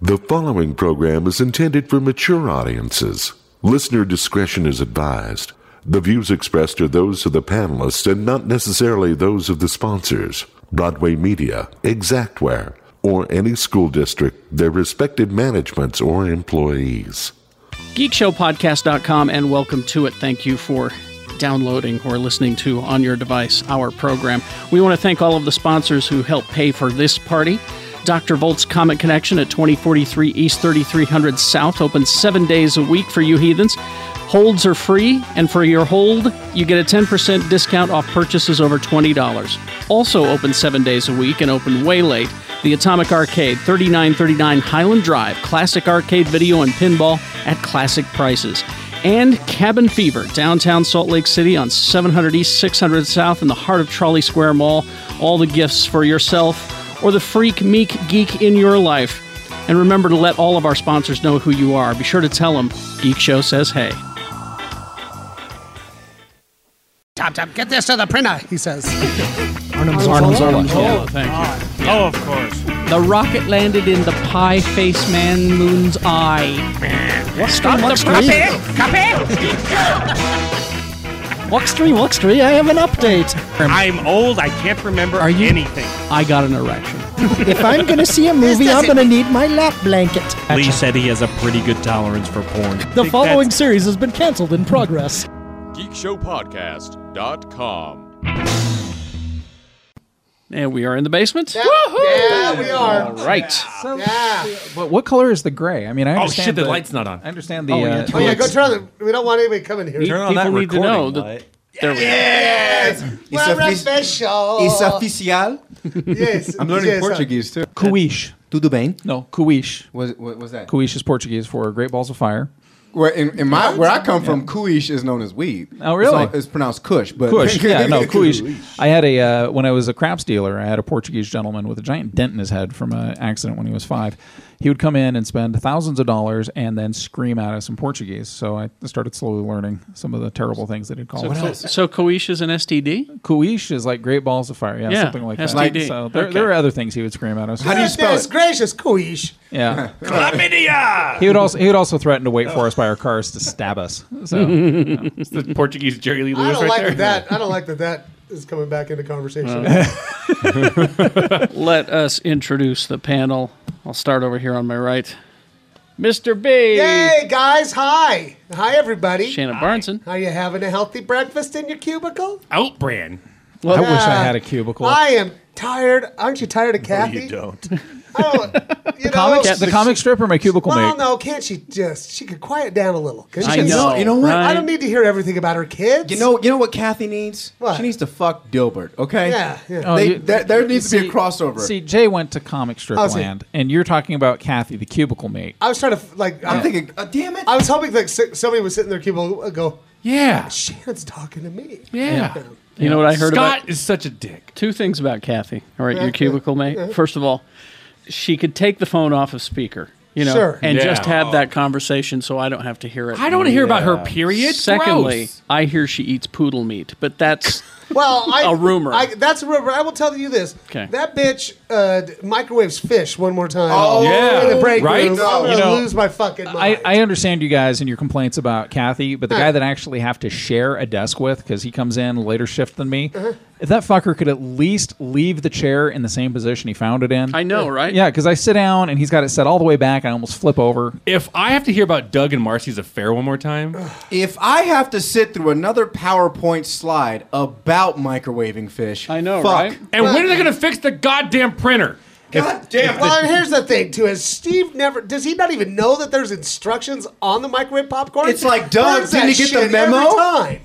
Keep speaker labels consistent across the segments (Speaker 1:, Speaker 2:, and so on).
Speaker 1: The following program is intended for mature audiences. Listener discretion is advised. The views expressed are those of the panelists and not necessarily those of the sponsors, Broadway Media, Exactware, or any school district, their respective managements or employees.
Speaker 2: geekshowpodcast.com and welcome to it. Thank you for downloading or listening to on your device our program. We want to thank all of the sponsors who help pay for this party. Dr. Volt's Comic Connection at 2043 East 3300 South opens 7 days a week for you heathens. Holds are free and for your hold, you get a 10% discount off purchases over $20. Also open 7 days a week and open way late. The Atomic Arcade, 3939 Highland Drive, classic arcade video and pinball at classic prices and Cabin Fever, downtown Salt Lake City on 700 East, 600 South, in the heart of Trolley Square Mall. All the gifts for yourself or the freak, meek, geek in your life. And remember to let all of our sponsors know who you are. Be sure to tell them Geek Show says hey.
Speaker 3: Top Top, get this to the printer, he says.
Speaker 2: Arnum's
Speaker 3: Arnum
Speaker 2: Zola. Thank you.
Speaker 4: Oh, of course.
Speaker 2: The rocket landed in the pie face man moon's eye. Stop the
Speaker 5: Eh,
Speaker 3: Copy? Copy?
Speaker 6: Luxtree, Luxtree, I have an update.
Speaker 4: I'm old. I can't remember
Speaker 2: Are you-
Speaker 4: anything.
Speaker 2: I got an erection.
Speaker 6: If I'm gonna see a movie, I'm gonna need my lap blanket.
Speaker 7: Lee said he has a pretty good tolerance for porn.
Speaker 6: The
Speaker 4: think
Speaker 6: following
Speaker 4: that's-
Speaker 6: series has been canceled in progress.
Speaker 8: geekshowpodcast.com.
Speaker 2: And we are in the basement.
Speaker 3: Yeah, we are.
Speaker 2: All right.
Speaker 5: So,
Speaker 3: Yeah.
Speaker 5: but what color is the gray? I mean, I
Speaker 7: Oh
Speaker 5: understand
Speaker 7: shit, the light's not on.
Speaker 5: I understand the.
Speaker 2: Oh, yeah,
Speaker 5: uh,
Speaker 3: Oh, yeah, go turn the. We don't want anybody coming here.
Speaker 2: Turn on that People need to know recording that- light. There we go.
Speaker 3: Well, we're special.
Speaker 9: oficial.
Speaker 3: Yes.
Speaker 5: I'm learning
Speaker 3: yes, uh,
Speaker 5: Portuguese too.
Speaker 7: Kuish.
Speaker 9: Tudo bem?
Speaker 5: No, Kuish.
Speaker 9: What, what was that?
Speaker 5: Kuish is Portuguese for Great Balls of Fire.
Speaker 9: Where in, in my where I come from, Kuish is known as weed.
Speaker 5: Oh, really?
Speaker 9: It's, all- it's pronounced Kush, but
Speaker 5: Kuish. yeah, no, Kuish. I had a uh, when I was a craps dealer. I had a Portuguese gentleman with a giant dent in his head from an accident when he was five. He would come in and spend thousands of dollars and then scream at us in Portuguese. So I started slowly learning some of the terrible things that he'd call us.
Speaker 2: So Koish is an STD?
Speaker 5: Kuish is like Great Balls of Fire. Yeah,
Speaker 2: Yeah,
Speaker 5: something like that.
Speaker 2: STD.
Speaker 5: So there,
Speaker 2: Okay.
Speaker 5: there are other things he would scream at us.
Speaker 9: How do you spell
Speaker 3: Goodness
Speaker 9: it?
Speaker 3: gracious, Kuish.
Speaker 5: Yeah. He would also he would also threaten to wait for us by our cars to stab us. So
Speaker 7: It's the Portuguese Jerry Lee
Speaker 3: I
Speaker 7: Lewis
Speaker 3: don't
Speaker 7: right
Speaker 3: like
Speaker 7: there.
Speaker 3: that. I don't like that that is coming back into conversation.
Speaker 2: Let us introduce the panel. I'll start over here on my right. Mr. B.
Speaker 3: Yay, guys. Hi. Hi, everybody.
Speaker 2: Shannon Barneson.
Speaker 3: Are you having a healthy breakfast in your cubicle?
Speaker 7: Outbrand.
Speaker 5: I wish I
Speaker 3: Yeah.
Speaker 5: had a cubicle.
Speaker 3: I am tired. Aren't you tired of Kathy?
Speaker 8: You don't.
Speaker 3: I don't. You know,
Speaker 5: Comic- the comic strip or my cubicle
Speaker 3: Well,
Speaker 5: mate?
Speaker 3: no, can't she just? She could quiet down a little. couldn't
Speaker 2: I
Speaker 3: she?
Speaker 2: know.
Speaker 9: you know what?
Speaker 3: I don't need to hear everything about her kids.
Speaker 9: You know, you know what Kathy needs?
Speaker 3: What?
Speaker 9: She needs to fuck Dilbert. Okay.
Speaker 3: Yeah, yeah.
Speaker 5: Oh,
Speaker 9: They,
Speaker 5: you-
Speaker 9: there, there needs to be
Speaker 5: see-
Speaker 9: a crossover.
Speaker 5: See, Jay went to comic strip
Speaker 3: Oh, see.
Speaker 5: land, and you're talking about Kathy, the cubicle mate.
Speaker 3: I was trying to like.
Speaker 9: I'm
Speaker 3: I,
Speaker 9: thinking, uh, damn it!
Speaker 3: I was hoping like so- somebody was sitting in their cubicle and go,
Speaker 7: Yeah.
Speaker 3: "Shannon's talking to me."
Speaker 7: Yeah.
Speaker 2: You know what I heard
Speaker 7: Scott
Speaker 2: about?
Speaker 7: is such a dick.
Speaker 2: Two things about Kathy. All right, your cubicle mate.
Speaker 3: Uh-huh.
Speaker 2: First of all, she could take the phone off of speaker, you know,
Speaker 3: Sure.
Speaker 2: and
Speaker 7: Yeah.
Speaker 2: just have that conversation so I don't have to hear it.
Speaker 7: I don't want to hear about her period.
Speaker 2: Secondly,
Speaker 7: Gross.
Speaker 2: I hear she eats poodle meat, but that's
Speaker 3: Well, I,
Speaker 2: A rumor.
Speaker 3: I, that's a rumor. I will tell you this.
Speaker 2: 'Kay.
Speaker 3: That bitch uh, d- microwaves fish one more time.
Speaker 9: Oh,
Speaker 7: Yeah.
Speaker 3: in the break
Speaker 7: right?
Speaker 3: room. I'm gonna
Speaker 5: You know,
Speaker 3: lose my fucking mind.
Speaker 5: I, I understand you guys and your complaints about Kathy, but the guy that I actually have to share a desk with because he comes in later shift than me,
Speaker 3: Uh-huh.
Speaker 5: if that fucker could at least leave the chair in the same position he found it in.
Speaker 2: I know, right?
Speaker 5: Yeah, because I sit down and he's got it set all the way back. I almost flip over.
Speaker 7: If I have to hear about Doug and Marcy's affair one more time,
Speaker 9: If I have to sit through another PowerPoint slide about microwaving fish,
Speaker 2: I know,
Speaker 9: fuck.
Speaker 2: right?
Speaker 7: and when are they going to fix the goddamn printer?
Speaker 9: God damn!
Speaker 3: Well, and here's the thing too: is Steve never does he not even know that there's instructions on the microwave popcorn?
Speaker 9: It's like,
Speaker 3: Doug,
Speaker 9: Doug, didn't he get the memo?
Speaker 3: Time.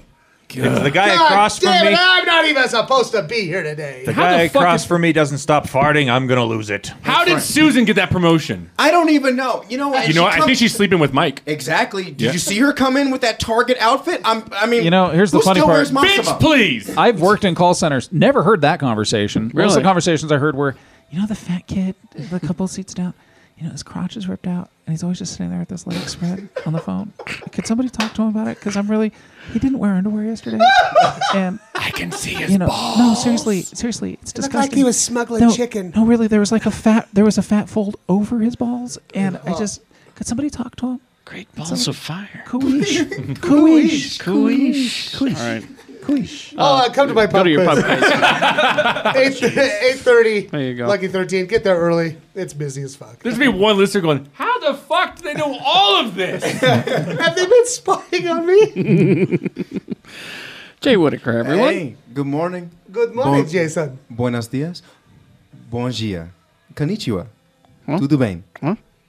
Speaker 10: If the guy
Speaker 3: God
Speaker 10: across from
Speaker 3: damn
Speaker 10: me,
Speaker 3: it, I'm not even supposed to be here today.
Speaker 10: the
Speaker 5: How
Speaker 10: guy
Speaker 5: the fuck
Speaker 10: across
Speaker 5: is-
Speaker 10: from me doesn't stop farting, I'm gonna lose it.
Speaker 7: How did Susan get that promotion?
Speaker 9: I don't even know. You
Speaker 5: Uh,
Speaker 9: know what?
Speaker 7: You know, what? I think she's sleeping with Mike.
Speaker 9: Exactly. Did you see her come in with that Target outfit? I'm. I mean,
Speaker 5: You know, here's the
Speaker 9: who
Speaker 5: funny
Speaker 9: still
Speaker 5: part.
Speaker 9: Wears Massimo?
Speaker 7: Bitch, please.
Speaker 5: I've worked in call centers, never heard that conversation. Most of
Speaker 2: Really?
Speaker 5: the conversations I heard were, you know, the fat kid, the couple seats down. you know, his crotch is ripped out, and he's always just sitting there with this leg spread on the phone. Could somebody talk to him about it? Because I'm really, he didn't wear underwear yesterday, and I can see his you know, No, seriously, seriously, it's
Speaker 3: looked
Speaker 5: disgusting.
Speaker 3: like he was smuggling
Speaker 5: No,
Speaker 3: chicken.
Speaker 5: No, really, there was like a fat, there was a fat fold over his balls, and I just, could somebody talk to him?
Speaker 2: Great balls of fire.
Speaker 5: Cooish, cooish,
Speaker 2: Cooish. All right.
Speaker 5: cooish.
Speaker 3: Oh, uh, come to my
Speaker 2: Go
Speaker 3: pub
Speaker 2: to your
Speaker 3: quiz.
Speaker 2: pub quiz.
Speaker 3: Eight eight thirty.
Speaker 2: There you go.
Speaker 3: Lucky thirteen. Get there early. It's busy as fuck.
Speaker 7: There's gonna be one listener going, "How the fuck do they know all of this?"
Speaker 3: Have they been spying on me?
Speaker 2: Jay Whitaker, everyone.
Speaker 9: Hey, good morning.
Speaker 3: Good morning,
Speaker 9: Bon-
Speaker 3: Jason.
Speaker 9: Buenos dias. Bom dia. Konnichiwa. Tudo bem.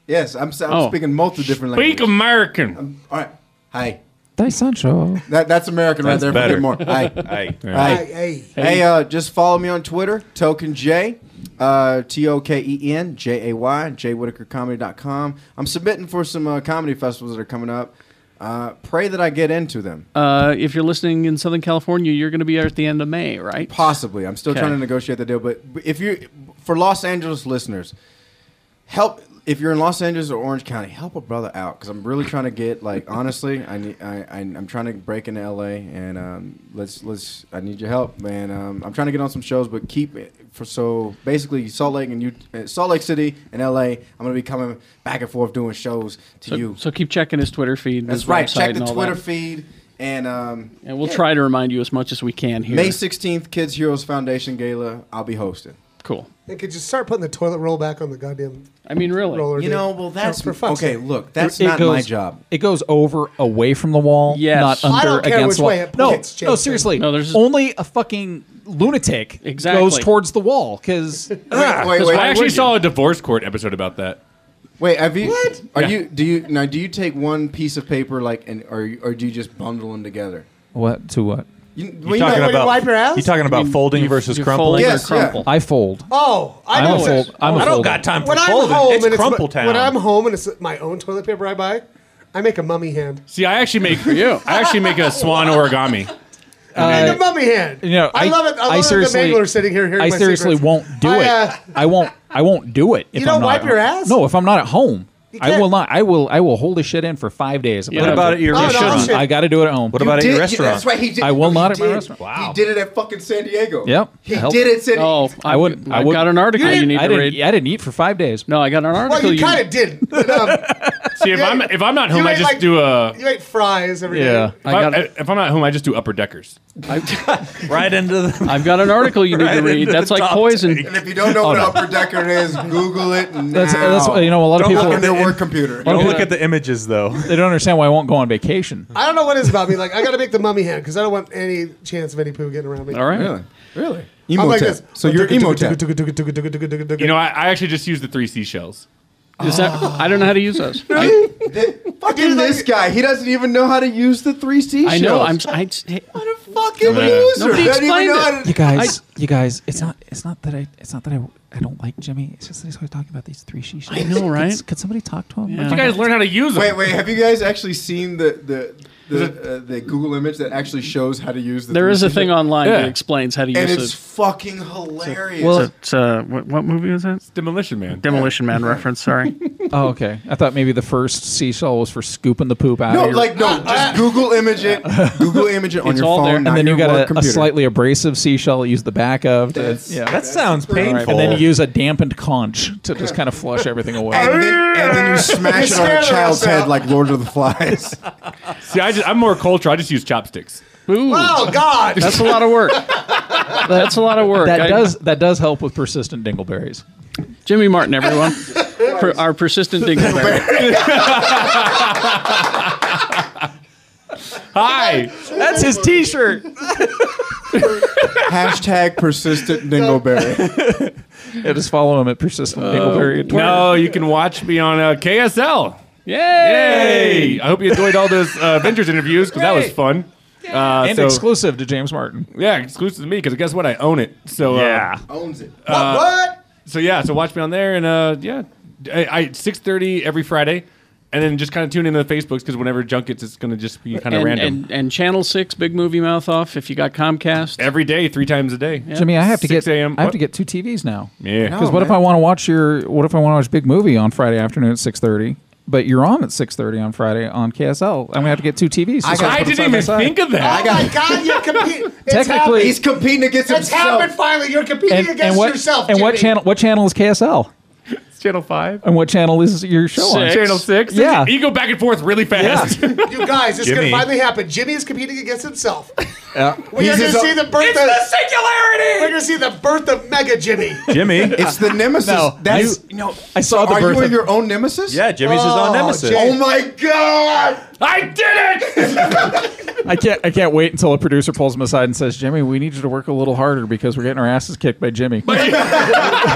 Speaker 9: Yes, I'm, s- I'm
Speaker 2: Oh.
Speaker 9: speaking multiple different
Speaker 7: Speak
Speaker 9: languages.
Speaker 7: American.
Speaker 9: All right. Hi.
Speaker 5: Dai Sancho.
Speaker 9: That, that's American right
Speaker 10: That's
Speaker 9: there.
Speaker 10: better.
Speaker 9: Good morning. Hi.
Speaker 10: Hey.
Speaker 3: Hey,
Speaker 9: Hi.
Speaker 3: hey.
Speaker 9: Hey, uh, just follow me on Twitter, Token J, uh, T O K E N J A Y, jwhitakercomedy.com. I'm submitting for some uh, comedy festivals that are coming up. Uh, pray that I get into them.
Speaker 2: Uh, if you're listening in Southern California, you're going to be there at the end of May, right?
Speaker 9: Possibly. I'm still
Speaker 2: Okay.
Speaker 9: trying to negotiate the deal, but if you for Los Angeles listeners, help if you're in Los Angeles or Orange County, help a brother out because I'm really trying to get like honestly, I need I, I I'm trying to break into LA and um, let's let's I need your help, man. Um, I'm trying to get on some shows, but keep it for so basically Salt Lake and you uh, Salt Lake City and LA. I'm gonna be coming back and forth doing shows to you.
Speaker 2: So keep checking his Twitter feed.
Speaker 9: That's
Speaker 2: his
Speaker 9: right.
Speaker 2: website
Speaker 9: Check
Speaker 2: and
Speaker 9: the
Speaker 2: all
Speaker 9: Twitter
Speaker 2: that.
Speaker 9: feed and um,
Speaker 2: And we'll
Speaker 9: yeah.
Speaker 2: try to remind you as much as we can here.
Speaker 9: May 16th, Kids Heroes Foundation Gala. I'll be hosting.
Speaker 2: Cool.
Speaker 3: They could just start putting the toilet roll back on the goddamn
Speaker 2: I mean, really.
Speaker 3: roller.
Speaker 9: You
Speaker 3: dude.
Speaker 9: know, well, that's
Speaker 3: for fuck's
Speaker 9: okay.
Speaker 3: sake.
Speaker 9: Look, that's
Speaker 5: It
Speaker 9: not my
Speaker 5: goes-
Speaker 9: job.
Speaker 5: It goes over, away from the wall,
Speaker 2: Yes.
Speaker 5: not
Speaker 2: I
Speaker 5: under,
Speaker 3: don't care
Speaker 5: against
Speaker 3: which
Speaker 5: the wall.
Speaker 3: way it points,
Speaker 5: no, no,
Speaker 3: Jason.
Speaker 5: seriously.
Speaker 2: No, there's-
Speaker 5: only a fucking lunatic
Speaker 2: Exactly.
Speaker 5: goes towards the wall because
Speaker 9: Wait, wait,
Speaker 7: I
Speaker 9: wait,
Speaker 7: actually saw a divorce court episode about that.
Speaker 9: wait. Have you? What? Are
Speaker 7: Yeah.
Speaker 9: you? Do you now? Do you take one piece of paper like and or you- or do you just bundle them together?
Speaker 5: what to what?
Speaker 9: You,
Speaker 10: You
Speaker 9: well, you
Speaker 10: talking
Speaker 9: know,
Speaker 10: about
Speaker 3: wipe your ass?
Speaker 10: You talking about folding versus
Speaker 2: you Fold
Speaker 10: crumpling?
Speaker 9: Yes,
Speaker 2: or
Speaker 9: yeah.
Speaker 2: crumple.
Speaker 5: I fold.
Speaker 3: oh, I
Speaker 5: I'm
Speaker 3: know
Speaker 5: a
Speaker 3: it.
Speaker 5: fold. I'm a
Speaker 10: I don't
Speaker 5: folder.
Speaker 10: got time for
Speaker 3: When I'm
Speaker 10: folding.
Speaker 3: home
Speaker 10: it's
Speaker 3: and it's
Speaker 10: crumple town.
Speaker 3: when I'm home and it's my own toilet paper I buy, I make a mummy hand.
Speaker 7: See, I actually make for you. I actually make a swan origami.
Speaker 3: I make a mummy hand.
Speaker 5: You know,
Speaker 3: I, love it. I love it. The
Speaker 5: seriously-
Speaker 3: mangler sitting here hearing
Speaker 5: I
Speaker 3: my
Speaker 5: seriously
Speaker 3: secrets.
Speaker 5: won't do
Speaker 3: I,
Speaker 5: it.
Speaker 3: uh,
Speaker 5: I won't. I won't do it. If
Speaker 3: You don't
Speaker 5: I'm not
Speaker 3: wipe
Speaker 5: at
Speaker 3: your
Speaker 5: home.
Speaker 3: ass?
Speaker 5: No, if I'm not at home, I
Speaker 3: can't.
Speaker 5: will not. I will. I will hold this shit in for five days. If
Speaker 2: Yeah.
Speaker 5: I
Speaker 10: What
Speaker 5: don't
Speaker 10: about
Speaker 5: do
Speaker 10: at your
Speaker 3: Oh, no,
Speaker 10: restaurant?
Speaker 3: shit.
Speaker 5: I got to do it at home.
Speaker 10: What about at
Speaker 9: did-
Speaker 10: your
Speaker 9: you-
Speaker 10: restaurant?
Speaker 9: That's right. He did.
Speaker 5: I will
Speaker 9: he
Speaker 5: not at my
Speaker 9: did.
Speaker 5: restaurant.
Speaker 9: He did it at fucking San Diego.
Speaker 5: Yep.
Speaker 9: He
Speaker 5: Help.
Speaker 9: did it. San
Speaker 2: Oh,
Speaker 5: I wouldn't-
Speaker 2: I
Speaker 5: I wouldn't-
Speaker 2: got an article you, need
Speaker 5: I
Speaker 2: to
Speaker 5: didn't.
Speaker 2: read.
Speaker 5: I didn't eat for five days.
Speaker 2: No, I got an article.
Speaker 3: Well, you
Speaker 2: you
Speaker 3: kind of didn't. But, um,
Speaker 7: See, if I'm if I'm not home,
Speaker 3: you
Speaker 7: I
Speaker 3: ate,
Speaker 7: just
Speaker 3: like-
Speaker 7: do a.
Speaker 3: you ate fries every day.
Speaker 5: Yeah.
Speaker 7: If, I
Speaker 2: I got-
Speaker 7: if I'm not home, I just do upper deckers.
Speaker 10: right into the.
Speaker 2: I've got an article you need
Speaker 10: Right
Speaker 2: to read.
Speaker 10: into
Speaker 2: That's
Speaker 10: the
Speaker 2: like
Speaker 10: top
Speaker 2: poison.
Speaker 10: take.
Speaker 9: And if you don't know what Upper Decker is, Google it now.
Speaker 5: That's, that's you know a lot of
Speaker 10: Don't
Speaker 5: people.
Speaker 9: Look
Speaker 10: look
Speaker 9: on their work computer.
Speaker 10: Don't look at the images though.
Speaker 5: They don't understand why I won't go on vacation.
Speaker 3: I don't know what it is about me. Like I got to make the mummy hand because I don't want any chance of any poo getting around me.
Speaker 2: All right.
Speaker 9: Really?
Speaker 3: I'm like
Speaker 9: Emotep.
Speaker 3: this.
Speaker 9: So you're Emotep.
Speaker 7: You
Speaker 3: Emotep.
Speaker 7: know, I, I actually just use the three seashells.
Speaker 2: Is that, I don't know how to use those. I,
Speaker 9: Fucking this guy. He doesn't even know how to use the three seashells.
Speaker 2: I know. I'm. I, hey,
Speaker 9: What a fucking
Speaker 7: Yeah.
Speaker 9: loser.
Speaker 2: Nobody
Speaker 9: Doesn't even
Speaker 2: explained
Speaker 9: know
Speaker 2: it.
Speaker 9: how to-
Speaker 5: You guys, you guys, it's not, it's not that I, it's not that I, I don't like Jimmy. It's just that he's always talking about these three shishas.
Speaker 2: I know, right?
Speaker 5: Could, could somebody talk to him?
Speaker 2: Yeah.
Speaker 7: You guys learn how to use them.
Speaker 9: Wait, wait. Have you guys actually seen the the the, uh, the Google image that actually shows how to use the?
Speaker 2: there is a
Speaker 9: 360?
Speaker 2: thing online
Speaker 7: Yeah.
Speaker 2: that explains how to
Speaker 9: and
Speaker 2: use
Speaker 9: it's
Speaker 2: it.
Speaker 9: fucking hilarious.
Speaker 5: Well,
Speaker 2: It's, uh, what, what movie was that?
Speaker 7: Demolition Man.
Speaker 2: Demolition Man reference. Sorry.
Speaker 5: oh, okay. I thought maybe the first seashell was for scooping the poop out.
Speaker 9: no,
Speaker 5: of your,
Speaker 9: like no, just Google image it. Google image it on
Speaker 2: It's
Speaker 9: your
Speaker 2: all
Speaker 9: phone,
Speaker 2: there.
Speaker 9: not
Speaker 5: and then you
Speaker 9: your work
Speaker 5: got a, a
Speaker 9: computer.
Speaker 5: slightly abrasive seashell. Use the back of. To,
Speaker 9: That's-
Speaker 5: yeah.
Speaker 10: That sounds painful.
Speaker 5: And then you use a dampened conch to just kind of flush everything away.
Speaker 9: And then, and then you smash it on a
Speaker 3: Smash
Speaker 9: child's
Speaker 3: it
Speaker 9: head
Speaker 3: out.
Speaker 9: like Lord of the Flies.
Speaker 7: See, I just, I'm more cultural. I just use chopsticks.
Speaker 2: Ooh,
Speaker 3: Oh God.
Speaker 2: that's a lot of work. That's a lot of work.
Speaker 5: That
Speaker 2: I-
Speaker 5: does that does help with persistent dingleberries.
Speaker 2: Jimmy Martin, everyone. For our persistent dingleberry.
Speaker 7: Hi.
Speaker 5: That's his T-shirt.
Speaker 9: Hashtag persistent dingleberry.
Speaker 5: Yeah, just follow him at persistent dingleberry.
Speaker 7: No, you can watch me on uh, KSL.
Speaker 2: Yay!
Speaker 7: Hey, I hope you enjoyed all those uh, Avengers interviews because that was fun. Uh,
Speaker 5: and
Speaker 7: so-
Speaker 5: exclusive to James Martin.
Speaker 7: Yeah, exclusive to me because guess what? I own it. So uh,
Speaker 9: Owns it.
Speaker 3: What?
Speaker 7: uh, So yeah, so watch me on there and uh, yeah, I, I six thirty every Friday. and then just kind of tune into the Facebooks because whenever junkets, it's going to just be kind of
Speaker 2: and,
Speaker 7: random.
Speaker 2: And, and Channel Six, Big Movie Mouth Off. If you got Comcast,
Speaker 7: Every day, three times a day.
Speaker 5: Jimmy, I have to
Speaker 7: 6
Speaker 5: get
Speaker 7: a.m.
Speaker 5: I have
Speaker 7: What?
Speaker 5: to get two TVs now.
Speaker 7: Yeah.
Speaker 5: Because
Speaker 9: No,
Speaker 5: what if
Speaker 9: man.
Speaker 5: I want to watch your what if I want to watch Big Movie on Friday afternoon at six thirty? But you're on at six thirty on Friday on KSL. I'm gonna have to get two TVs.
Speaker 9: I
Speaker 5: so
Speaker 9: got-
Speaker 5: I
Speaker 7: I
Speaker 5: can put them
Speaker 7: didn't
Speaker 5: side by
Speaker 7: even
Speaker 5: side.
Speaker 7: think of that.
Speaker 3: Oh my God, you're competing.
Speaker 5: Technically-
Speaker 9: He's competing against
Speaker 3: it's
Speaker 9: himself.
Speaker 3: happened finally. You're competing
Speaker 5: And,
Speaker 3: against
Speaker 5: and what
Speaker 3: yourself.
Speaker 5: and what
Speaker 3: Jimmy.
Speaker 5: channel what channel is KSL
Speaker 7: It's Channel five,
Speaker 5: and what channel is your show
Speaker 2: Six.
Speaker 5: on?
Speaker 7: Channel six.
Speaker 5: Yeah.
Speaker 7: you go back and forth really fast.
Speaker 3: You guys, it's going to
Speaker 10: Jimmy.
Speaker 3: finally happen. Jimmy is competing against himself. We
Speaker 9: He's
Speaker 3: are going
Speaker 9: his
Speaker 3: to
Speaker 9: own-
Speaker 3: see the birth of the singularity. We're going to see the birth of Mega Jimmy.
Speaker 10: Jimmy.
Speaker 9: It's the nemesis. That's you, no.
Speaker 5: Oh, I saw the
Speaker 9: Are
Speaker 5: birth
Speaker 9: you in
Speaker 5: of-
Speaker 9: your own nemesis?
Speaker 10: yeah, Jimmy's his own nemesis.
Speaker 9: Oh my god!
Speaker 7: I did it.
Speaker 5: I can't I can't wait until a producer pulls him aside and says, Jimmy, we need you to work a little harder because we're getting our asses kicked by Jimmy.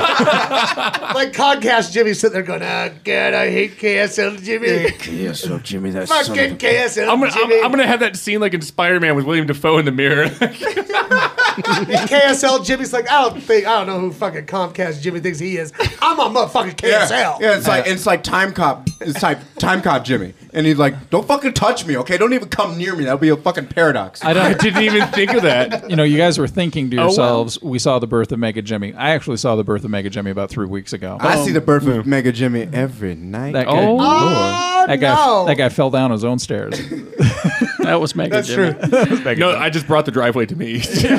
Speaker 3: like Comcast Jimmy sitting there going, oh, God, I hate KSL Jimmy.
Speaker 9: Yeah, so Jimmy, that's
Speaker 3: Fucking KSL
Speaker 7: I'm gonna, I'm,
Speaker 3: Jimmy.
Speaker 7: I'm gonna have that scene like in Spider Man with William Defoe in the mirror.
Speaker 3: KSL Jimmy's like, I don't think, I don't know who fucking Comcast Jimmy thinks he is. I'm a motherfucking
Speaker 9: Yeah,
Speaker 3: KSL.
Speaker 9: yeah, it's like it's like time cop. It's like time cop Jimmy, and he's like, "Don't fucking touch me, okay? Don't even come near me. That'll be a fucking paradox."
Speaker 5: I
Speaker 7: I
Speaker 5: don't
Speaker 7: didn't even think of that.
Speaker 5: you know, you guys were thinking
Speaker 9: Oh,
Speaker 5: to
Speaker 7: wow.
Speaker 5: yourselves, we saw the birth of Mega Jimmy. I actually saw the birth of Mega Jimmy about three weeks ago.
Speaker 9: I see the birth of Mega Jimmy every night.
Speaker 5: That guy,
Speaker 2: Oh,
Speaker 3: Lord.
Speaker 5: that guy,
Speaker 3: no.
Speaker 5: that guy fell down his own stairs.
Speaker 2: that was Mega That's Jimmy. True.
Speaker 7: No, I just brought the driveway to me.
Speaker 5: Jimmy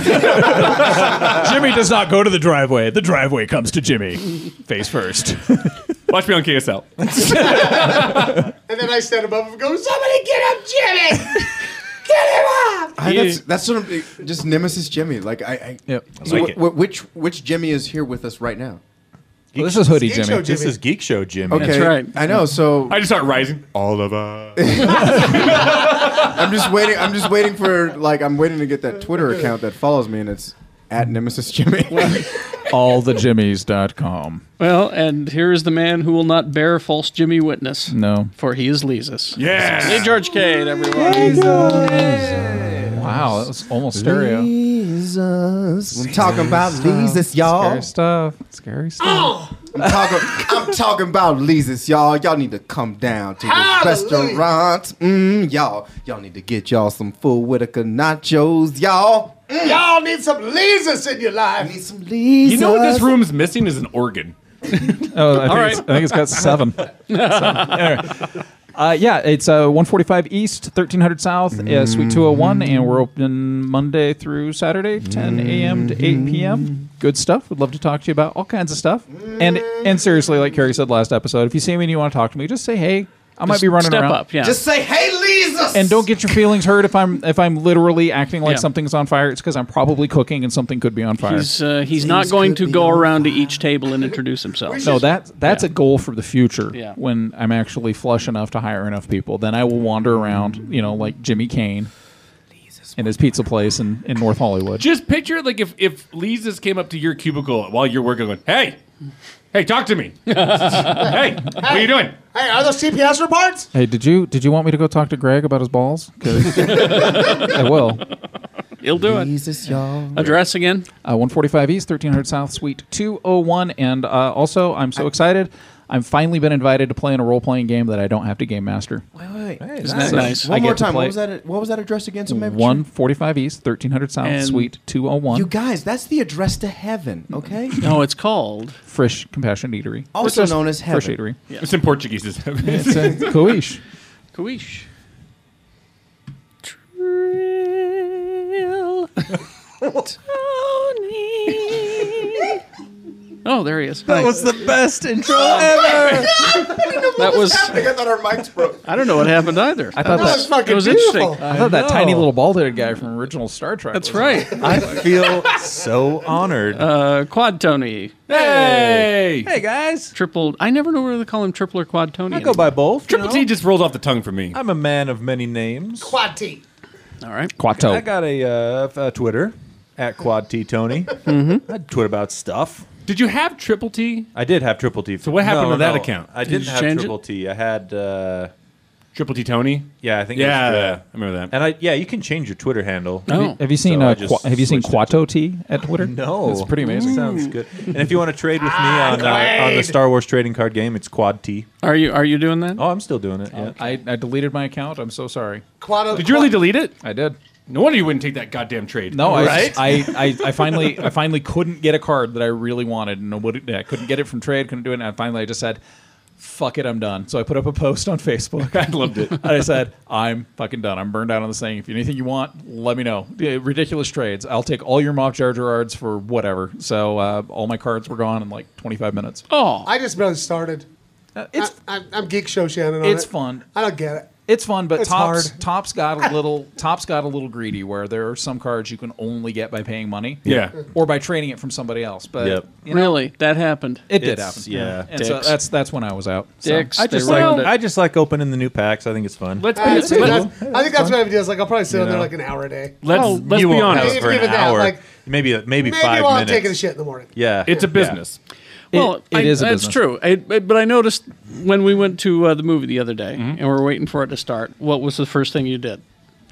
Speaker 5: does not go to the driveway. The driveway comes to Jimmy, face first.
Speaker 7: Watch me on KSL.
Speaker 3: And then I stand above him and go, somebody get up Jimmy. get him up.
Speaker 9: I, that's that's sort of just nemesis Jimmy. Like I, I
Speaker 5: Yep.
Speaker 9: So
Speaker 10: I like
Speaker 9: wh-
Speaker 10: it.
Speaker 9: wh- which which Jimmy is here with us right now?
Speaker 5: Well, this is hoodie
Speaker 3: Skate show
Speaker 5: Jimmy.
Speaker 10: This
Speaker 3: Jimmy.
Speaker 10: is Geek Show Jimmy.
Speaker 9: Okay,
Speaker 2: right.
Speaker 9: I know. So
Speaker 7: I just start rising.
Speaker 10: All of us.
Speaker 9: I'm just waiting. I'm just waiting for like I'm waiting to get that Twitter account that follows me, and it's at nemesis Jimmy.
Speaker 5: Allthejimmies.com.
Speaker 2: Well, and here is the man who will not bear false Jimmy witness,
Speaker 5: No.
Speaker 2: for he is Lesus.
Speaker 7: Yes.
Speaker 2: Hey, George Cade, everyone.
Speaker 5: Wow, that was almost stereo.
Speaker 9: I'm talking about Leezus, y'all.
Speaker 5: Scary stuff. Scary stuff.
Speaker 9: Oh, I'm talking, I'm talking about Leezus, y'all. Y'all need to come down to the
Speaker 3: Hallelujah.
Speaker 9: restaurant. Mm, y'all, y'all need to get y'all some full Whitaker nachos, y'all. Mm.
Speaker 3: Y'all need some lasers in your life.
Speaker 9: Need some Leezus.
Speaker 7: You know what this room's missing is an organ.
Speaker 5: Oh, I think,
Speaker 2: right.
Speaker 5: it's, I think it's got seven. Seven. Anyway. Uh, yeah, it's uh, 145 East, 1300 South, uh, Suite 201, and we're open Monday through Saturday, 10 a.m. to 8 p.m. Good stuff. Would love to talk to you about all kinds of stuff. And and seriously, like Carrie said last episode, if you see me and you want to talk to me, just say hey. I might be running
Speaker 2: Step
Speaker 5: around.
Speaker 2: up, yeah.
Speaker 9: Just say, hey, Leezus.
Speaker 5: And don't get your feelings hurt if I'm if I'm literally acting like
Speaker 2: Yeah.
Speaker 5: something's on fire. It's because I'm probably cooking and something could be on fire.
Speaker 2: he's uh, he's not going to go around to each table and introduce himself.
Speaker 5: No, that that's
Speaker 2: Yeah.
Speaker 5: a goal for the future.
Speaker 2: Yeah.
Speaker 5: When I'm actually flush enough to hire enough people, then I will wander around, you know, like Jimmy Kane in his pizza place in, in North Hollywood.
Speaker 7: Just picture like if if Lisa's came up to your cubicle while you're working, going, "Hey, hey, talk to me. hey, what are you doing?
Speaker 3: Hey, are those CPS reports?
Speaker 5: Hey, did you did you want me to go talk to Greg about his balls? 'Cause I will.
Speaker 2: He'll do it.
Speaker 9: Leezus, y'all.
Speaker 2: Address again.
Speaker 5: Uh, 145 East, 1300 South, Suite 201. And uh, also, I'm so excited. I've finally been invited to play in a role playing game that I don't have to game master.
Speaker 9: Wait, wait, wait.
Speaker 2: that nice?
Speaker 5: I
Speaker 9: One
Speaker 5: get
Speaker 9: more
Speaker 5: to
Speaker 9: time.
Speaker 5: play-
Speaker 9: What was that? What was that address again? So maybe
Speaker 5: 145 East, 1300 South,
Speaker 2: And-
Speaker 5: Suite 201.
Speaker 9: You guys, that's the address to heaven. Okay.
Speaker 2: No, it's called.
Speaker 5: Frisch Compassion Eatery.
Speaker 9: Also known as
Speaker 5: Frisch
Speaker 9: heaven.
Speaker 5: Eatery.
Speaker 7: It's in Portuguese. It's-
Speaker 5: It's a Koish.
Speaker 2: Kawish. Oh, there he is. That was the best intro ever. that was.
Speaker 9: I thought our mics broke.
Speaker 2: I don't know what happened either.
Speaker 5: I thought
Speaker 3: That was
Speaker 5: that,
Speaker 3: fucking
Speaker 2: it was
Speaker 3: beautiful.
Speaker 2: interesting.
Speaker 5: I thought that tiny little bald-headed guy from original Star Trek.
Speaker 2: That's
Speaker 5: was-
Speaker 2: right.
Speaker 10: I feel so honored.
Speaker 2: Uh, quad Tony.
Speaker 7: hey,
Speaker 10: hey guys,
Speaker 2: Triple. I never know whether to call him triple or quad Tony.
Speaker 10: I go by both. you
Speaker 7: Triple
Speaker 10: know?
Speaker 7: T just rolls off the tongue for me.
Speaker 10: I'm a man of many names.
Speaker 3: Quad T.
Speaker 2: anymore. All right.
Speaker 10: I
Speaker 5: Quato.
Speaker 10: got a, uh, f- a Twitter at Quad T Tony.
Speaker 5: Mm-hmm.
Speaker 10: I tweet about stuff.
Speaker 7: Did you have Triple T?
Speaker 10: I did have Triple T. So
Speaker 7: what happened to that account?
Speaker 10: I
Speaker 2: Did
Speaker 10: didn't
Speaker 2: you
Speaker 10: have
Speaker 2: change it?
Speaker 10: Triple T. I had uh,
Speaker 7: Triple T Tony.
Speaker 10: Yeah, I think. it was
Speaker 7: Yeah,
Speaker 10: the-
Speaker 7: yeah, I remember that.
Speaker 10: And I, yeah, you can change your Twitter handle.
Speaker 2: Oh.
Speaker 5: Have you seen
Speaker 10: So I
Speaker 5: uh,
Speaker 10: just
Speaker 5: Qua- Have you seen
Speaker 10: switched it
Speaker 5: Quato T at Twitter?
Speaker 10: No,
Speaker 5: it's pretty amazing.
Speaker 10: Sounds good. And if you want to trade with me on uh, on the Star Wars trading card game, it's Quad T.
Speaker 2: Are you are you doing that?
Speaker 10: Oh, I'm still doing it. Yeah.
Speaker 5: I, I deleted my account. I'm so sorry.
Speaker 3: Quado,
Speaker 7: Did you really delete it?
Speaker 5: I did.
Speaker 7: No wonder you wouldn't take that goddamn trade.
Speaker 5: No, I,
Speaker 10: Right?
Speaker 5: I, I, I finally I finally couldn't get a card that I really wanted, and I, would, I couldn't get it from trade. Couldn't do it. And I finally I just said, "Fuck it, I'm done." So I put up a post on Facebook.
Speaker 7: I loved it.
Speaker 5: And I said, I'm fucking done. I'm burned out on this thing. If you anything you want, let me know. Yeah, Ridiculous trades. I'll take all your mock Jar Gerards for whatever. So uh, all my cards were gone in like 25 minutes.
Speaker 2: Oh,
Speaker 3: I just about started.
Speaker 5: Uh, it's
Speaker 3: I, I'm, I'm geek show Shannon. On
Speaker 5: It's
Speaker 3: it.
Speaker 5: fun.
Speaker 3: I don't get it.
Speaker 5: it's fun, but
Speaker 3: It's
Speaker 5: tops
Speaker 3: hard.
Speaker 5: tops got a little tops got a little greedy where there are some cards you can only get by paying money.
Speaker 7: Yeah.
Speaker 5: Or by trading it from somebody else. But
Speaker 10: Yep.
Speaker 5: you know,
Speaker 2: really? That happened.
Speaker 5: it did
Speaker 10: It's-
Speaker 5: happen.
Speaker 10: yeah,
Speaker 5: And so
Speaker 10: dicks.
Speaker 5: that's that's when I was out. So
Speaker 2: Dicks,
Speaker 5: I just
Speaker 2: they
Speaker 5: like
Speaker 2: ruined
Speaker 10: I just like opening the new packs. I think it's fun.
Speaker 7: Let's be,
Speaker 3: I,
Speaker 7: let's,
Speaker 3: think
Speaker 7: let's,
Speaker 3: that's, I think that's what I would do. Is like I'll probably sit on there like an hour a day.
Speaker 7: let's be
Speaker 10: you won't
Speaker 7: honest.
Speaker 10: have it for
Speaker 3: Give
Speaker 10: an
Speaker 3: it that,
Speaker 10: hour.
Speaker 3: like-
Speaker 10: maybe maybe,
Speaker 3: Maybe
Speaker 10: five
Speaker 3: while I'm
Speaker 10: minutes.
Speaker 3: taking a shit in the morning.
Speaker 10: Yeah,
Speaker 7: It's a business.
Speaker 2: Well,
Speaker 5: It-
Speaker 2: I,
Speaker 5: it is a
Speaker 2: that's
Speaker 5: business.
Speaker 2: true. I, I- but I noticed when we went to uh, the movie the other day and we are waiting for it to start. What was the first thing you did?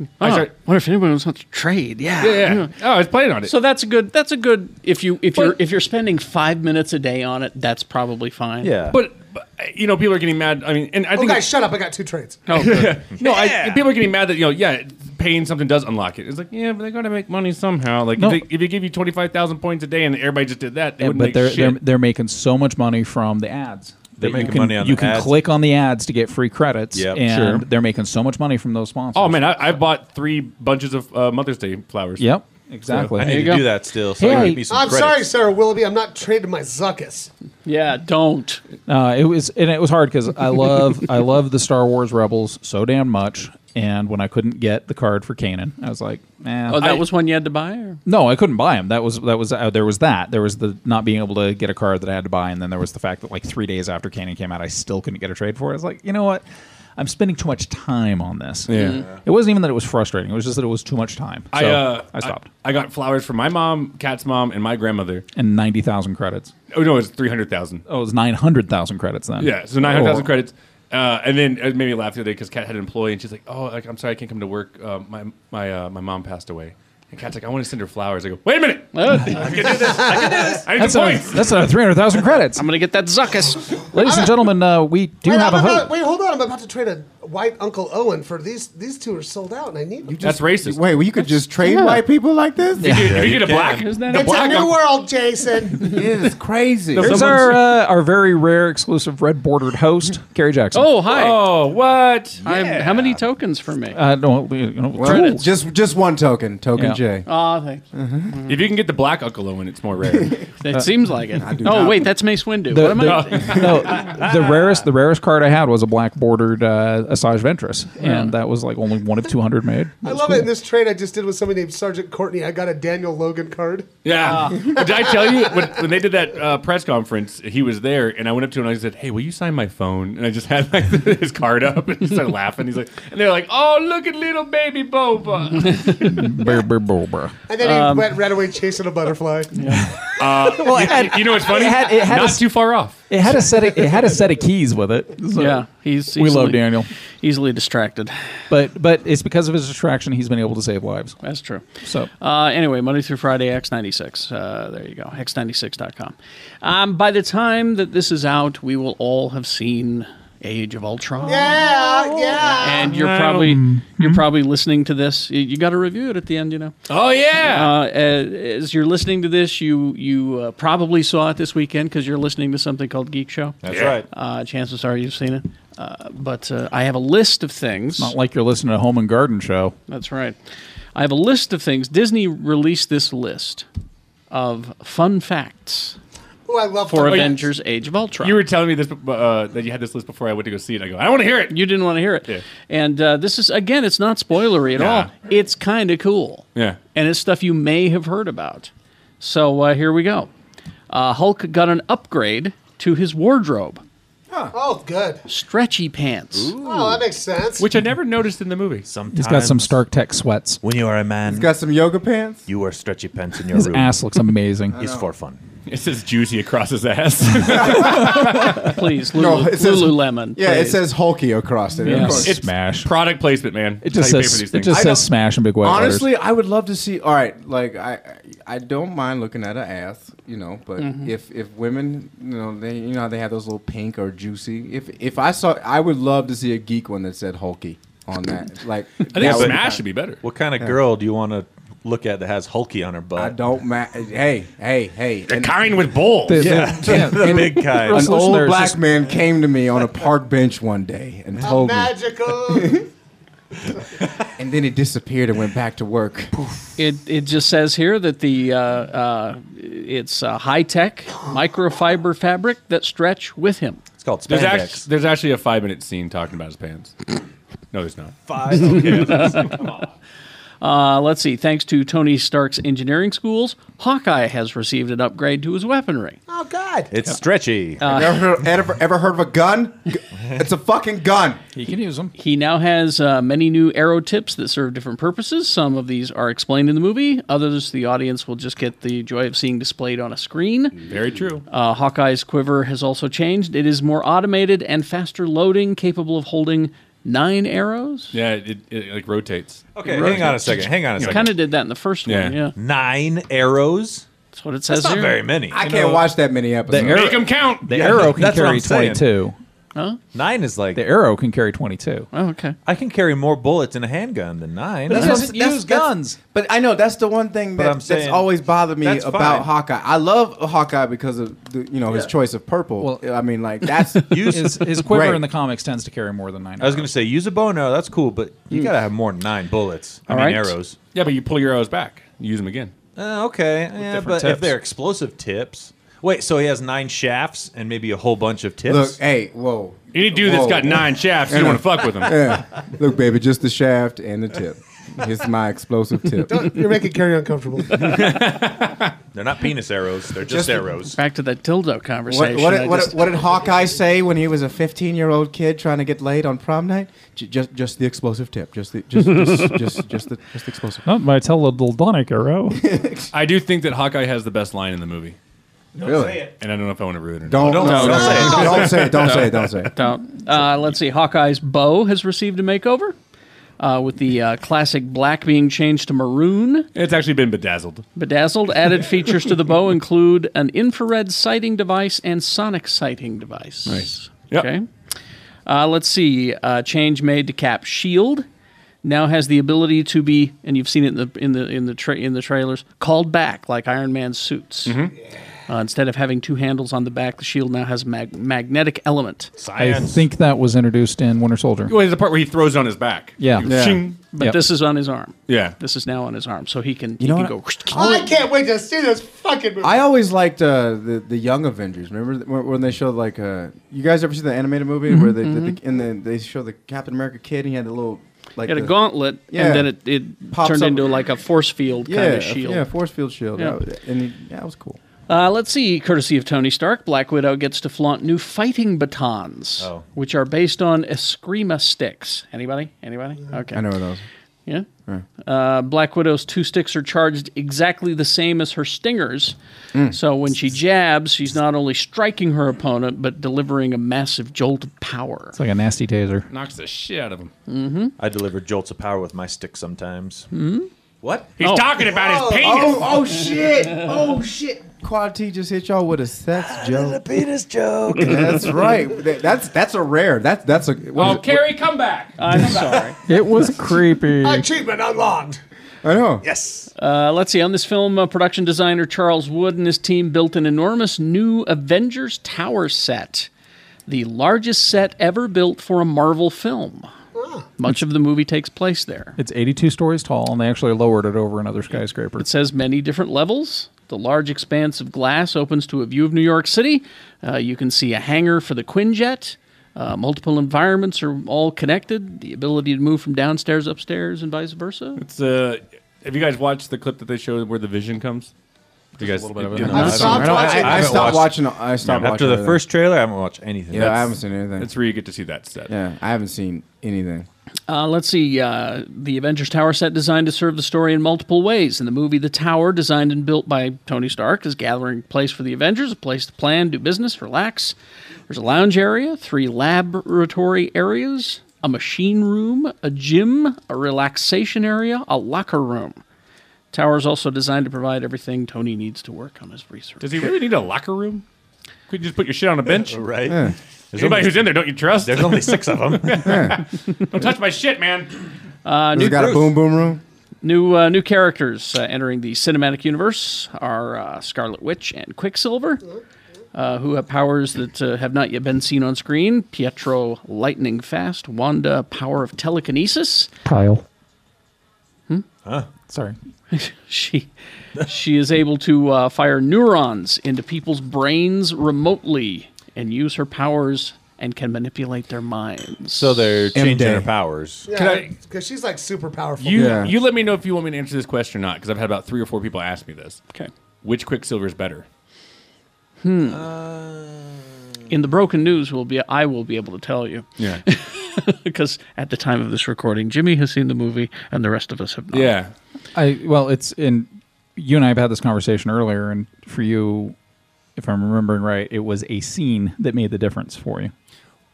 Speaker 2: Oh, I
Speaker 7: start-
Speaker 2: wonder if anyone wants to trade. Yeah.
Speaker 7: Yeah. yeah. Oh, I was playing on it.
Speaker 2: So that's a good. That's a good. If you if you're
Speaker 7: But-
Speaker 2: if you're spending five minutes a day on it, that's probably fine.
Speaker 10: yeah.
Speaker 7: but, but, you know, people are getting mad. I mean, and I
Speaker 3: Oh,
Speaker 7: think
Speaker 3: guys, shut up! I got two trades.
Speaker 2: Oh, good.
Speaker 7: no, I, people are getting mad that you know, yeah, paying something does unlock it. It's like, yeah, but they got to make money somehow. Like,
Speaker 5: No.
Speaker 7: if, they, if you give you twenty five thousand points a day and everybody just did that, they
Speaker 5: Yeah,
Speaker 7: wouldn't
Speaker 5: but
Speaker 7: make
Speaker 5: they're,
Speaker 7: shit.
Speaker 5: they're they're making so much money from the ads.
Speaker 10: They're
Speaker 5: that you
Speaker 10: making
Speaker 5: can,
Speaker 10: money on
Speaker 5: You
Speaker 10: the
Speaker 5: can
Speaker 10: ads.
Speaker 5: click on the ads to get free credits.
Speaker 10: Yep.
Speaker 5: and
Speaker 10: Sure.
Speaker 5: they're making so much money from those sponsors.
Speaker 7: oh man, I, I bought three bunches of uh, Mother's Day flowers.
Speaker 5: Yep, exactly.
Speaker 10: I need to
Speaker 2: go.
Speaker 10: do that still. So
Speaker 5: Hey,
Speaker 10: I can be some
Speaker 3: I'm
Speaker 10: credits.
Speaker 3: sorry, Sarah Willoughby. I'm not trading my Zuckus.
Speaker 2: yeah. Don't.
Speaker 5: Uh, it was and it was hard because I love I love the Star Wars Rebels so damn much. And when I couldn't get the card for Kanan, I was like, man.
Speaker 2: Oh, that
Speaker 5: I-
Speaker 2: was one you had to buy. Or?
Speaker 5: no, I couldn't buy him. That was that was uh, there was that there was the not being able to get a card that I had to buy, and then there was the fact that like three days after Kanan came out, I still couldn't get a trade for it. I was like, you know what? I'm spending too much time on this.
Speaker 7: Yeah.
Speaker 3: Mm-hmm.
Speaker 7: Mhm.
Speaker 5: It wasn't even that it was frustrating. It was just that it was too much time. So
Speaker 7: I uh,
Speaker 5: I stopped.
Speaker 7: I, got flowers for my mom, Cat's mom, and my grandmother.
Speaker 5: and ninety thousand credits.
Speaker 7: Oh no, it's three hundred thousand.
Speaker 5: Oh, it was nine hundred thousand credits then.
Speaker 7: Yeah, so nine hundred thousand
Speaker 5: Oh.
Speaker 7: credits. Uh, and then it made me laugh the other day because Kat had an employee and she's like, "Oh, like, I'm sorry, I can't come to work. Uh, my my uh, my mom passed away." And Kat's like, "I want to send her flowers." I go, "Wait a minute,
Speaker 2: oh,
Speaker 7: I need
Speaker 5: That's
Speaker 7: some
Speaker 5: another,
Speaker 7: points."
Speaker 5: that's another three hundred thousand credits.
Speaker 2: I'm gonna get that Zuckus.
Speaker 5: Ladies and gentlemen, uh, we do
Speaker 3: Wait,
Speaker 5: have
Speaker 3: I'm
Speaker 5: a
Speaker 3: about,
Speaker 5: host.
Speaker 3: wait, hold on. I'm about to trade a white Uncle Owen for these. These two are sold out, and I need them.
Speaker 7: That's racist.
Speaker 9: Wait, well, you could just trade white people like this?
Speaker 7: If you, if you
Speaker 10: you
Speaker 7: get a
Speaker 10: can.
Speaker 7: black,
Speaker 2: Isn't that
Speaker 7: the
Speaker 2: it?
Speaker 3: it's a
Speaker 7: black
Speaker 3: new
Speaker 7: Uncle-
Speaker 3: world, Jason.
Speaker 9: It is crazy.
Speaker 5: Here's
Speaker 7: Someone's-
Speaker 5: our uh, our very rare exclusive red bordered host, Gary Jackson.
Speaker 2: Oh hi.
Speaker 7: Oh, what?
Speaker 2: I'm, how many tokens for me?
Speaker 5: uh, no, we- you know,
Speaker 9: Well, just just one token, token
Speaker 5: Yeah.
Speaker 9: J.
Speaker 2: Ah, thank you.
Speaker 7: If you can get the black Uncle Owen, it's more rare.
Speaker 2: It seems like it. Oh
Speaker 9: not-
Speaker 2: wait, that's Mace Windu.
Speaker 5: The,
Speaker 2: what am I?
Speaker 5: the- no, the rarest the rarest card I had was a black bordered uh, Asajj Ventress, and that was like only one of two hundred made.
Speaker 3: I love it. In this trade I just did with somebody named Sergeant Courtney, I got a Daniel Logan card.
Speaker 7: yeah. Uh. Did I tell you when, when they did that uh, press conference? He was there, and I went up to him and I said, "Hey, will you sign my phone?" And I just had like his card up and he started laughing. He's like, and they're like, "Oh, look at little baby Boba."
Speaker 5: Brr, brr, brr, brr.
Speaker 3: And then he went right away chasing a butterfly.
Speaker 5: Well, it had,
Speaker 7: Uh, you know what's funny?
Speaker 5: It had- it had
Speaker 7: Not
Speaker 5: a-
Speaker 7: too far off.
Speaker 5: it had a set of, it had a set of keys with it. so-
Speaker 2: yeah, he's
Speaker 5: we love
Speaker 2: easily-
Speaker 5: Daniel,
Speaker 2: Easily distracted.
Speaker 5: but but it's because of his distraction he's been able to save lives.
Speaker 2: That's true.
Speaker 5: So
Speaker 2: Uh, anyway, Monday through Friday, X96. Uh, there you go, x96.com. Um, by the time that this is out, we will all have seen Age of Ultron.
Speaker 3: Yeah, yeah.
Speaker 2: And you're probably you're probably listening to this. You, you got to review it at the end, you know.
Speaker 7: Oh yeah.
Speaker 2: Uh, as, as you're listening to this, you you uh, probably saw it this weekend because you're listening to something called Geek Show.
Speaker 10: That's
Speaker 7: Yeah.
Speaker 10: right.
Speaker 2: Uh, chances are you've seen it. Uh, but uh, I have a list of things.
Speaker 5: not like you're listening to a home and garden show.
Speaker 2: That's right. I have a list of things. Disney released this list of fun facts
Speaker 3: Oh, I love
Speaker 2: for
Speaker 3: fun-
Speaker 2: Avengers: Age of Ultron.
Speaker 7: you were telling me this uh, that you had this list before I went to go see it. I go, I want to hear it.
Speaker 2: You didn't want to hear it,
Speaker 7: Yeah.
Speaker 2: and uh, this is again, it's not spoilery at
Speaker 7: Nah.
Speaker 2: all. It's kind of cool,
Speaker 7: Yeah.
Speaker 2: and it's stuff you may have heard about. So uh, here we go. Uh, Hulk got an upgrade to his wardrobe:
Speaker 3: Oh, good.
Speaker 2: stretchy pants.
Speaker 3: Oh, that makes sense.
Speaker 7: Which I never noticed in the movie.
Speaker 10: Sometimes
Speaker 5: He's got some Stark Tech sweats.
Speaker 10: When you are a man,
Speaker 9: Got some yoga pants?
Speaker 10: you wear stretchy pants in your
Speaker 5: His
Speaker 10: room.
Speaker 5: ass looks amazing.
Speaker 10: It's for fun.
Speaker 7: It says juicy across his ass.
Speaker 2: Please, Lulu,
Speaker 9: it says-
Speaker 2: Lululemon.
Speaker 9: Yeah, it
Speaker 2: please.
Speaker 9: says hulky across it. Of
Speaker 6: Yeah.
Speaker 9: course.
Speaker 6: It's-
Speaker 7: It's
Speaker 6: Smash.
Speaker 7: product placement, man.
Speaker 6: It
Speaker 7: That's
Speaker 6: just
Speaker 7: how you pay for
Speaker 6: says
Speaker 7: these
Speaker 6: it
Speaker 7: things.
Speaker 6: just
Speaker 9: I don't-
Speaker 6: says smash in big white letters.
Speaker 9: Honestly, I would love to see. All right, like I, I I don't mind looking at an ass, you know. But if if women, you know, they you know how they have those little pink or juicy. If if I saw, I would love to see a geek one that said hulky on that. Like
Speaker 7: I think Smash should be better.
Speaker 10: What kind of girl do you want to look at that has hulky on her butt?
Speaker 9: I don't matter. Hey, hey, hey!
Speaker 7: The kind with balls.
Speaker 6: The- the- yeah,
Speaker 10: the big kind.
Speaker 9: An
Speaker 6: Listen,
Speaker 9: old
Speaker 6: there's
Speaker 9: black
Speaker 6: this-
Speaker 9: man came to me on a park bench one day and told me,
Speaker 11: Magical.
Speaker 9: and then it disappeared and went back to work.
Speaker 2: It, it just says here that the uh, uh, it's uh, high tech microfiber fabric that stretch with him.
Speaker 10: It's called
Speaker 7: There's,
Speaker 10: spandex.
Speaker 7: act- there's actually a five minute scene talking about his pants. No, there's not.
Speaker 2: Uh, let's see. Thanks to Tony Stark's engineering schools, Hawkeye has received an upgrade to his weaponry.
Speaker 3: Oh, God.
Speaker 10: it's stretchy.
Speaker 9: ever, ever ever heard of a gun? G- It's a fucking gun.
Speaker 6: you can use them.
Speaker 2: He now has uh, many new arrow tips that serve different purposes. Some of these are explained in the movie, others, the audience will just get the joy of seeing displayed on a screen.
Speaker 7: Very true.
Speaker 2: Uh, Hawkeye's quiver has also changed. It is more automated and faster loading, capable of holding nine arrows.
Speaker 7: yeah, it, it like rotates.
Speaker 10: okay, hang on a second. Hang on a second.
Speaker 2: Kind of did that in the first
Speaker 7: Yeah.
Speaker 2: one. Yeah.
Speaker 10: Nine arrows.
Speaker 2: That's what it says
Speaker 10: That's not
Speaker 2: here.
Speaker 10: very many.
Speaker 9: I can't watch that many episodes.
Speaker 7: Make him count.
Speaker 6: The
Speaker 10: Yeah,
Speaker 6: arrow can
Speaker 10: that's what
Speaker 6: carry
Speaker 10: I'm saying.
Speaker 6: 22.
Speaker 10: Nine is like
Speaker 6: The arrow can carry 22.
Speaker 2: oh, okay.
Speaker 10: I can carry more bullets in a handgun than nine.
Speaker 6: That's
Speaker 9: That's
Speaker 6: doesn't
Speaker 9: what I'm-
Speaker 6: use
Speaker 9: that's-
Speaker 6: guns.
Speaker 9: But I know that's the one thing
Speaker 10: But
Speaker 9: that,
Speaker 10: I'm saying-
Speaker 9: that's always bothered me
Speaker 10: That's
Speaker 9: about
Speaker 10: fine.
Speaker 9: Hawkeye. I love Hawkeye because of the, you know his choice of purple.
Speaker 6: Well-
Speaker 9: I mean, like that's
Speaker 6: His, his quiver
Speaker 9: Right.
Speaker 6: in the comics tends to carry more than nine.
Speaker 10: I was gonna say use a bow and arrow. That's cool, but you gotta have more than nine bullets. I
Speaker 2: All
Speaker 10: mean
Speaker 2: right.
Speaker 10: arrows.
Speaker 7: Yeah, but you pull your arrows back. You use them again.
Speaker 10: Uh, okay, yeah,
Speaker 6: different
Speaker 10: but
Speaker 6: tips.
Speaker 10: if they're explosive tips, wait. So he has nine shafts and maybe a whole bunch of tips.
Speaker 9: look. Hey, whoa.
Speaker 7: Any dude that's
Speaker 9: Whoa.
Speaker 7: got nine shafts, you don't want to fuck with him.
Speaker 9: Yeah. Look, baby, just the shaft and the tip. Here's my explosive tip.
Speaker 3: You're making Carrie uncomfortable.
Speaker 10: They're not penis arrows. They're just,
Speaker 9: Just-
Speaker 10: arrows.
Speaker 2: Back to that dildo
Speaker 9: What,
Speaker 2: conversation.
Speaker 9: what,
Speaker 2: I
Speaker 9: did, what,
Speaker 2: just-
Speaker 9: did- what did Hawkeye say when he was a 15 year old kid trying to get laid on prom night? J- just, just the explosive tip. Just the, just, just, just, just the, just the explosive.
Speaker 6: Not my teledildonic arrow.
Speaker 7: I do think that Hawkeye has the best line in the movie,
Speaker 9: really?
Speaker 7: and I don't know if I want to ruin it. or not.
Speaker 9: Don't,
Speaker 10: Don't-
Speaker 9: no,
Speaker 10: don't
Speaker 9: no,
Speaker 10: say it.
Speaker 9: no, Don't say it. Don't say it. Don't say it.
Speaker 2: Don't. Uh, let's see. Hawkeye's bow has received a makeover, uh, with the uh, classic black being changed to maroon.
Speaker 7: It's actually been bedazzled.
Speaker 2: Bedazzled added features to the bow include an infrared sighting device and sonic sighting device. Nice.
Speaker 7: Yep.
Speaker 2: Okay. Uh, let's see. Uh, change made to Cap Shield now has the ability to be, and you've seen it in the in the in the tra- in the trailers, called back like Iron Man's suits. Uh, instead of having two handles on the back, the shield now has mag- magnetic element.
Speaker 6: I think that was introduced in Winter Soldier.
Speaker 7: Well, there's the part where he throws it on his back.
Speaker 6: Yeah.
Speaker 7: You-
Speaker 6: Yeah.
Speaker 7: Shing.
Speaker 2: But
Speaker 6: Yep.
Speaker 2: this is on his arm.
Speaker 7: Yeah.
Speaker 2: This is now on his arm, so he can
Speaker 9: know
Speaker 2: he can
Speaker 9: what?
Speaker 2: go. Oh,
Speaker 11: I can't wait to see this fucking movie.
Speaker 9: I always liked uh, the the Young Avengers. Remember th- when when they showed like uh, you guys ever see the animated movie where they did the, and then they show the Captain America kid and he had the little like
Speaker 2: He had a
Speaker 9: the-
Speaker 2: gauntlet,
Speaker 9: Yeah.
Speaker 2: and then it, it
Speaker 9: Pops
Speaker 2: turned
Speaker 9: up.
Speaker 2: into like a force field
Speaker 9: yeah,
Speaker 2: kind of shield.
Speaker 9: yeah force field shield
Speaker 2: Yeah.
Speaker 9: yeah. and he, yeah, that was cool.
Speaker 2: Uh, let's see. Courtesy of Tony Stark, Black Widow gets to flaunt new fighting batons,
Speaker 10: Oh.
Speaker 2: which are based on Eskrima sticks. Anybody? Anybody? Okay.
Speaker 9: I know what that was.
Speaker 2: Yeah. Uh, Black Widow's two sticks are charged exactly the same as her stingers.
Speaker 9: Mm.
Speaker 2: So when she jabs, she's not only striking her opponent, but delivering a massive jolt of power.
Speaker 6: It's like a nasty taser.
Speaker 7: Knocks the shit out of him.
Speaker 10: I deliver jolts of power with my stick sometimes. What?
Speaker 7: Hmm? He's
Speaker 2: Oh.
Speaker 7: talking about his penis.
Speaker 9: Oh, oh shit! Oh shit! Quad T just hit y'all with a sex joke.
Speaker 10: penis joke.
Speaker 9: That's right. That- That's that's a rare. That's that's a. what is it?
Speaker 7: Oh, Carrie, come back.
Speaker 2: I'm sorry.
Speaker 6: It was creepy.
Speaker 11: Achievement unlocked.
Speaker 9: I know.
Speaker 10: yes.
Speaker 2: Uh, let's see. On this film, uh, production designer Charles Wood and his team built an enormous new Avengers Tower set, the largest set ever built for a Marvel film. Much of the movie takes place there.
Speaker 6: It's 82 stories tall, and they actually lowered it over another skyscraper.
Speaker 2: It says many different levels. The large expanse of glass opens to a view of New York City. Uh, you can see a hangar for the Quinjet. Uh, multiple environments are all connected. The ability to move from downstairs upstairs and vice versa.
Speaker 7: It's, uh, have you guys watched the clip that they showed where the vision comes? You guys,
Speaker 5: little bit of it.
Speaker 7: you know,
Speaker 5: I
Speaker 7: I
Speaker 5: saw-
Speaker 7: don't-
Speaker 9: I, I,
Speaker 10: haven't
Speaker 9: stopped
Speaker 10: watched-
Speaker 9: watching. I stopped
Speaker 10: After
Speaker 9: watching
Speaker 10: the
Speaker 9: it.
Speaker 10: first trailer, I haven't watched anything.
Speaker 9: Yeah, I haven't seen anything.
Speaker 7: That's where you get to see that set.
Speaker 9: yeah, I haven't seen anything.
Speaker 2: Uh, let's see. Uh, the Avengers Tower set designed to serve the story in multiple ways. In the movie, the tower, designed and built by Tony Stark, is gathering place for the Avengers, a place to plan, do business, relax. There's a lounge area, three laboratory areas, a machine room, a gym, a relaxation area, a locker room. Tower is also designed to provide everything Tony needs to work on his research.
Speaker 7: Does he really need a locker room? Could you just put your shit on a bench?
Speaker 10: Right?
Speaker 7: Anybody who's in there, don't you trust?
Speaker 10: There's only six of them.
Speaker 7: Don't touch my shit, man.
Speaker 9: It's got a boom boom room.
Speaker 2: New uh, new characters uh, entering the cinematic universe are uh, Scarlet Witch and Quicksilver, uh, who have powers that uh, have not yet been seen on screen. Pietro, lightning fast. Wanda, power of telekinesis.
Speaker 12: Kyle.
Speaker 5: Sorry.
Speaker 2: She she is able to uh, fire neurons into people's brains remotely and use her powers and can manipulate their minds.
Speaker 10: So they're changing
Speaker 9: Day.
Speaker 10: their powers.
Speaker 3: Because she's like super powerful.
Speaker 7: You
Speaker 9: Yeah.
Speaker 7: you let me know if you want me to answer this question or not, because I've had about three or four people ask me this.
Speaker 2: okay.
Speaker 7: Which Quicksilver is better?
Speaker 2: In the broken news, will be I will be able to tell you.
Speaker 7: Yeah.
Speaker 2: because at the time of this recording, Jimmy has seen the movie and the rest of us have not.
Speaker 7: yeah.
Speaker 5: I well, it's in. You and I have had this conversation earlier, and for you, if I'm remembering right, it was a scene that made the difference for you.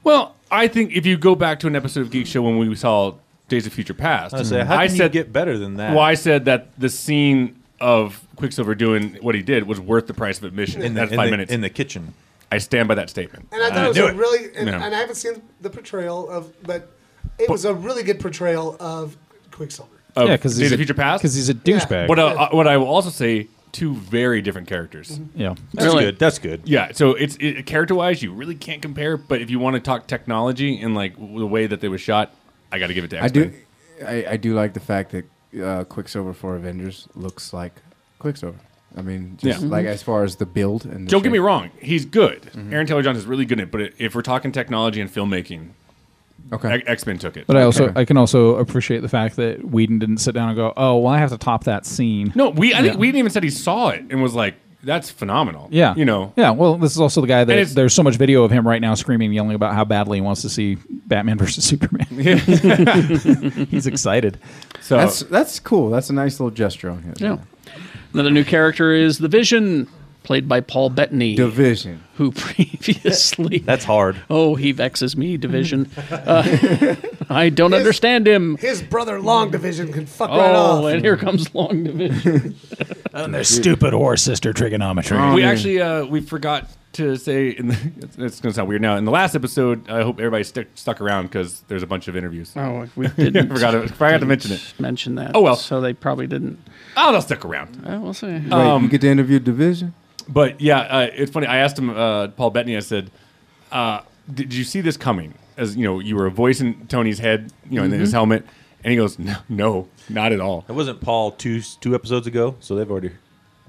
Speaker 7: Well, I think if you go back to an episode of Geek Show when we saw Days of Future Past,
Speaker 10: I, say, how can
Speaker 7: Mm. I
Speaker 10: you
Speaker 7: said
Speaker 10: get better than that?
Speaker 7: well, I said that the scene of Quicksilver doing what he did was worth the price of admission.
Speaker 10: in the,
Speaker 7: That's
Speaker 10: in
Speaker 7: five
Speaker 10: the-
Speaker 7: minutes.
Speaker 10: in the kitchen.
Speaker 7: I stand by that statement.
Speaker 3: And I thought it was
Speaker 10: knew
Speaker 3: a
Speaker 10: it.
Speaker 3: really, and,
Speaker 7: No.
Speaker 3: and I haven't seen the portrayal of, but it was a really good portrayal of Quicksilver.
Speaker 7: Of
Speaker 5: yeah, because
Speaker 7: Days of Future Past.
Speaker 5: Because he's a douchebag.
Speaker 7: what, I- what I will also say, two very different characters.
Speaker 3: Mm-hmm.
Speaker 5: Yeah.
Speaker 10: That's
Speaker 2: Really?
Speaker 10: good. That's good.
Speaker 7: Yeah, so it's it, character wise, you really can't compare. But if you want to talk technology and like w- the way that they was shot, I got to give it to
Speaker 9: I
Speaker 7: X-Men.
Speaker 9: do, I, I do like the fact that uh, Quicksilver for Avengers looks like Quicksilver. I mean, just
Speaker 7: Yeah.
Speaker 9: like
Speaker 2: Mm-hmm.
Speaker 9: as far as the build and the
Speaker 7: Don't get
Speaker 9: shape.
Speaker 7: me wrong, he's good.
Speaker 10: Mm-hmm.
Speaker 7: Aaron Taylor Johnson is really good at it. But i- if we're talking technology and filmmaking,
Speaker 9: Okay,
Speaker 7: X Men took it.
Speaker 5: But I also I can also appreciate the fact that Whedon didn't sit down and go, oh well, I have to top that scene.
Speaker 7: no, we I think we didn't even said he saw it and was like, "That's phenomenal."
Speaker 5: Yeah.
Speaker 7: you know.
Speaker 5: Yeah. Well, this is also the guy
Speaker 7: And
Speaker 5: that
Speaker 7: it's-
Speaker 5: there's so much video of him right now screaming, and yelling about how badly he wants to see Batman versus Superman. He's excited.
Speaker 7: So
Speaker 9: that's that's cool. That's a nice little gesture on him.
Speaker 2: Yeah. Another new character is the Vision, played by Paul Bettany,
Speaker 9: Division.
Speaker 2: who previously.
Speaker 10: That's hard.
Speaker 2: Oh, he vexes me, Division. Uh, I don't understand him.
Speaker 3: His brother Long Division can fuck right
Speaker 2: Oh,
Speaker 3: off.
Speaker 2: and here comes Long Division.
Speaker 5: And their stupid or sister trigonometry.
Speaker 7: we actually uh, we forgot to say in the, it's, it's going to sound weird now. In the last episode, I hope everybody stuck stuck around because there's a bunch of interviews.
Speaker 2: Oh, we didn't.
Speaker 7: forgot to- forgot to
Speaker 2: didn't
Speaker 7: mention it.
Speaker 2: Mention that.
Speaker 7: Oh, well.
Speaker 2: So they probably didn't.
Speaker 7: Oh, they'll stick around.
Speaker 2: Uh, Well, we'll see.
Speaker 9: Wait,
Speaker 7: Um,
Speaker 9: you get to interview Division.
Speaker 7: But yeah, uh, it's funny. I asked him, uh, Paul Bettany. I said, uh, "Did you see this coming?" As you know, you were a voice in Tony's head, you know,
Speaker 2: Mm-hmm.
Speaker 7: in his helmet, and he goes, "No, no not at all."
Speaker 10: That wasn't Paul two two episodes ago, so they've already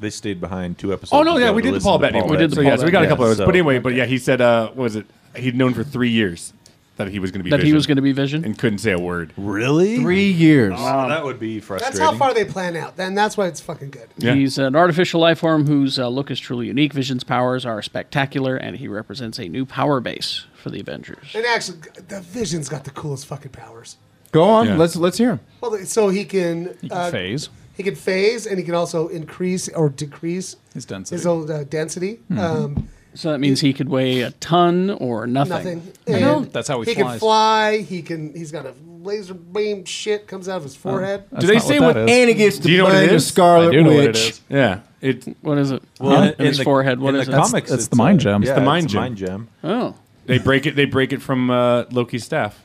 Speaker 10: they stayed behind two episodes.
Speaker 7: Oh no, yeah,
Speaker 10: ago
Speaker 7: we
Speaker 10: to
Speaker 7: did the
Speaker 10: listen
Speaker 7: Paul
Speaker 10: to
Speaker 7: Bettany. one.
Speaker 2: We did the
Speaker 7: so,
Speaker 2: Paul
Speaker 7: yeah, so we got a
Speaker 10: Bettany.
Speaker 7: couple of those.
Speaker 10: Yeah,
Speaker 7: But
Speaker 10: so-
Speaker 7: anyway, but yeah, he said, uh, "What was it? He'd known for three years that he was going to be
Speaker 2: that he was going
Speaker 7: to
Speaker 2: to be Vision.
Speaker 7: and couldn't say a word."
Speaker 10: Really?
Speaker 9: Three years.
Speaker 7: Uh,
Speaker 10: Oh, that would be frustrating.
Speaker 3: That's how far they plan out. Then that's why it's fucking good.
Speaker 7: Yeah.
Speaker 2: He's an artificial life form whose uh, look is truly unique. Vision's powers are spectacular, and he represents a new power base for the Avengers.
Speaker 3: And actually, the Vision's got the coolest fucking powers.
Speaker 9: Go on.
Speaker 7: Yeah.
Speaker 9: Let's let's hear him.
Speaker 3: Well, so he can, uh,
Speaker 5: phase.
Speaker 3: he can phase, and he can also increase or decrease
Speaker 5: His density.
Speaker 3: His own uh, density. Um,
Speaker 2: So that means he could weigh a ton or nothing.
Speaker 3: nothing. And
Speaker 5: know. That's how he
Speaker 3: he
Speaker 5: flies.
Speaker 3: can fly. He can. He's got a laser beam. Shit comes out of his forehead.
Speaker 5: That's
Speaker 7: they
Speaker 5: not
Speaker 7: say
Speaker 5: what?
Speaker 7: what-
Speaker 5: that is.
Speaker 9: he gets
Speaker 7: Do you know what it
Speaker 9: play the
Speaker 7: is?
Speaker 9: Scarlet
Speaker 5: I do know
Speaker 9: Witch.
Speaker 5: what it is.
Speaker 7: Yeah, it
Speaker 2: What is it?
Speaker 10: Well,
Speaker 2: in his forehead. What
Speaker 10: in
Speaker 2: is it?
Speaker 10: the
Speaker 2: That's-
Speaker 10: comics,
Speaker 5: that's the
Speaker 10: it's,
Speaker 5: mind
Speaker 10: uh,
Speaker 5: gem. It's
Speaker 10: Yeah,
Speaker 7: the mind
Speaker 10: it's
Speaker 7: gem.
Speaker 10: mind gem.
Speaker 2: oh,
Speaker 7: they break it. They break it from uh, Loki's staff.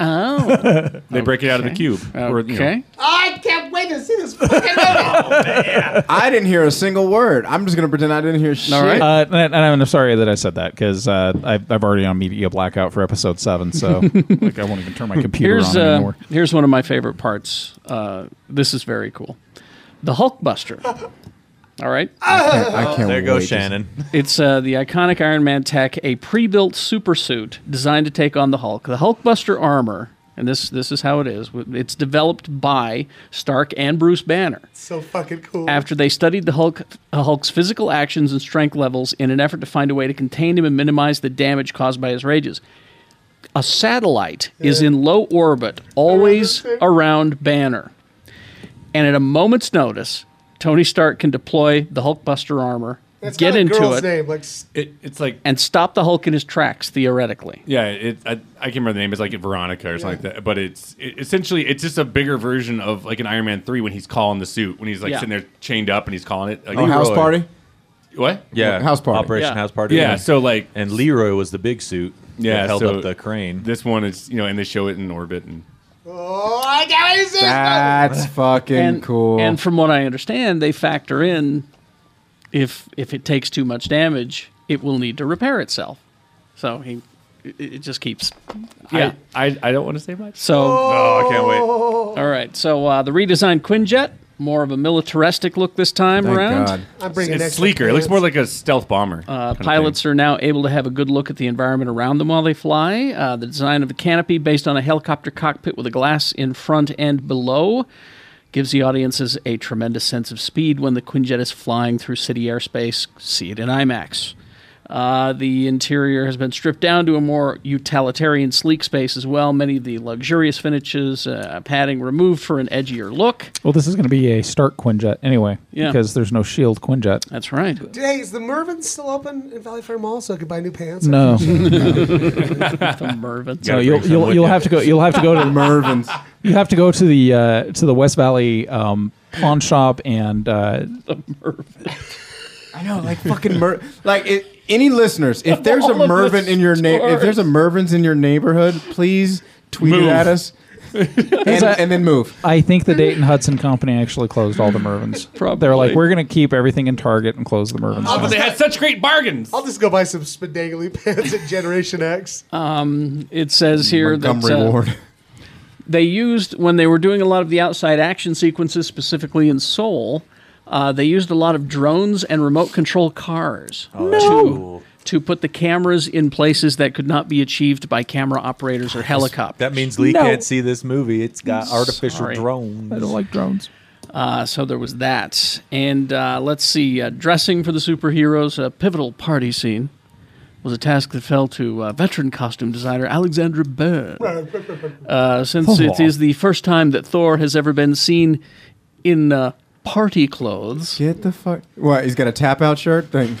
Speaker 2: oh,
Speaker 7: They break it out of the cube. Or, you know,
Speaker 2: okay.
Speaker 3: I can't wait to see this fucking movie.
Speaker 9: I didn't hear a single word. I'm just gonna pretend I didn't hear shit.
Speaker 2: All right.
Speaker 5: Uh, and, and I'm sorry that I said that because uh, I've, I've already on media blackout for episode seven, so like I won't even turn my computer
Speaker 2: Here's
Speaker 5: on
Speaker 2: uh,
Speaker 5: anymore.
Speaker 2: here's one of my favorite parts. Uh, this is very cool. The Hulkbuster. All right.
Speaker 9: I can't
Speaker 10: There
Speaker 9: wait
Speaker 10: goes
Speaker 9: to-
Speaker 10: Shannon.
Speaker 2: It's uh, the iconic Iron Man tech, a pre-built supersuit designed to take on the Hulk. The Hulkbuster armor and this this is how it is. It's developed by Stark and Bruce Banner.
Speaker 3: So fucking cool.
Speaker 2: After they studied the Hulk, uh, Hulk's physical actions and strength levels in an effort to find a way to contain him and minimize the damage caused by his rages. A satellite is in low orbit, always around Banner. And at a moment's notice, Tony Stark can deploy the Hulkbuster armor,
Speaker 3: That's
Speaker 2: get
Speaker 3: got a
Speaker 2: into
Speaker 3: girl's
Speaker 2: it,
Speaker 3: Name. Like, s-
Speaker 7: It, it's like
Speaker 2: and stop the Hulk in his tracks, theoretically.
Speaker 7: Yeah, it, I, I can't remember the name. It's like Veronica or something like that. But it's it, essentially it's just a bigger version of like an Iron Man three when he's calling the suit when he's like
Speaker 2: Yeah.
Speaker 7: sitting there chained up and he's calling it. Like,
Speaker 9: Oh, house
Speaker 10: Leroy.
Speaker 9: party.
Speaker 7: What?
Speaker 10: Yeah,
Speaker 9: House party.
Speaker 10: Operation
Speaker 2: Yeah.
Speaker 10: House Party.
Speaker 7: Yeah. So like
Speaker 10: and Leroy was the big suit.
Speaker 7: Yeah,
Speaker 10: that held
Speaker 7: so-
Speaker 10: up the crane.
Speaker 7: this one is you know and they show it in orbit and
Speaker 3: oh, I got what he says.
Speaker 9: That's fucking
Speaker 2: and
Speaker 9: cool.
Speaker 2: And from what I understand, they factor in if if it takes too much damage, it will need to repair itself. So he it, it just keeps yeah.
Speaker 7: I, I, I don't want to say much.
Speaker 2: so
Speaker 7: Oh, I can't wait.
Speaker 2: all right. So uh, the redesigned Quinjet, more of a militaristic look this time
Speaker 9: Thank
Speaker 2: around.
Speaker 9: God.
Speaker 3: I'm bringing
Speaker 7: It's
Speaker 3: extra
Speaker 7: sleeker. It looks
Speaker 3: pants.
Speaker 7: more like a stealth bomber.
Speaker 2: Uh,
Speaker 7: kind of thing.
Speaker 2: pilots are now able to have a good look at the environment around them while they fly. Uh, the design of the canopy, based on a helicopter cockpit with a glass in front and below, gives the audiences a tremendous sense of speed when the Quinjet is flying through city airspace. See it in IMAX. Uh, the interior has been stripped down to a more utilitarian, sleek space as well. Many of the luxurious finishes, uh, padding removed for an edgier look.
Speaker 5: Well, this is going to be a Stark Quinjet anyway,
Speaker 2: Yeah.
Speaker 5: because there's no Shield E Quinjet.
Speaker 2: That's right.
Speaker 3: Hey, is the Mervin still open in Valley Fair Mall so I could buy new pants?
Speaker 5: No,
Speaker 2: The Mervin.
Speaker 5: no, you'll
Speaker 7: bring some
Speaker 5: you'll,
Speaker 7: with you.
Speaker 5: you'll have to go. You'll have to go to
Speaker 9: Mervin's.
Speaker 5: you have to go to the uh, to the West Valley um, pawn shop and uh,
Speaker 9: I know, like fucking Mer- like it, any listeners, if there's
Speaker 2: All
Speaker 9: a
Speaker 2: of the
Speaker 9: Mervin in your neighbor, if there's a Mervin's in your neighborhood, please tweet
Speaker 7: Move.
Speaker 9: it at us, and, and then move.
Speaker 5: I think the Dayton Hudson Company actually closed all the Mervins. They're like, we're going to keep everything in Target and close the Mervins.
Speaker 7: Oh, but they had such great bargains.
Speaker 3: I'll just go buy some spindangly pants at Generation X.
Speaker 2: It says here that
Speaker 9: Montgomery
Speaker 2: uh,
Speaker 9: Ward.
Speaker 2: they used when they were doing a lot of the outside action sequences, specifically in Seoul. Uh, they used a lot of drones and remote control cars to, to put the cameras in places that could not be achieved by camera operators or helicopters.
Speaker 10: That means Lee
Speaker 5: No.
Speaker 10: can't see this movie. It's got artificial
Speaker 2: Sorry.
Speaker 10: drones.
Speaker 5: I don't like drones.
Speaker 2: Uh, so there was that. And uh, let's see, uh, dressing for the superheroes, a pivotal party scene, was a task that fell to uh, veteran costume designer Alexandra Byrne. Uh, since it is the first time that Thor has ever been seen in uh, party clothes,
Speaker 9: Get the fuck. What? He's got a tap out shirt thing.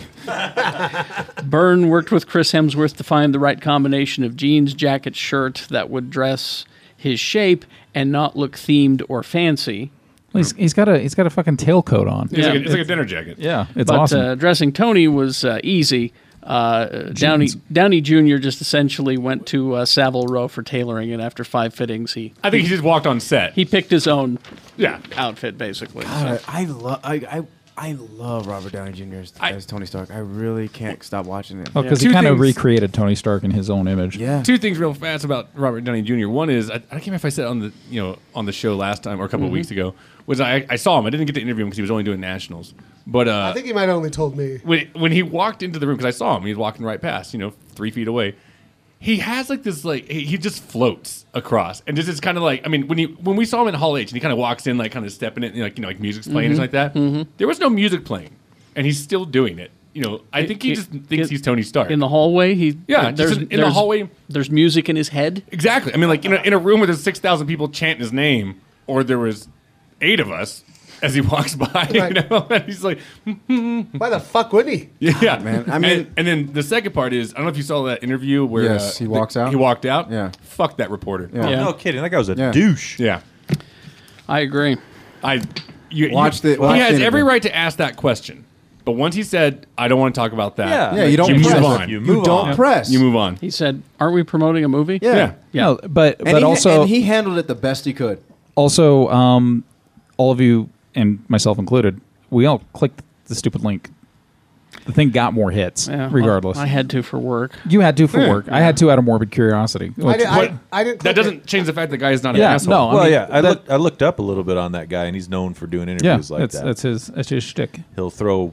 Speaker 2: Byrne worked with Chris Hemsworth to find the right combination of jeans, jacket, shirt that would dress his shape and not look themed or fancy.
Speaker 5: Well, he's, he's got a he's got a fucking tailcoat on.
Speaker 7: it's,
Speaker 2: Yeah.
Speaker 7: like a, it's like a dinner jacket.
Speaker 5: Yeah, it's
Speaker 2: but
Speaker 5: awesome.
Speaker 2: uh, dressing Tony was uh, easy. Uh, Downey Downey Jr. just essentially went to uh, Savile Row for tailoring, and after five fittings, he
Speaker 7: I think he just walked on set.
Speaker 2: he picked his own
Speaker 7: yeah.
Speaker 2: outfit basically.
Speaker 9: I, I love. I, I I love Robert Downey Jr. as,
Speaker 7: I-
Speaker 9: as Tony Stark. I really can't stop watching it.
Speaker 5: because
Speaker 7: Two
Speaker 5: Oh, he kind of
Speaker 7: things.
Speaker 5: recreated Tony Stark in his own image.
Speaker 9: Yeah.
Speaker 7: two things real fast about Robert Downey Jr. One is I, I can't remember if I said it on the you know on the show last time or a couple of weeks ago was I, I saw him. I didn't get to interview him because he was only doing nationals. But uh,
Speaker 3: I think he might have only told me.
Speaker 7: when when he walked into the room because I saw him, he was walking right past, you know, three feet away. He has like this like he, he just floats across, and this is kind of like I mean when he when we saw him in Hall H and he kind of walks in like kind of stepping it and, like you know like music's playing
Speaker 2: Mm-hmm.
Speaker 7: and stuff like that. There was no music playing, and he's still doing it. You know, I think he
Speaker 2: it-
Speaker 7: just thinks
Speaker 2: it-
Speaker 7: he's Tony Stark
Speaker 2: In the hallway, he uh,
Speaker 7: Yeah, just in- in the hallway.
Speaker 2: There's music in his head.
Speaker 7: Exactly. I mean, like in a, in a room where there's six thousand people chanting his name, or there was eight of us as he walks by. You
Speaker 3: Right.
Speaker 7: know, and he's like,
Speaker 3: Why the fuck wouldn't he?
Speaker 7: yeah,
Speaker 9: Oh, man. I mean-
Speaker 7: and, and then the second part is I don't know if you saw that interview where uh,
Speaker 9: Yes, he
Speaker 7: the-
Speaker 9: walks out.
Speaker 7: He walked out.
Speaker 9: Yeah.
Speaker 7: fuck that reporter.
Speaker 9: Yeah.
Speaker 10: No kidding. That guy was a
Speaker 9: Yeah.
Speaker 10: douche.
Speaker 7: yeah.
Speaker 2: I agree.
Speaker 7: I you,
Speaker 9: Watch
Speaker 7: you-
Speaker 9: the- watch
Speaker 7: he
Speaker 9: the
Speaker 7: has
Speaker 9: interview.
Speaker 7: every right to ask that question, but once he said, "I don't want to talk about that,"
Speaker 10: Yeah.
Speaker 9: Yeah, you don't
Speaker 7: you
Speaker 9: press.
Speaker 7: move on.
Speaker 10: You
Speaker 9: You,
Speaker 10: move
Speaker 9: don't
Speaker 10: on.
Speaker 9: press.
Speaker 7: You move on.
Speaker 2: He said, "Aren't we promoting a movie?"
Speaker 9: Yeah.
Speaker 7: Yeah.
Speaker 5: Yeah, but
Speaker 9: And
Speaker 5: but
Speaker 9: he,
Speaker 5: also
Speaker 9: and he handled it the best he could.
Speaker 5: also um, all of you and myself included, we all clicked the stupid link. The thing got more hits,
Speaker 2: Yeah, well,
Speaker 5: regardless.
Speaker 2: I had to for work.
Speaker 5: you had two for work. I had two out of morbid curiosity.
Speaker 3: I,
Speaker 5: which-
Speaker 3: did, I, I didn't.
Speaker 7: That
Speaker 3: click
Speaker 7: doesn't
Speaker 3: it.
Speaker 7: change the fact that the guy is not
Speaker 5: Yeah,
Speaker 7: an asshole.
Speaker 5: no, I
Speaker 10: well,
Speaker 5: mean,
Speaker 10: yeah, I
Speaker 5: that-
Speaker 10: looked. I looked up a little bit on that guy, and he's known for doing interviews
Speaker 5: yeah,
Speaker 10: like
Speaker 5: that's
Speaker 10: that.
Speaker 5: that's his that's his shtick.
Speaker 10: He'll throw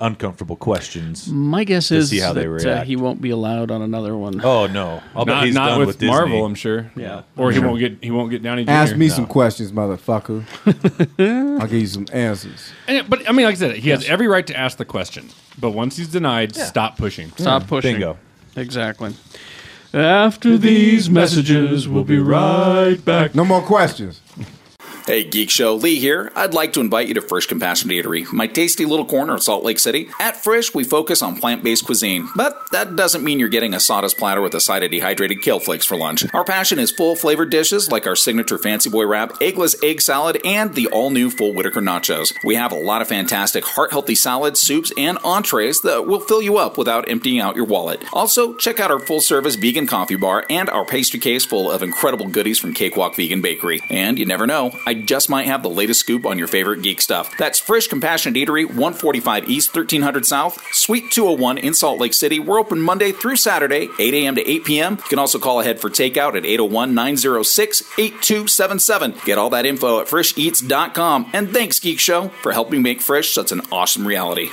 Speaker 10: uncomfortable questions.
Speaker 2: My guess is
Speaker 10: see how they
Speaker 2: that uh,
Speaker 10: react.
Speaker 2: he won't be allowed on another one.
Speaker 10: Oh no! I'll bet
Speaker 7: Not,
Speaker 10: he's
Speaker 7: not
Speaker 10: done
Speaker 7: with,
Speaker 10: with,
Speaker 7: Marvel,
Speaker 10: Disney.
Speaker 7: I'm sure.
Speaker 2: Yeah.
Speaker 7: Or he won't get he won't get Downey Jr.
Speaker 9: Ask me some questions, motherfucker. I'll give you some answers.
Speaker 7: And- but I mean, like I said, he has every right to ask the question. But once he's denied, stop pushing.
Speaker 2: Stop pushing.
Speaker 10: Bingo.
Speaker 2: Exactly. After these messages, we'll be right back.
Speaker 9: No more questions.
Speaker 5: Hey, Geek Show, Lee here. I'd like to invite you to Frisch Compassion Eatery, my tasty little corner of Salt Lake City. At Frisch, we focus on plant based cuisine, but that doesn't mean you're getting a sawdust platter with a side of dehydrated kale flakes for lunch. Our passion is full flavored dishes like our signature Fancy Boy Wrap, eggless egg salad, and the all new Full Whitaker Nachos. We have a lot of fantastic heart healthy salads, soups, and entrees that will fill you up without emptying out your wallet. Also, check out our full service vegan coffee bar and our pastry case full of incredible goodies from Cakewalk Vegan Bakery. And you never know, I just might have the latest scoop on your favorite geek stuff. That's Frisch Compassionate Eatery, 145 East, 1300 South, Suite 201 in Salt Lake City. We're open Monday through Saturday, 8 a.m. to 8 p.m. You can also call ahead for takeout at 801 906 8277. Get all that info at frisheats.com. And thanks, Geek Show, for helping make Frisch such an awesome reality.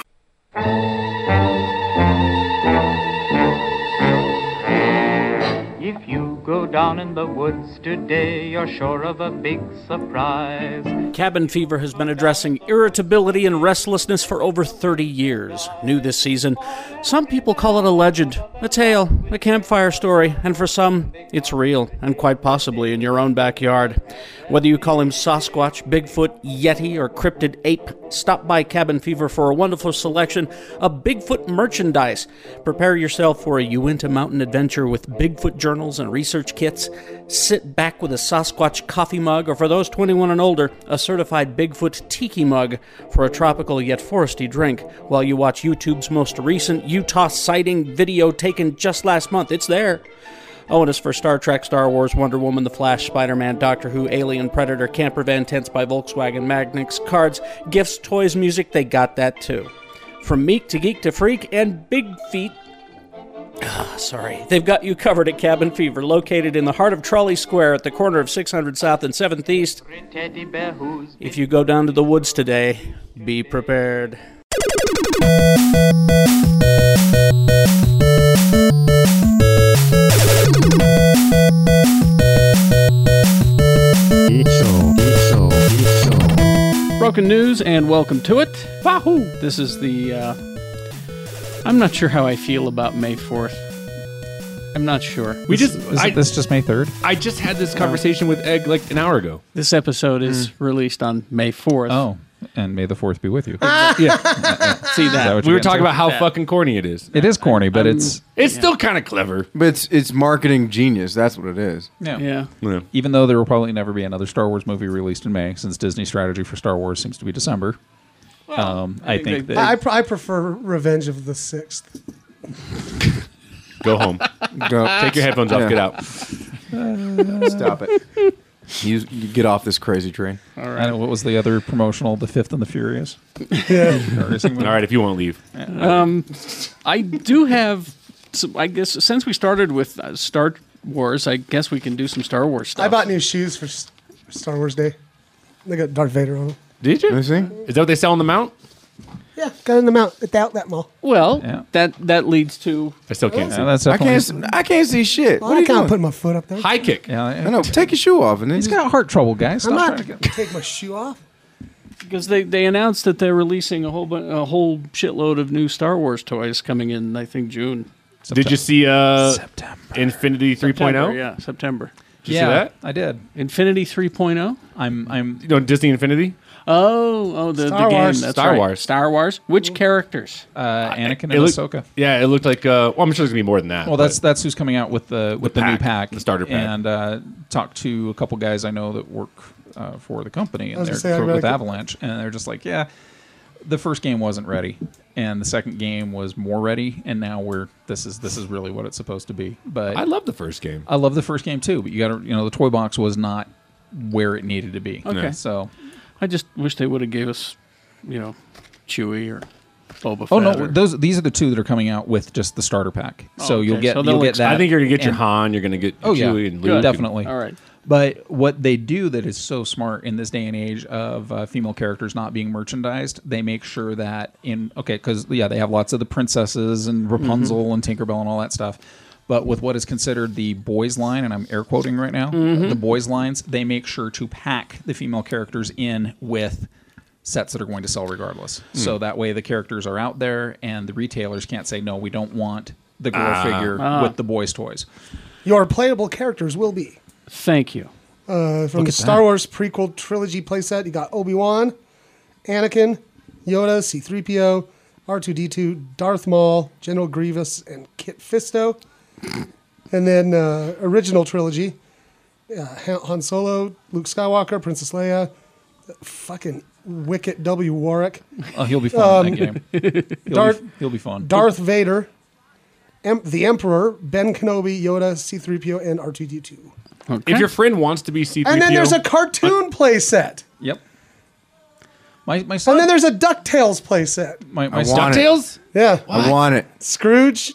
Speaker 13: If you go down in the woods today, you're sure of a big surprise.
Speaker 2: Cabin fever has been addressing irritability and restlessness for over 30 years. New this season, some people call it a legend, a tale, a campfire story, and for some, it's real, and quite possibly in your own backyard. Whether you call him Sasquatch, Bigfoot, Yeti, or Cryptid Ape, stop by Cabin Fever for a wonderful selection of Bigfoot merchandise. Prepare yourself for a Uinta Mountain adventure with Bigfoot journals and research kits. Sit back with a Sasquatch coffee mug, or for those 21 and older, a certified Bigfoot tiki mug for a tropical yet foresty drink while you watch YouTube's most recent Utah sighting video taken just last month. It's there. Oh, and it's for Star Trek, Star Wars, Wonder Woman, The Flash, Spider Man, Doctor Who, Alien, Predator, Camper Van, Tents by Volkswagen, Magnix, cards, gifts, toys, music, they got that too. From meek to geek to freak and big feet Ah, sorry. They've got you covered at Cabin Fever, located in the heart of Trolley Square at the corner of 600 South and 7th East.
Speaker 13: Teddy bear who's
Speaker 2: If you go down to the woods today, be prepared. Broken news and welcome to it. Wahoo! This is the. Uh, I'm not sure how I feel about May 4th. I'm not sure.
Speaker 7: We just I,
Speaker 6: Isn't this just May 3rd?
Speaker 7: I just had this conversation with Egg like an hour ago.
Speaker 2: This episode is released on May 4th.
Speaker 6: Hmm. Oh, and may the 4th be with you.
Speaker 2: see that.
Speaker 6: what
Speaker 7: We
Speaker 6: you're
Speaker 7: were
Speaker 6: gonna
Speaker 7: talking
Speaker 6: say?
Speaker 7: about how fucking corny it is.
Speaker 6: It is corny, but it's
Speaker 7: It's still kind of clever.
Speaker 9: But it's it's marketing genius. That's what it is.
Speaker 2: Yeah.
Speaker 6: even though there will probably never be another Star Wars movie released in May, since Disney's strategy for Star Wars seems to be December. um, I, think,
Speaker 2: they-
Speaker 6: that
Speaker 3: I, pr- I prefer Revenge of the Sixth.
Speaker 7: Go home.
Speaker 9: Don't
Speaker 7: Take your headphones off.
Speaker 9: Yeah.
Speaker 7: Get out.
Speaker 9: stop it. You, you get off this crazy train.
Speaker 6: I don't know, what was the other promotional, The Fifth and the Furious.
Speaker 7: All right, if you won't leave.
Speaker 2: I do have. Some, I guess since we started with uh, Star Wars, I guess we can do some Star Wars stuff.
Speaker 3: I bought new shoes for S- Star Wars Day. They got Darth Vader on them.
Speaker 7: Did
Speaker 9: You
Speaker 7: you?
Speaker 9: see?
Speaker 7: Is that what they sell on the mount?
Speaker 3: Yeah, got in the mount at the outlet mall.
Speaker 2: Well,
Speaker 6: Yeah.
Speaker 2: that that leads to
Speaker 7: I still can't.
Speaker 6: Yeah,
Speaker 7: see.
Speaker 6: that's
Speaker 9: I
Speaker 6: definitely.
Speaker 9: can't s- I can't see shit.
Speaker 3: Well,
Speaker 9: what are
Speaker 3: I
Speaker 9: you
Speaker 3: can't
Speaker 9: doing?
Speaker 3: put my foot up there.
Speaker 7: High kick.
Speaker 6: yeah,
Speaker 9: I know. Take your shoe off and then
Speaker 6: He's
Speaker 9: just-
Speaker 6: got heart trouble, guys.
Speaker 3: I'm
Speaker 6: Stop
Speaker 3: not
Speaker 6: trying to
Speaker 3: gonna
Speaker 6: get-
Speaker 3: take my shoe off.
Speaker 2: because they, they announced that they're releasing a whole bu- a whole shitload of new Star Wars toys coming in. I think June.
Speaker 7: Did you see uh,
Speaker 6: September.
Speaker 7: Infinity 3.0?
Speaker 6: oh?
Speaker 2: September, yeah, September.
Speaker 7: Did you see that?
Speaker 6: I did.
Speaker 2: Infinity oh? 3.0.
Speaker 6: I'm. I'm.
Speaker 7: You know, Disney Infinity?
Speaker 2: Oh, oh, the,
Speaker 3: Star
Speaker 2: the game.
Speaker 3: Wars.
Speaker 2: That's
Speaker 7: Star
Speaker 2: right.
Speaker 7: Wars.
Speaker 2: Star Wars. Which characters?
Speaker 6: Uh, Anakin and
Speaker 7: It looked-
Speaker 6: Ahsoka.
Speaker 7: Yeah, it looked like. Uh, well, I'm sure there's gonna be more than that.
Speaker 6: Well, that's
Speaker 7: but-
Speaker 6: that's who's coming out with the with the, new
Speaker 7: pack,
Speaker 6: pack,
Speaker 7: the starter pack.
Speaker 6: and uh, talked to a couple guys I know that work uh, for the company, and
Speaker 3: was
Speaker 6: they're
Speaker 3: gonna say, I'd
Speaker 6: for-
Speaker 3: really
Speaker 6: with
Speaker 3: could-
Speaker 6: Avalanche, and they're just like, yeah, the first game wasn't ready, and the second game was more ready, and now we're this is this is really what it's supposed to be. But
Speaker 7: I love the first game.
Speaker 6: I love the first game too, but you got to you know the toy box was not where it needed to be.
Speaker 2: Okay.
Speaker 6: so
Speaker 2: I just wish they would have gave us, you know, Chewie or Boba Fett.
Speaker 6: Oh no,
Speaker 2: or- Oh,
Speaker 6: those these are the two that are coming out with just the starter pack. so
Speaker 2: okay.
Speaker 6: you'll get
Speaker 2: So they'll
Speaker 6: you'll get
Speaker 2: ex-
Speaker 6: that.
Speaker 7: I think you're gonna get your
Speaker 6: and-
Speaker 7: Han. You're gonna get
Speaker 6: Oh yeah,
Speaker 7: Chewie and Luke.
Speaker 6: definitely.
Speaker 2: All right.
Speaker 6: But what they do that is so smart in this day and age of uh, female characters not being merchandised, they make sure that in okay, because yeah, they have lots of the princesses and Rapunzel
Speaker 3: Mm-hmm.
Speaker 6: and Tinkerbell and all that stuff. But with what is considered the boys line, and I'm air quoting right now,
Speaker 3: Mm-hmm.
Speaker 2: Mhm.
Speaker 6: the boys lines, they make sure to pack the female characters in with sets that are going to sell regardless. So
Speaker 3: Hmm.
Speaker 6: that way the characters are out there, and the retailers can't say no, we don't want the girl
Speaker 7: Ah.
Speaker 6: figure
Speaker 7: Ah.
Speaker 6: with the boys' toys.
Speaker 3: Your playable characters will be.
Speaker 2: Thank you.
Speaker 3: Uh, from
Speaker 6: Look
Speaker 3: the
Speaker 6: at
Speaker 3: Star
Speaker 6: that.
Speaker 3: Wars prequel trilogy playset, you got Obi Wan, Anakin, Yoda, C3PO, R2D2, Darth Maul, General Grievous, and Kit Fisto. And then uh, original trilogy uh, Han- Han Solo, Luke Skywalker, Princess Leia, uh, fucking Wicket W. Warwick.
Speaker 6: Oh, he'll be fun in
Speaker 3: Um,
Speaker 6: that game. He'll,
Speaker 3: Darth-
Speaker 6: be, he'll be fun.
Speaker 3: Darth Vader, em- the Emperor, Ben Kenobi, Yoda, C3PO, and R2D2.
Speaker 7: If your friend wants to be C3PO,
Speaker 3: And then there's a cartoon playset.
Speaker 6: Yep. My my son.
Speaker 3: And then there's a DuckTales playset.
Speaker 6: My, my
Speaker 3: I
Speaker 6: son,
Speaker 3: want it. DuckTales? Yeah.
Speaker 6: What?
Speaker 9: want it.
Speaker 3: Scrooge.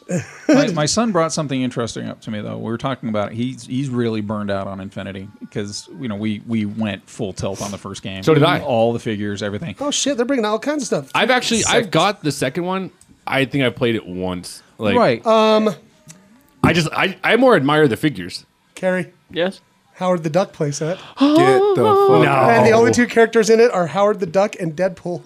Speaker 6: my, my son brought something interesting up to me though. We were talking about it. He's he's really burned out on Infinity because you know we we went full tilt on the first game.
Speaker 7: So did I.
Speaker 6: All the figures, everything.
Speaker 3: Oh shit, they're bringing out all kinds of stuff.
Speaker 7: I've actually
Speaker 3: Sect.
Speaker 7: I've got the second one. I think I've played it once. Like
Speaker 3: Um,
Speaker 7: I just I, I more admire the figures.
Speaker 3: Carrie.
Speaker 2: Yes.
Speaker 3: Howard the Duck playset.
Speaker 7: Get the fuck- No.
Speaker 6: Oh.
Speaker 3: And the only two characters in it are Howard the Duck and Deadpool.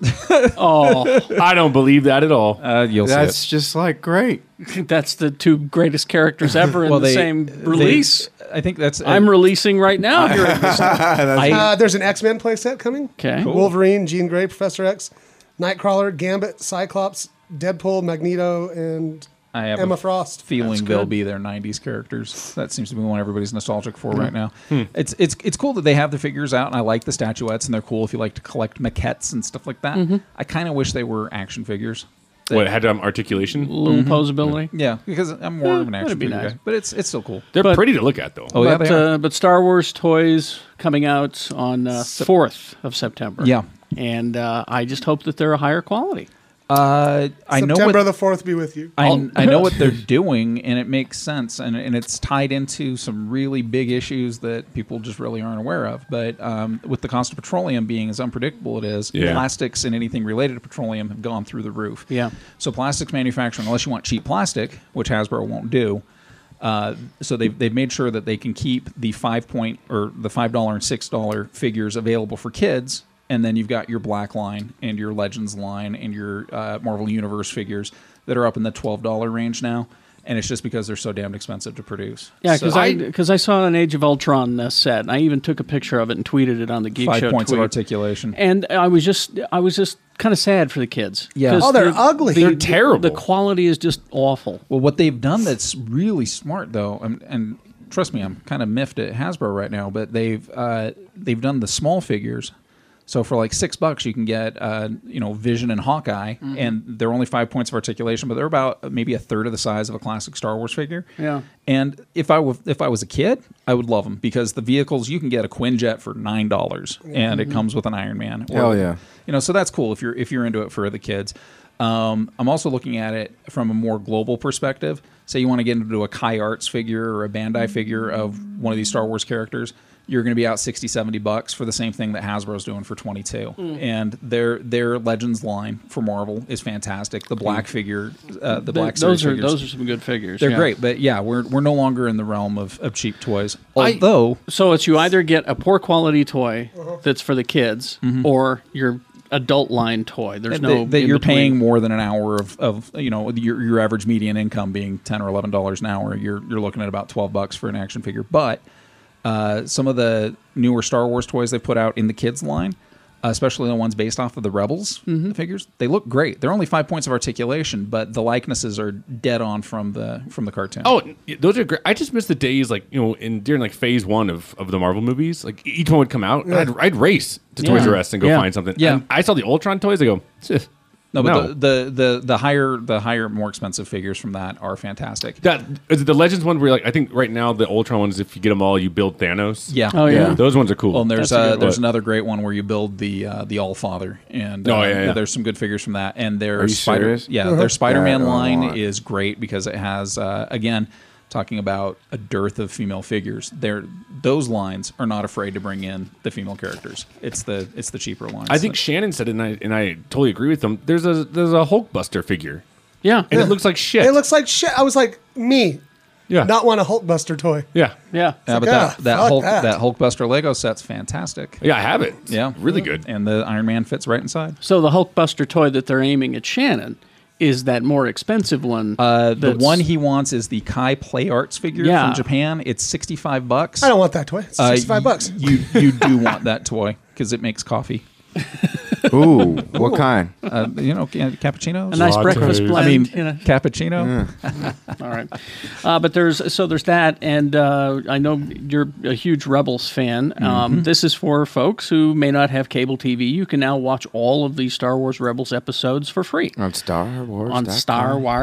Speaker 2: Oh,
Speaker 7: I don't believe that at all.
Speaker 6: Uh, you'll
Speaker 2: see That's
Speaker 9: just like great.
Speaker 2: That's the two greatest characters ever in
Speaker 6: Well,
Speaker 2: the
Speaker 6: they-
Speaker 2: same
Speaker 6: they-
Speaker 2: release.
Speaker 6: I think that's. uh,
Speaker 2: I'm releasing right now here. at this-
Speaker 3: uh, there's an X Men playset coming.
Speaker 2: 'Kay. Cool.
Speaker 3: Wolverine, Jean Grey, Professor X, Nightcrawler, Gambit, Cyclops, Deadpool, Magneto, and
Speaker 6: I have
Speaker 3: Emma
Speaker 6: a
Speaker 3: Frost.
Speaker 6: feeling they'll be their '90s characters. That seems to be the one everybody's nostalgic
Speaker 2: Hmm.
Speaker 6: for right now. It's it's it's cool that they have the figures out, and I like the statuettes, and they're cool if you like to collect maquettes and stuff like that.
Speaker 2: Mm-hmm.
Speaker 7: Mhm.
Speaker 6: I kind of wish they were action figures.
Speaker 7: What had um, articulation,
Speaker 6: Mhm. Yeah, because I'm more of an
Speaker 2: Yeah,
Speaker 6: action
Speaker 2: that'd be
Speaker 6: figure
Speaker 2: nice.
Speaker 6: guy, but it's it's still cool.
Speaker 7: They're
Speaker 2: But-
Speaker 7: pretty to look at though.
Speaker 6: Oh, yeah,
Speaker 2: but,
Speaker 6: they are.
Speaker 2: Uh, but Star Wars toys coming out on uh, 4th of September.
Speaker 6: Yeah.
Speaker 2: And uh, I just hope that they're a higher quality.
Speaker 6: Uh, I know
Speaker 3: September
Speaker 6: what
Speaker 3: the fourth be with you.
Speaker 6: I, I know what they're doing, and it makes sense, and, and it's tied into some really big issues that people just really aren't aware of. But um, with the cost of petroleum being as unpredictable it is,
Speaker 2: Yeah.
Speaker 6: plastics and anything related to petroleum have gone through the roof.
Speaker 2: Yeah.
Speaker 6: So plastics manufacturing, unless you want cheap plastic, which Hasbro won't do, uh, so they've they've made sure that they can keep the five point or the five dollar and six dollar figures available for kids, and then you've got your Black line and your Legends line and your uh, Marvel Universe figures that are up in the twelve dollar range now, and it's just because they're so damned expensive to produce.
Speaker 2: Yeah,
Speaker 6: So-
Speaker 2: because I because I saw an Age of Ultron uh, set. And I even took a picture of it and tweeted it on the Geek
Speaker 6: five
Speaker 2: Show
Speaker 6: points
Speaker 2: tweet.
Speaker 6: of articulation.
Speaker 2: And I was just I was just kind of sad for the kids.
Speaker 6: Yeah.
Speaker 2: 'Cause
Speaker 6: Oh, they're
Speaker 2: the-
Speaker 6: ugly.
Speaker 2: the-
Speaker 6: They're
Speaker 2: the-
Speaker 6: terrible.
Speaker 2: The quality is just awful.
Speaker 6: Well, what they've done that's really smart though, and, and trust me, I'm kind of miffed at Hasbro right now, but they've uh, they've done the small figures. So for like six bucks, you can get uh, you know Vision and Hawkeye,
Speaker 2: Mhm.
Speaker 6: and they're only five points of articulation, but they're about maybe a third of the size of a classic Star Wars figure.
Speaker 2: Yeah.
Speaker 6: And if I w- if I was a kid, I would love them because the vehicles you can get a Quinjet for nine dollars, and it
Speaker 9: Mhm.
Speaker 6: comes with an Iron Man.
Speaker 9: Hell yeah.
Speaker 6: You know, so that's cool if you're if you're into it for the kids. Um, I'm also looking at it from a more global perspective. Say you want to get into a Kai Arts figure or a Bandai figure of one of these Star Wars characters, you're going to be out 60, 70 bucks for the same thing that Hasbro's doing for 22.
Speaker 2: Mm.
Speaker 6: And their their Legends line for Marvel is fantastic. The black figure, uh, the
Speaker 2: Mm. Th-
Speaker 6: black
Speaker 2: those
Speaker 6: series
Speaker 2: are
Speaker 6: figures.
Speaker 2: those are some good figures.
Speaker 6: They're
Speaker 2: yeah.
Speaker 6: great, but yeah, we're we're no longer in the realm of, of cheap toys.
Speaker 2: I-
Speaker 6: Although
Speaker 2: so it's you either get a poor quality toy that's for the kids,
Speaker 6: Mhm.
Speaker 2: or your adult line toy. There's
Speaker 6: that-
Speaker 2: no
Speaker 6: that
Speaker 2: in
Speaker 6: you're
Speaker 2: between.
Speaker 6: paying more than an hour of, of you know your, your average median income being ten or eleven dollars an hour, you're you're looking at about twelve bucks for an action figure. But uh, some of the newer Star Wars toys they put out in the kids line, especially the ones based off of the Rebels
Speaker 2: Mm-hmm.
Speaker 6: figures, they look great. They're only five points of articulation, but the likenesses are dead on from the from the cartoon.
Speaker 7: Oh, those are great. I just miss the days like you know in during like phase one of, of the Marvel movies. Like e, each one would come out, and I'd, I'd race to
Speaker 6: Yeah.
Speaker 7: Toys R Us and go
Speaker 6: Yeah.
Speaker 7: find something.
Speaker 6: Yeah.
Speaker 7: And I saw the Ultron toys. I go, "This is-
Speaker 6: No, but
Speaker 7: No.
Speaker 6: The, the the the higher the higher more expensive figures from that are fantastic.
Speaker 7: That is it the Legends one where like I think right now the Ultron ones, if you get them all, you build Thanos.
Speaker 6: Yeah. Oh, yeah.
Speaker 7: Those ones are cool.
Speaker 6: Well, and there's uh, there's another great one where you build the uh, the All Father, and uh,
Speaker 7: Oh, yeah, yeah.
Speaker 6: there's some good figures from that. And
Speaker 7: Are you
Speaker 6: their Spider,
Speaker 7: serious?
Speaker 6: yeah,
Speaker 7: Uh-huh.
Speaker 6: their Spider-Man
Speaker 7: That I
Speaker 6: line
Speaker 7: want.
Speaker 6: is great because it has uh, again talking about a dearth of female figures. There, those lines are not afraid to bring in the female characters. It's the it's the cheaper lines.
Speaker 7: I think
Speaker 6: that-
Speaker 7: Shannon said, it, and I and I totally agree with them. There's a there's a Hulkbuster figure.
Speaker 2: Yeah,
Speaker 7: and it looks like shit.
Speaker 3: It looks like shit. I was like, me.
Speaker 7: Yeah.
Speaker 3: Not want a Hulkbuster toy.
Speaker 7: Yeah.
Speaker 2: Yeah.
Speaker 6: Yeah,
Speaker 3: It's
Speaker 6: but
Speaker 3: like,
Speaker 6: that,
Speaker 3: ah,
Speaker 6: that
Speaker 3: fuck
Speaker 6: Hulk
Speaker 3: that.
Speaker 6: that. Hulkbuster Lego set's fantastic.
Speaker 7: Yeah, I have it.
Speaker 6: yeah,
Speaker 7: really good.
Speaker 6: And the Iron Man fits right inside.
Speaker 2: So the Hulkbuster toy that they're aiming at Shannon is that more expensive one. Uh,
Speaker 6: The one he wants is the Kai Play Arts figure
Speaker 2: Yeah.
Speaker 6: from Japan. It's sixty five bucks.
Speaker 3: I don't want that toy. It's
Speaker 6: Uh,
Speaker 3: 65 bucks.
Speaker 6: You you do want that toy because it makes coffee.
Speaker 9: Ooh, what kind?
Speaker 6: Uh, you know, ca- cappuccinos.
Speaker 2: A nice breakfast Lattes. blend,
Speaker 6: I mean,
Speaker 2: you know.
Speaker 6: cappuccino.
Speaker 2: All right, uh, but there's so there's that, and uh, I know you're a huge Rebels fan. Um,
Speaker 9: Mm-hmm.
Speaker 2: This is for folks who may not have cable TV. You can now watch all of the Star Wars Rebels episodes for free
Speaker 9: On Star Wars.
Speaker 2: on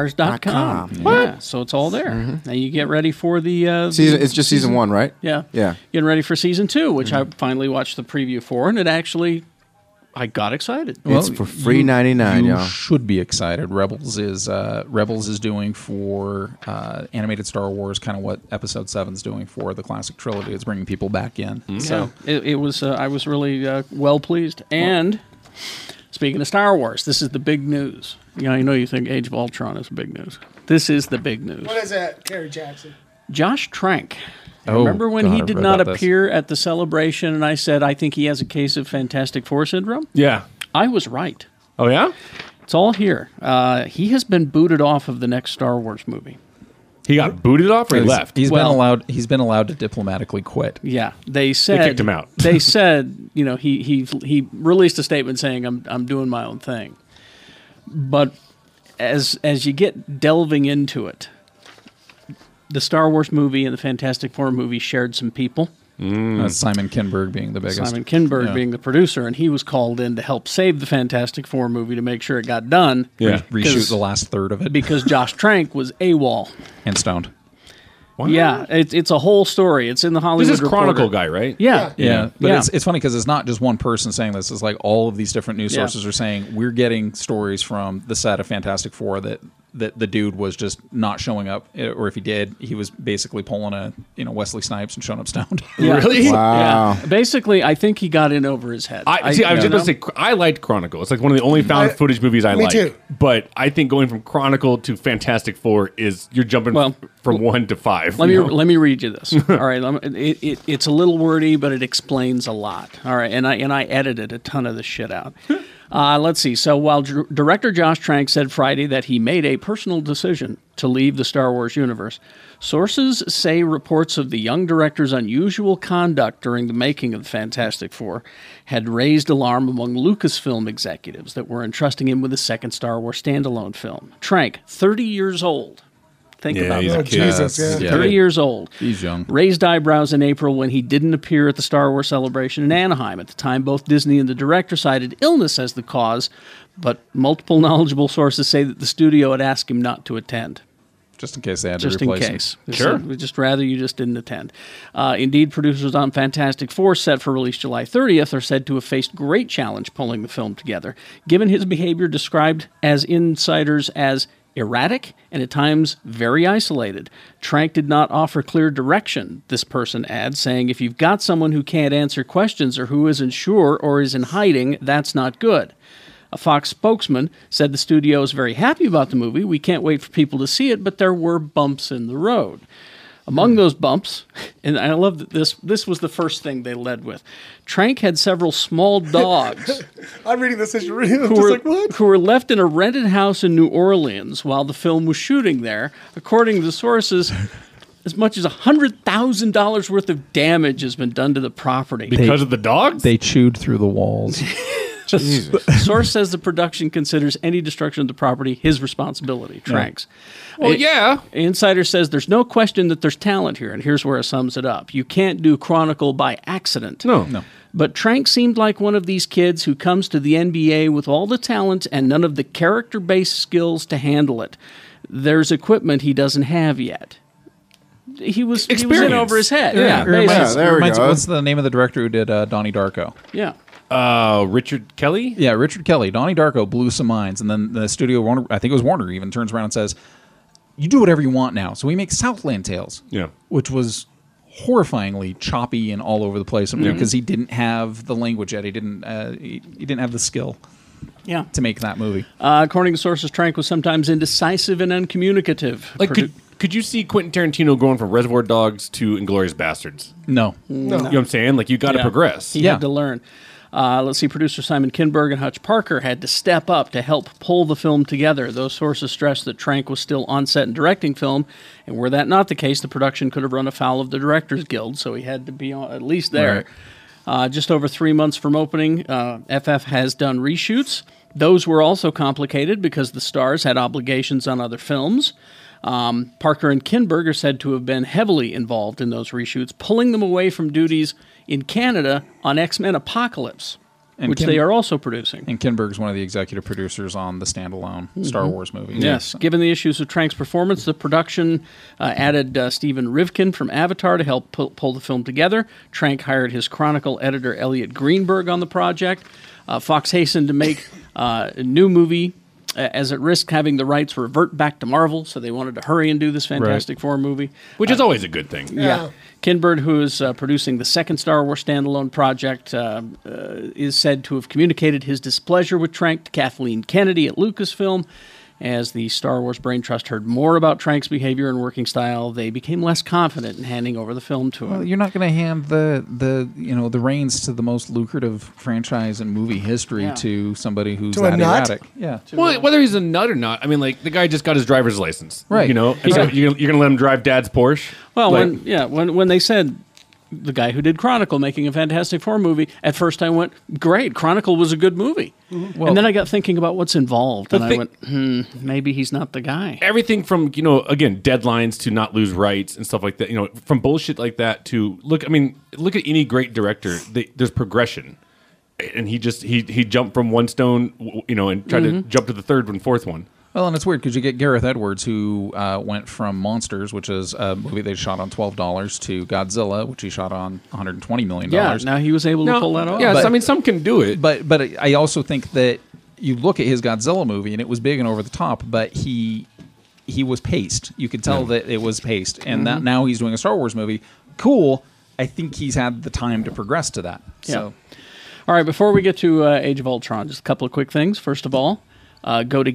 Speaker 2: StarWars.com.
Speaker 9: com. Mm-hmm.
Speaker 2: Yeah, so it's all there. Now you get ready for the uh,
Speaker 9: Season.
Speaker 2: the
Speaker 9: It's just season one, right?
Speaker 2: Yeah.
Speaker 9: Yeah. Mm-hmm.
Speaker 2: Getting ready for season two, which I finally watched the preview for, and it actually, I got excited.
Speaker 9: It's for free
Speaker 6: you-
Speaker 9: 99,
Speaker 6: You
Speaker 9: y'all.
Speaker 6: should be excited. Rebels is uh, Rebels is doing for uh, animated Star Wars, kind of what Episode Seven's doing for the classic trilogy. It's bringing people back in.
Speaker 2: So it, it was. Uh, I was really uh, well pleased. And speaking of Star Wars, this is the big news. Yeah, I know you think Age of Ultron is big news. This is the big news.
Speaker 3: What is that, Kerry Jackson?
Speaker 2: Josh Trank.
Speaker 6: Oh,
Speaker 2: Remember when
Speaker 6: God,
Speaker 2: he
Speaker 6: I
Speaker 2: did
Speaker 6: read
Speaker 2: not
Speaker 6: about this.
Speaker 2: appear at the celebration, and I said I think he has a case of Fantastic Four syndrome?
Speaker 7: Yeah.
Speaker 2: I was right.
Speaker 7: Oh yeah.
Speaker 2: It's all here. Uh, he has been booted off of the next Star Wars movie.
Speaker 7: He got booted off or he
Speaker 6: He's-
Speaker 7: left.
Speaker 6: He's
Speaker 2: Well-
Speaker 6: been allowed. He's been allowed to diplomatically quit.
Speaker 2: Yeah, they said
Speaker 7: kicked him out.
Speaker 2: they said, you know, he he he released a statement saying, "I'm I'm doing my own thing," but as as you get delving into it, the Star Wars movie and the Fantastic Four movie shared some people.
Speaker 6: Uh, Simon Kinberg being the biggest.
Speaker 2: Simon Kinberg
Speaker 6: Yeah.
Speaker 2: being the producer, and he was called in to help save the Fantastic Four movie to make sure it got done.
Speaker 7: Yeah.
Speaker 6: reshoot the last third of it
Speaker 2: because Josh Trank was AWOL.
Speaker 6: and stoned.
Speaker 2: Yeah, it's it's a whole story. It's in the Hollywood.
Speaker 7: This is
Speaker 2: Reporter.
Speaker 7: Chronicle guy, right?
Speaker 2: Yeah,
Speaker 6: Yeah, but
Speaker 2: Yeah.
Speaker 6: It's, it's funny because it's not just one person saying this. It's like all of these different news
Speaker 2: Yeah.
Speaker 6: sources are saying we're getting stories from the set of Fantastic Four that that the dude was just not showing up, eh, or if he did, he was basically pulling a you know Wesley Snipes and showing up stoned.
Speaker 2: Yeah.
Speaker 7: Really?
Speaker 9: Wow.
Speaker 2: Yeah. Basically, I think he got in over his head.
Speaker 7: I, see, I was
Speaker 2: you
Speaker 7: just
Speaker 2: know?
Speaker 7: going to say, I liked Chronicle. It's like one of the only found
Speaker 3: I-
Speaker 7: footage movies I
Speaker 3: me
Speaker 7: like.
Speaker 3: too.
Speaker 7: But I think going from Chronicle to Fantastic Four is you're jumping
Speaker 2: Well,
Speaker 7: f- from one to five.
Speaker 2: Let me
Speaker 7: you know?
Speaker 2: let me read you this. All right, let me- it, it, it's a little wordy, but it explains a lot. All right, and I and I edited a ton of this shit out.
Speaker 7: Hmm.
Speaker 2: Uh, let's see. So while Dr- director Josh Trank said Friday that he made a personal decision to leave the Star Wars universe, sources say reports of the young director's unusual conduct during the making of the Fantastic Four had raised alarm among Lucasfilm executives that were entrusting him with a second Star Wars standalone film. Trank, 30 years old. Think about
Speaker 7: he's
Speaker 2: that.
Speaker 7: a
Speaker 3: Oh,
Speaker 7: kid.
Speaker 3: Jesus, yeah.
Speaker 6: Yeah.
Speaker 2: 30 years old.
Speaker 6: He's young.
Speaker 2: Raised eyebrows in April when he didn't appear at the Star Wars celebration in Anaheim. At the time, both Disney and the director cited illness as the cause, but multiple knowledgeable sources say that the studio had asked him not to attend
Speaker 6: Just in case they had
Speaker 2: just
Speaker 6: to
Speaker 2: in
Speaker 6: replace
Speaker 2: case.
Speaker 6: him.
Speaker 2: They
Speaker 7: Sure.
Speaker 2: said, We'd just rather you just didn't attend. Uh, indeed, producers on Fantastic Four, set for release July 30th, are said to have faced great challenge pulling the film together, given his behavior described as insiders as erratic and at times very isolated. Trank did not offer clear direction, this person adds, saying, if you've got someone who can't answer questions or who isn't sure or is in hiding, that's not good. A Fox spokesman said the studio is very happy about the movie. We can't wait for people to see it, but there were bumps in the road. Among those bumps, and I love that this this was the first thing they led with. Trank had several small dogs
Speaker 3: I'm reading this issue. I'm
Speaker 2: who
Speaker 3: just
Speaker 2: were,
Speaker 3: like, what?
Speaker 2: who were left in a rented house in New Orleans while the film was shooting there. According to the sources, as much as $100,000 worth of damage has been done to the property.
Speaker 7: because of the dogs?
Speaker 6: They chewed through the walls.
Speaker 2: Source says the production considers any destruction of the property his responsibility, Tranks.
Speaker 7: well, yeah.
Speaker 2: Insider says there's no question that there's talent here, and here's where it sums it up. You can't do Chronicle by accident.
Speaker 7: No. No.
Speaker 2: But Trank seemed like one of these kids who comes to the NBA with all the talent and none of the character based skills to handle it. There's equipment he doesn't have yet. He was, he was in
Speaker 7: Experience.
Speaker 2: over his head.
Speaker 7: Yeah.
Speaker 2: Yeah,
Speaker 6: It reminds-
Speaker 2: basically.
Speaker 6: it reminds- What's the name of the director who did uh, Donnie Darko?
Speaker 2: yeah.
Speaker 7: Uh, Richard Kelly.
Speaker 6: Yeah, Richard Kelly, Donnie Darko blew some minds, and then the studio Warner, I think it was Warner, even turns around and says, "You do whatever you want now." So we make Southland Tales,
Speaker 7: Yeah.
Speaker 6: which was horrifyingly choppy and all over the place
Speaker 7: Yeah.
Speaker 6: because he didn't have the language yet. He didn't. Uh, he, he didn't have the skill
Speaker 2: Yeah.
Speaker 6: to make that movie.
Speaker 2: Uh, according to sources, Trank was sometimes indecisive and uncommunicative.
Speaker 7: Like,
Speaker 2: Produ-
Speaker 7: could, could you see Quentin Tarantino going from Reservoir Dogs to Inglorious Bastards?
Speaker 6: No,
Speaker 7: You know what I'm saying? Like, you got to
Speaker 2: Yeah.
Speaker 7: progress.
Speaker 2: He
Speaker 6: Yeah.
Speaker 2: had to learn. Uh, let's see, producer Simon Kinberg and Hutch Parker had to step up to help pull the film together. Those sources stressed that Trank was still on set and directing film, and were that not the case, the production could have run afoul of the Directors Guild, so he had to be on, at least there.
Speaker 6: Right.
Speaker 2: Uh, just over three months from opening, uh, FF has done reshoots. Those were also complicated because the stars had obligations on other films. Um, Parker and Kinberg are said to have been heavily involved in those reshoots, pulling them away from duties in Canada on X Men Apocalypse,
Speaker 6: And
Speaker 2: which
Speaker 6: Kin-
Speaker 2: they are also producing.
Speaker 6: and Kinberg's one of the executive producers on the standalone Star Wars movie.
Speaker 2: Yes. Given the issues of Trank's performance, the production uh, added uh, Stephen Rivkin from Avatar to help pull, pull the film together. Trank hired his Chronicle editor Elliot Greenberg on the project. Uh, Fox hastened to make uh, a new movie. uh, As it risked having the rights revert back to Marvel, so they wanted to hurry and do this Fantastic Four movie.
Speaker 7: Which is always a good thing.
Speaker 2: Yeah. Kinbird, who is uh, producing the second Star Wars standalone project, uh, uh, is said to have communicated his displeasure with Trank to Kathleen Kennedy at Lucasfilm. As the Star Wars Brain Trust heard more about Trank's behavior and working style, they became less confident in handing over the film to
Speaker 6: Well,
Speaker 2: him.
Speaker 6: you're not going to hand the the you know the reins to the most lucrative franchise in movie history
Speaker 2: Yeah.
Speaker 6: to somebody who's
Speaker 3: To a
Speaker 6: that
Speaker 3: nut?
Speaker 6: erratic. Yeah.
Speaker 7: Well, whether he's a nut or not, I mean, like the guy just got his driver's license,
Speaker 6: Right.
Speaker 7: You know, and so
Speaker 6: Right.
Speaker 7: you're, you're gonna let him drive Dad's Porsche.
Speaker 2: Well,
Speaker 7: Like,
Speaker 2: when yeah, when when they said the guy who did Chronicle making a Fantastic Four movie, at first I went, "Great, Chronicle was a good movie,"
Speaker 6: Well-
Speaker 2: and then I got thinking about what's involved, and I
Speaker 7: thing-
Speaker 2: went, "Hmm, maybe he's not the guy."
Speaker 7: everything from you know again deadlines to not lose rights and stuff like that, you know, from bullshit like that to look. I mean, look at any great director. They, there's progression, and he just he he jumped from one stone, w- you know, and tried
Speaker 2: Mm-hmm.
Speaker 7: to jump to the third one, fourth one.
Speaker 6: Well, and it's weird because you get Gareth Edwards, who uh, went from Monsters, which is a movie they shot on twelve dollars, to Godzilla, which he shot on one hundred twenty million
Speaker 2: Yeah,
Speaker 6: dollars.
Speaker 2: now he was able to pull that off.
Speaker 7: yeah,
Speaker 6: But-
Speaker 7: so, I mean, some can do it.
Speaker 6: but but I also think that you look at his Godzilla movie, and it was big and over the top, but he he was paced. You could tell that it was paced, and
Speaker 2: Mm-hmm.
Speaker 6: that now he's doing a Star Wars movie. Cool. I think he's had the time to progress to that. So.
Speaker 2: All right, before we get to uh, Age of Ultron, just a couple of quick things. First of all, uh, go to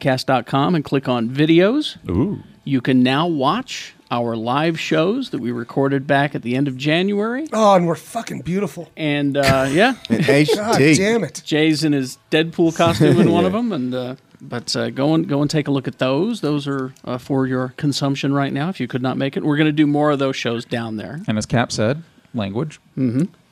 Speaker 2: geekshowpodcast.com and click on videos.
Speaker 7: Ooh,
Speaker 2: You can now watch our live shows that we recorded back at the end of January.
Speaker 3: Oh, and we're fucking beautiful.
Speaker 2: And uh, yeah,
Speaker 3: God
Speaker 9: HD.
Speaker 3: damn it.
Speaker 2: Jay's in his Deadpool costume in one of them. And, uh, but uh, go, and, go and take a look at those. Those are uh, for your consumption right now if you could not make it. We're going to do more of those shows down there.
Speaker 6: And as Cap said, language.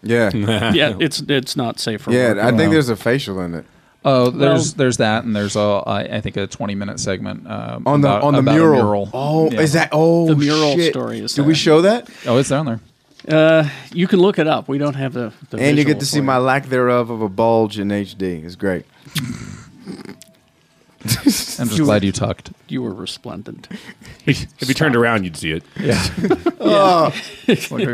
Speaker 9: Yeah.
Speaker 2: yeah, it's, it's not safe for
Speaker 9: Yeah,
Speaker 2: work.
Speaker 9: I think there's a facial in it.
Speaker 6: Oh, there's there's that, and there's a I, I think a 20 minute segment um,
Speaker 9: On the
Speaker 6: about-
Speaker 9: on the
Speaker 6: about a
Speaker 9: mural.
Speaker 6: mural.
Speaker 9: Oh,
Speaker 6: Yeah.
Speaker 9: is that oh
Speaker 2: The mural
Speaker 9: shit.
Speaker 2: story is
Speaker 9: Did
Speaker 2: there.
Speaker 9: we show that?
Speaker 6: Oh, it's down there.
Speaker 2: Uh, You can look it up. We don't have the, the
Speaker 9: And
Speaker 2: visual
Speaker 9: you get to see
Speaker 2: for
Speaker 9: my lack thereof of a bulge in HD. It's great.
Speaker 6: I'm just glad you tucked.
Speaker 2: You were resplendent.
Speaker 7: if you turned around, you'd see it.
Speaker 6: Yeah.
Speaker 9: Uh,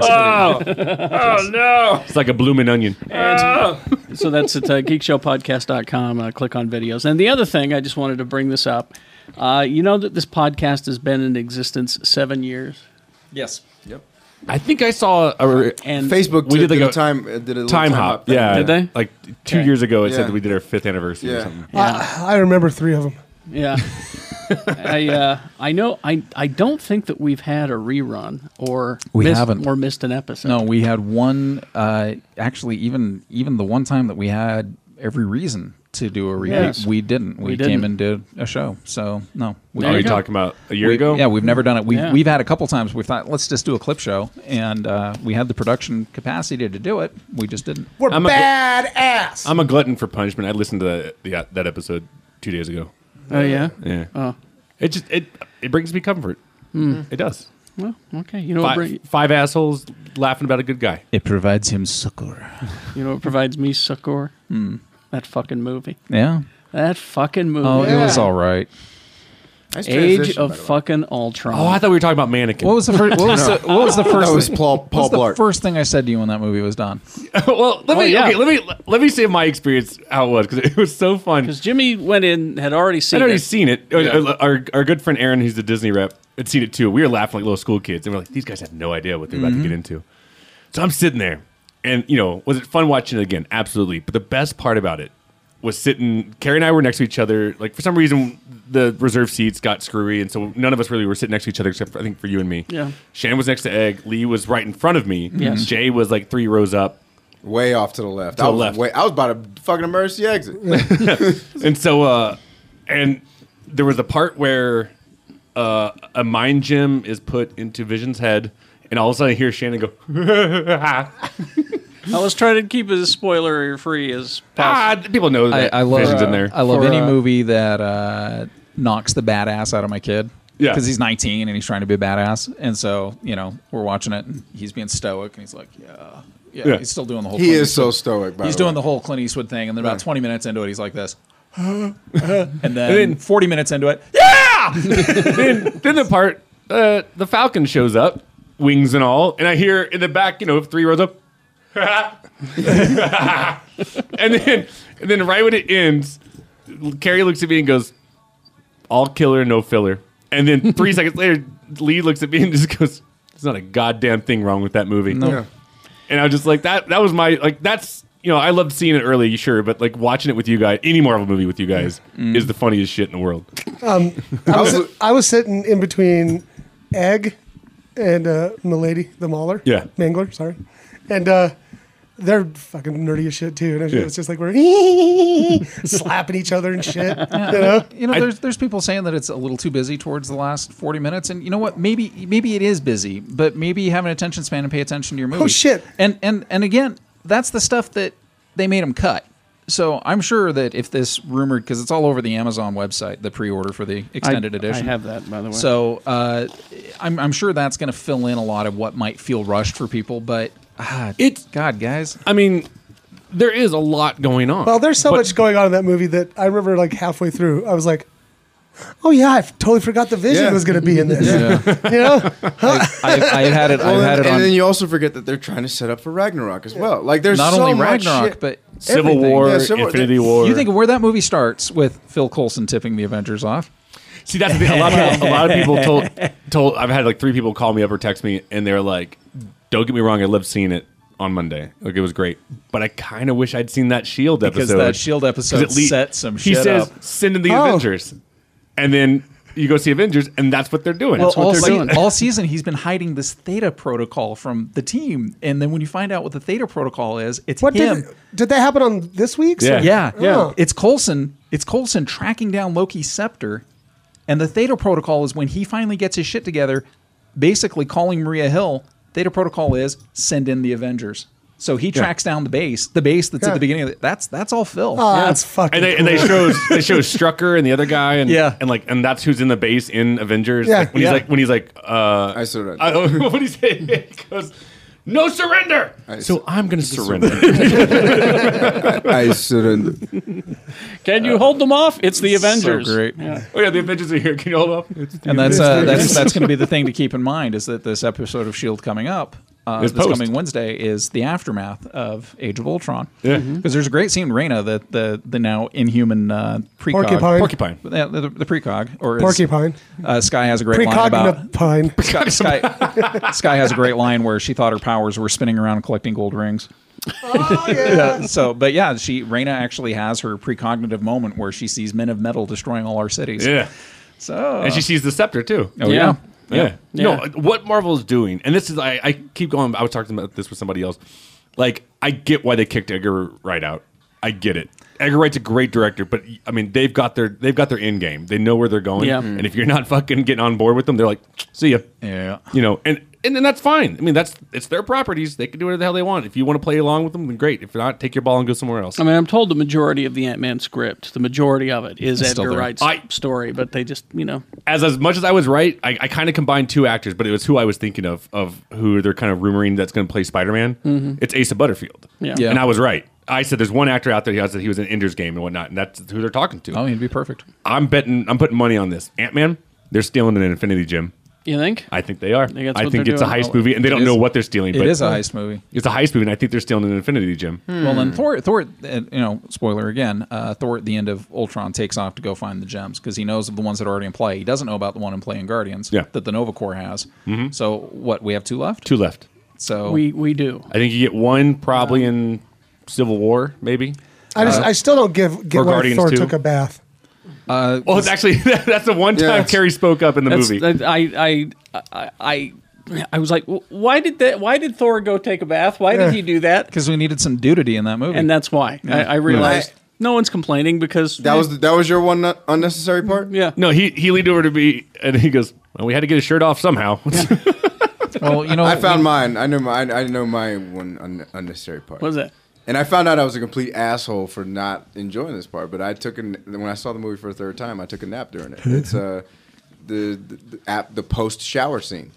Speaker 7: Ah. It's like a blooming onion.
Speaker 2: Uh, so that's at uh, geekshowpodcast.com. Uh, click on videos. And the other thing, I just wanted to bring this up. Uh, you know that this podcast has been in existence seven years.
Speaker 6: yes.
Speaker 7: I think I saw a,
Speaker 2: And
Speaker 9: Facebook
Speaker 7: We
Speaker 9: we
Speaker 7: did
Speaker 9: did,
Speaker 7: like
Speaker 9: a
Speaker 7: a
Speaker 9: time uh, did a little
Speaker 7: time hop. Yeah,
Speaker 2: Did they?
Speaker 7: Like two
Speaker 2: Okay.
Speaker 7: years ago, it
Speaker 9: Yeah.
Speaker 7: said that we did our fifth anniversary or
Speaker 9: Yeah.
Speaker 7: something.
Speaker 2: Yeah,
Speaker 3: I remember three of them.
Speaker 2: yeah. I uh, I know I I don't think that we've had a rerun or
Speaker 6: We
Speaker 2: missed,
Speaker 6: haven't.
Speaker 2: or missed an episode.
Speaker 6: No, we had one. Uh, actually, even even the one time that we had every reason to do a repeat,
Speaker 2: Yes.
Speaker 6: we didn't. We,
Speaker 2: We
Speaker 6: came
Speaker 2: didn't.
Speaker 6: and did a show. So no, we
Speaker 2: There
Speaker 7: Are
Speaker 2: you
Speaker 7: you
Speaker 2: go.
Speaker 7: talking about a year
Speaker 6: we-
Speaker 7: ago?
Speaker 6: Yeah, we've never done it. We've,
Speaker 2: Yeah.
Speaker 6: we've had a couple times we thought, let's just do a clip show. And uh, we had the production capacity to do it. We just didn't.
Speaker 3: We're
Speaker 7: I'm a-
Speaker 3: badass.
Speaker 7: I'm a glutton for punishment. I listened to that, the, uh, that episode two days ago. Uh.
Speaker 2: Oh yeah.
Speaker 7: Yeah. Hmm. It just it it brings me comfort. It does.
Speaker 2: Well, okay. You know, what
Speaker 7: five,
Speaker 2: bring,
Speaker 7: five assholes laughing about a good guy.
Speaker 6: It provides him succor.
Speaker 2: you know, what provides me succor.
Speaker 6: Hmm.
Speaker 2: That fucking movie.
Speaker 6: Yeah.
Speaker 2: That fucking movie.
Speaker 6: Oh, it was all right.
Speaker 2: Age of fucking Ultron.
Speaker 7: Oh, I thought we were talking about mannequin.
Speaker 6: What was the first? What was, the, what was the first?
Speaker 7: That was
Speaker 6: thing-
Speaker 7: Paul-
Speaker 6: what
Speaker 7: Paul
Speaker 6: was the
Speaker 7: Blart.
Speaker 6: first thing I said to you when that movie was done.
Speaker 7: well, let me
Speaker 2: Oh, yeah.
Speaker 7: okay, let me let me say my experience how it was because it was so fun.
Speaker 2: Because Jimmy went in, had already seen
Speaker 7: I'd already
Speaker 2: it.
Speaker 7: seen it. Our, our, our good friend Aaron, who's the Disney rep, had seen it too. We were laughing like little school kids, and we're like, these guys have no idea what they're about
Speaker 14: Mhm.
Speaker 7: to
Speaker 2: Mm-hmm.
Speaker 7: get into. So I'm sitting there, and you know, was it fun watching it again? Absolutely. But the best part about it was sitting. Carrie and I were next to each other. Like for some reason, the reserve seats got screwy, and so none of us really were sitting next to each other, except for, I think for you and me.
Speaker 2: Yeah.
Speaker 7: Shannon was next to Egg. Lee was right in front of me.
Speaker 2: Yes.
Speaker 7: Jay was like three rows up.
Speaker 9: Way off to the left.
Speaker 7: To
Speaker 9: I
Speaker 7: the
Speaker 9: was
Speaker 7: left.
Speaker 9: Way, I was about to fucking emergency exit.
Speaker 7: and so uh and there was a part where uh a mind gem is put into vision's head and all of a sudden i hear shannon go I
Speaker 2: was trying to keep it as spoiler free as
Speaker 7: ah,
Speaker 2: possible.
Speaker 7: people know
Speaker 6: I,
Speaker 7: that
Speaker 6: I love.
Speaker 7: vision's in there
Speaker 6: I love
Speaker 2: For,
Speaker 6: any
Speaker 2: uh,
Speaker 6: movie that uh, knocks the badass out of my kid.
Speaker 7: Yeah.
Speaker 6: Because he's 19 and he's trying to be a badass, and so you know we're watching it, and he's being stoic, and he's like, yeah. Yeah,
Speaker 9: Yeah.
Speaker 6: he's still doing the whole.
Speaker 9: He
Speaker 6: Clint
Speaker 9: is so
Speaker 6: Eastwood-
Speaker 9: stoic, by
Speaker 6: he's
Speaker 9: the
Speaker 6: doing
Speaker 9: way.
Speaker 6: the whole Clint Eastwood thing, and then about 20 minutes into it, he's like this, and
Speaker 7: and
Speaker 6: then, 40 minutes into it,
Speaker 7: then, then the part uh the falcon shows up wings and all and i hear in the back you know three rows up and then and then right when it ends carrie looks at me and goes all killer, no filler. And then three seconds later, Lee looks at me and just goes, "There's not a goddamn thing wrong with that movie."
Speaker 6: No. Yeah.
Speaker 7: And I was just like, "That that was my like that's you know I loved seeing it early, sure, but like watching it with you guys, any Marvel movie with you guys is the funniest shit in the world."
Speaker 3: Um, I, was, I was sitting in between Egg and uh, Milady, the Mauler.
Speaker 7: Yeah.
Speaker 3: Mangler, sorry. And uh, they're fucking nerdy as shit, too. And it's
Speaker 6: Yeah.
Speaker 3: just like we're slapping each other and shit. You know?
Speaker 6: You know, there's there's people saying that it's a little too busy towards the last 40 minutes, and you know what? Maybe maybe it is busy, but maybe you have an attention span and pay attention to your movie.
Speaker 3: shit.
Speaker 6: And and and again, that's the stuff that they made them cut. So I'm sure that if this rumored, because it's all over the Amazon website, the pre-order for the extended
Speaker 2: I
Speaker 6: edition.
Speaker 2: have that, by the way.
Speaker 6: So uh, I'm I'm sure that's going to fill in a lot of what might feel rushed for people, but ah,
Speaker 7: it's
Speaker 6: God, guys.
Speaker 7: I mean, there is a lot going on.
Speaker 3: Well, Oh, there's so much going on in that movie that I remember like halfway through, I was like, oh, yeah, I totally forgot the vision
Speaker 9: Yeah.
Speaker 3: was going to be in this.
Speaker 9: Yeah.
Speaker 3: you know?
Speaker 6: I've, I've had it. I've
Speaker 9: Well,
Speaker 6: had
Speaker 9: and,
Speaker 6: it on.
Speaker 9: and then you also forget that they're trying to set up for Ragnarok as well. Like there's
Speaker 6: not
Speaker 9: so
Speaker 6: only
Speaker 9: much
Speaker 6: Ragnarok,
Speaker 9: shit.
Speaker 6: but
Speaker 9: Civil
Speaker 6: everything.
Speaker 9: War, Yeah, Civil War, Infinity they- War.
Speaker 6: You think of where that movie starts with Phil Coulson tipping the Avengers off?
Speaker 7: See, that's the thing. A lot of people, a lot of people told told I've had like three people call me up or text me, and they're like, "Don't get me wrong, I loved seeing it on Monday. Like it was great, but I kind of wish I'd seen that Shield
Speaker 6: Because
Speaker 7: E episode
Speaker 6: that Shield
Speaker 7: 'Cause
Speaker 6: E episode
Speaker 7: lea-
Speaker 6: set some
Speaker 7: He
Speaker 6: shit
Speaker 7: says,
Speaker 6: up.
Speaker 7: "Send in the
Speaker 6: Oh.
Speaker 7: Avengers," and then you go see Avengers, and that's what they're doing.
Speaker 6: Well, all, se- all season he's been hiding this Theta protocol from the team, and then when you find out what the Theta protocol is, it's
Speaker 3: What
Speaker 6: him.
Speaker 3: did, did that happen on this week's?
Speaker 6: yeah, yeah,
Speaker 3: Oh.
Speaker 6: It's Colson. It's Colson tracking down Loki's scepter, and the Theta protocol is when he finally gets his shit together, basically calling Maria Hill. Theta protocol is send in the Avengers. So he
Speaker 7: Yeah.
Speaker 6: tracks down the base, the base that's at
Speaker 7: Yeah.
Speaker 6: the beginning of it. That's that's all Phil.
Speaker 3: Oh,
Speaker 7: And they, and they show they show Strucker and the other guy, and yeah, and like, and that's who's in the base in Avengers.
Speaker 6: Yeah.
Speaker 7: like, when
Speaker 6: Yeah.
Speaker 7: he's like, when he's like, uh, I surrender. I don't know what he said. He goes, "No surrender." so I'm gonna surrender.
Speaker 9: I surrender.
Speaker 2: Can you hold them off? It's the Avengers.
Speaker 6: great.
Speaker 2: Yeah.
Speaker 7: Oh yeah, the Avengers are here. Can you hold up? It's the
Speaker 6: and that's uh,
Speaker 7: Avengers.
Speaker 6: that's that's going to be the thing to keep in mind is that this episode of Shield E coming up uh,
Speaker 7: Is
Speaker 6: this
Speaker 7: post.
Speaker 6: coming Wednesday is the aftermath of Age of Ultron.
Speaker 7: Yeah.
Speaker 6: because there's a great scene in Reyna that the the now inhuman uh, precog
Speaker 3: Porcupine.
Speaker 7: Porcupine.
Speaker 6: Yeah, the, the precog or is-
Speaker 3: Porcupine.
Speaker 6: Uh, Sky has a great line about
Speaker 3: Precognitive pine.
Speaker 6: Sky, Sky, Sky has a great line where she thought her powers were spinning around and collecting gold rings.
Speaker 3: Oh,
Speaker 6: yeah. So, but yeah, she Reyna actually has her precognitive moment where she sees men of metal destroying all our cities.
Speaker 7: Yeah.
Speaker 6: So
Speaker 7: and she sees the scepter too.
Speaker 6: Oh,
Speaker 7: yeah,
Speaker 6: Yeah. yeah.
Speaker 2: Yeah.
Speaker 7: No, what Marvel's doing, and this is I, I keep going. I was talking about this with somebody else. Like I get why they kicked Edgar Wright out. I I get it. Edgar Wright's a great director, but I mean, they've got their they've got their end game. They know where they're going,
Speaker 2: Yeah.
Speaker 7: and if you're not fucking getting on board with them, they're like, "See ya."
Speaker 6: Yeah.
Speaker 7: You know, and and then that's fine. I mean, that's it's their properties. They can do whatever the hell they want. If you want to play along with them, then great. If not, take your ball and go somewhere else.
Speaker 2: I mean, I'm told the majority of the Ant Man script, the majority of it, is
Speaker 7: It's still
Speaker 2: Edgar
Speaker 7: there.
Speaker 2: Wright's story, but they just, you know,
Speaker 7: as as much as I was right, I, I kind of combined two actors, but it was who I was thinking of of who they're kind of rumoring that's going to play Spider Man.
Speaker 2: Mhm.
Speaker 7: It's Asa Butterfield.
Speaker 2: Yeah. Yeah.
Speaker 7: and I was right. I said there's one actor out there. He said he was in Ender's Game and whatnot, and that's who they're talking to.
Speaker 6: Oh, he'd be perfect.
Speaker 7: I'm betting. I'm putting money on this. Ant Man. They're stealing an Infinity Gem.
Speaker 2: you think?
Speaker 7: I think they are.
Speaker 2: think that's
Speaker 7: I
Speaker 2: what
Speaker 7: think
Speaker 2: they're
Speaker 7: it's a
Speaker 2: doing.
Speaker 7: heist movie, and they
Speaker 6: It
Speaker 7: don't
Speaker 6: is-
Speaker 7: know what they're stealing.
Speaker 6: it
Speaker 7: but
Speaker 6: is a heist movie.
Speaker 7: It's a heist movie, and I think they're stealing an Infinity Gem.
Speaker 2: Hmm.
Speaker 6: Well, then Thor, Thor, uh, you know, spoiler again. Uh, Thor at the end of Ultron takes off to go find the gems because he knows of the ones that are already in play. He doesn't know about the one in play in Guardians
Speaker 7: Yeah.
Speaker 6: that the Nova Corps has. So what? We have two left.
Speaker 7: Two left.
Speaker 6: So
Speaker 2: We we do.
Speaker 7: I think you get one probably in Civil War, maybe.
Speaker 3: I just, I still don't give get
Speaker 7: or
Speaker 3: why
Speaker 7: Uh, Guardians
Speaker 3: Thor
Speaker 7: 2.
Speaker 3: took a bath.
Speaker 6: Uh,
Speaker 7: well, it's actually that's the one
Speaker 2: Yeah,
Speaker 7: time
Speaker 2: it's-
Speaker 7: Carrie spoke up in the
Speaker 2: That's-
Speaker 7: movie.
Speaker 2: that- I, I, I, I, I was like, "Wh- why did that? Why did Thor go take a bath? Why did he do that?
Speaker 6: Because we needed some nudity in that movie,
Speaker 2: And that's why I, I realized no one's complaining because
Speaker 9: That was that was your one nu- unnecessary part.
Speaker 2: Yeah.
Speaker 7: No, he he leaned over to me and he goes, well, "We had to get his shirt off somehow."
Speaker 6: Well, Oh, you know,
Speaker 9: I found
Speaker 6: we-
Speaker 9: mine. I know my I, I know my one un- unnecessary part.
Speaker 2: What was that?
Speaker 9: And I found out I was a complete asshole for not enjoying this part. But I took an when I saw the movie for a third time, I took a nap during it. It's uh, the, the the app the post shower scene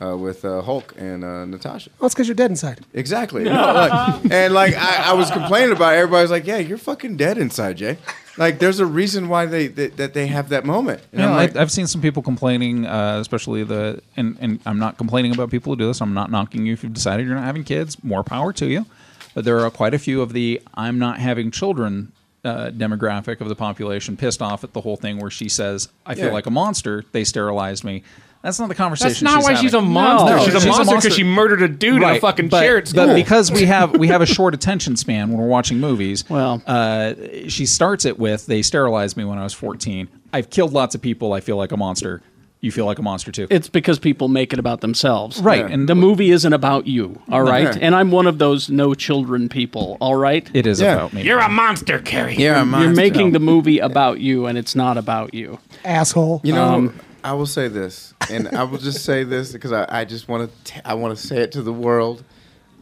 Speaker 9: uh, with uh, Hulk and uh, Natasha.
Speaker 3: Oh, it's because you're dead inside.
Speaker 9: Exactly. No, like- and like I, I was complaining about, it. everybody's like, "Yeah, you're fucking dead inside, Jay." Like, there's a reason why they that, that they have that moment. And
Speaker 6: Yeah,
Speaker 9: I'm like,
Speaker 6: I, I've seen some people complaining, uh, especially the and and I'm not complaining about people who do this. I'm not knocking you if you've decided you're not having kids. More power to you. But there are quite a few of the I'm not having children uh, demographic of the population pissed off at the whole thing where she says I feel
Speaker 7: Yeah.
Speaker 6: like a monster. They sterilized me. That's not the conversation.
Speaker 7: That's not
Speaker 6: she's
Speaker 7: why
Speaker 6: having.
Speaker 7: she's a monster.
Speaker 6: Oh,
Speaker 7: She's a monster 'cause she murdered a dude in a
Speaker 6: Right,
Speaker 7: fucking
Speaker 6: but,
Speaker 7: chair at
Speaker 6: But
Speaker 7: school.
Speaker 6: because we have we have a short attention span when we're watching movies.
Speaker 2: Well,
Speaker 6: uh, she starts it with they sterilized me when I was 14. I've killed lots of people. I feel like a monster. You feel like a monster too.
Speaker 2: It's because people make it about themselves,
Speaker 6: Right, Yeah.
Speaker 2: And the movie isn't about you, all
Speaker 6: No.
Speaker 2: right.
Speaker 6: Yeah.
Speaker 2: And I'm one of those no children people, all right.
Speaker 6: It is Yeah. about me.
Speaker 7: You're a monster, Carrie.
Speaker 2: You're making the movie about you, and it's not about you.
Speaker 3: Asshole.
Speaker 9: You know,
Speaker 2: Um,
Speaker 9: I will say this, and I will just say this because I, I just want to I want to say it to the world.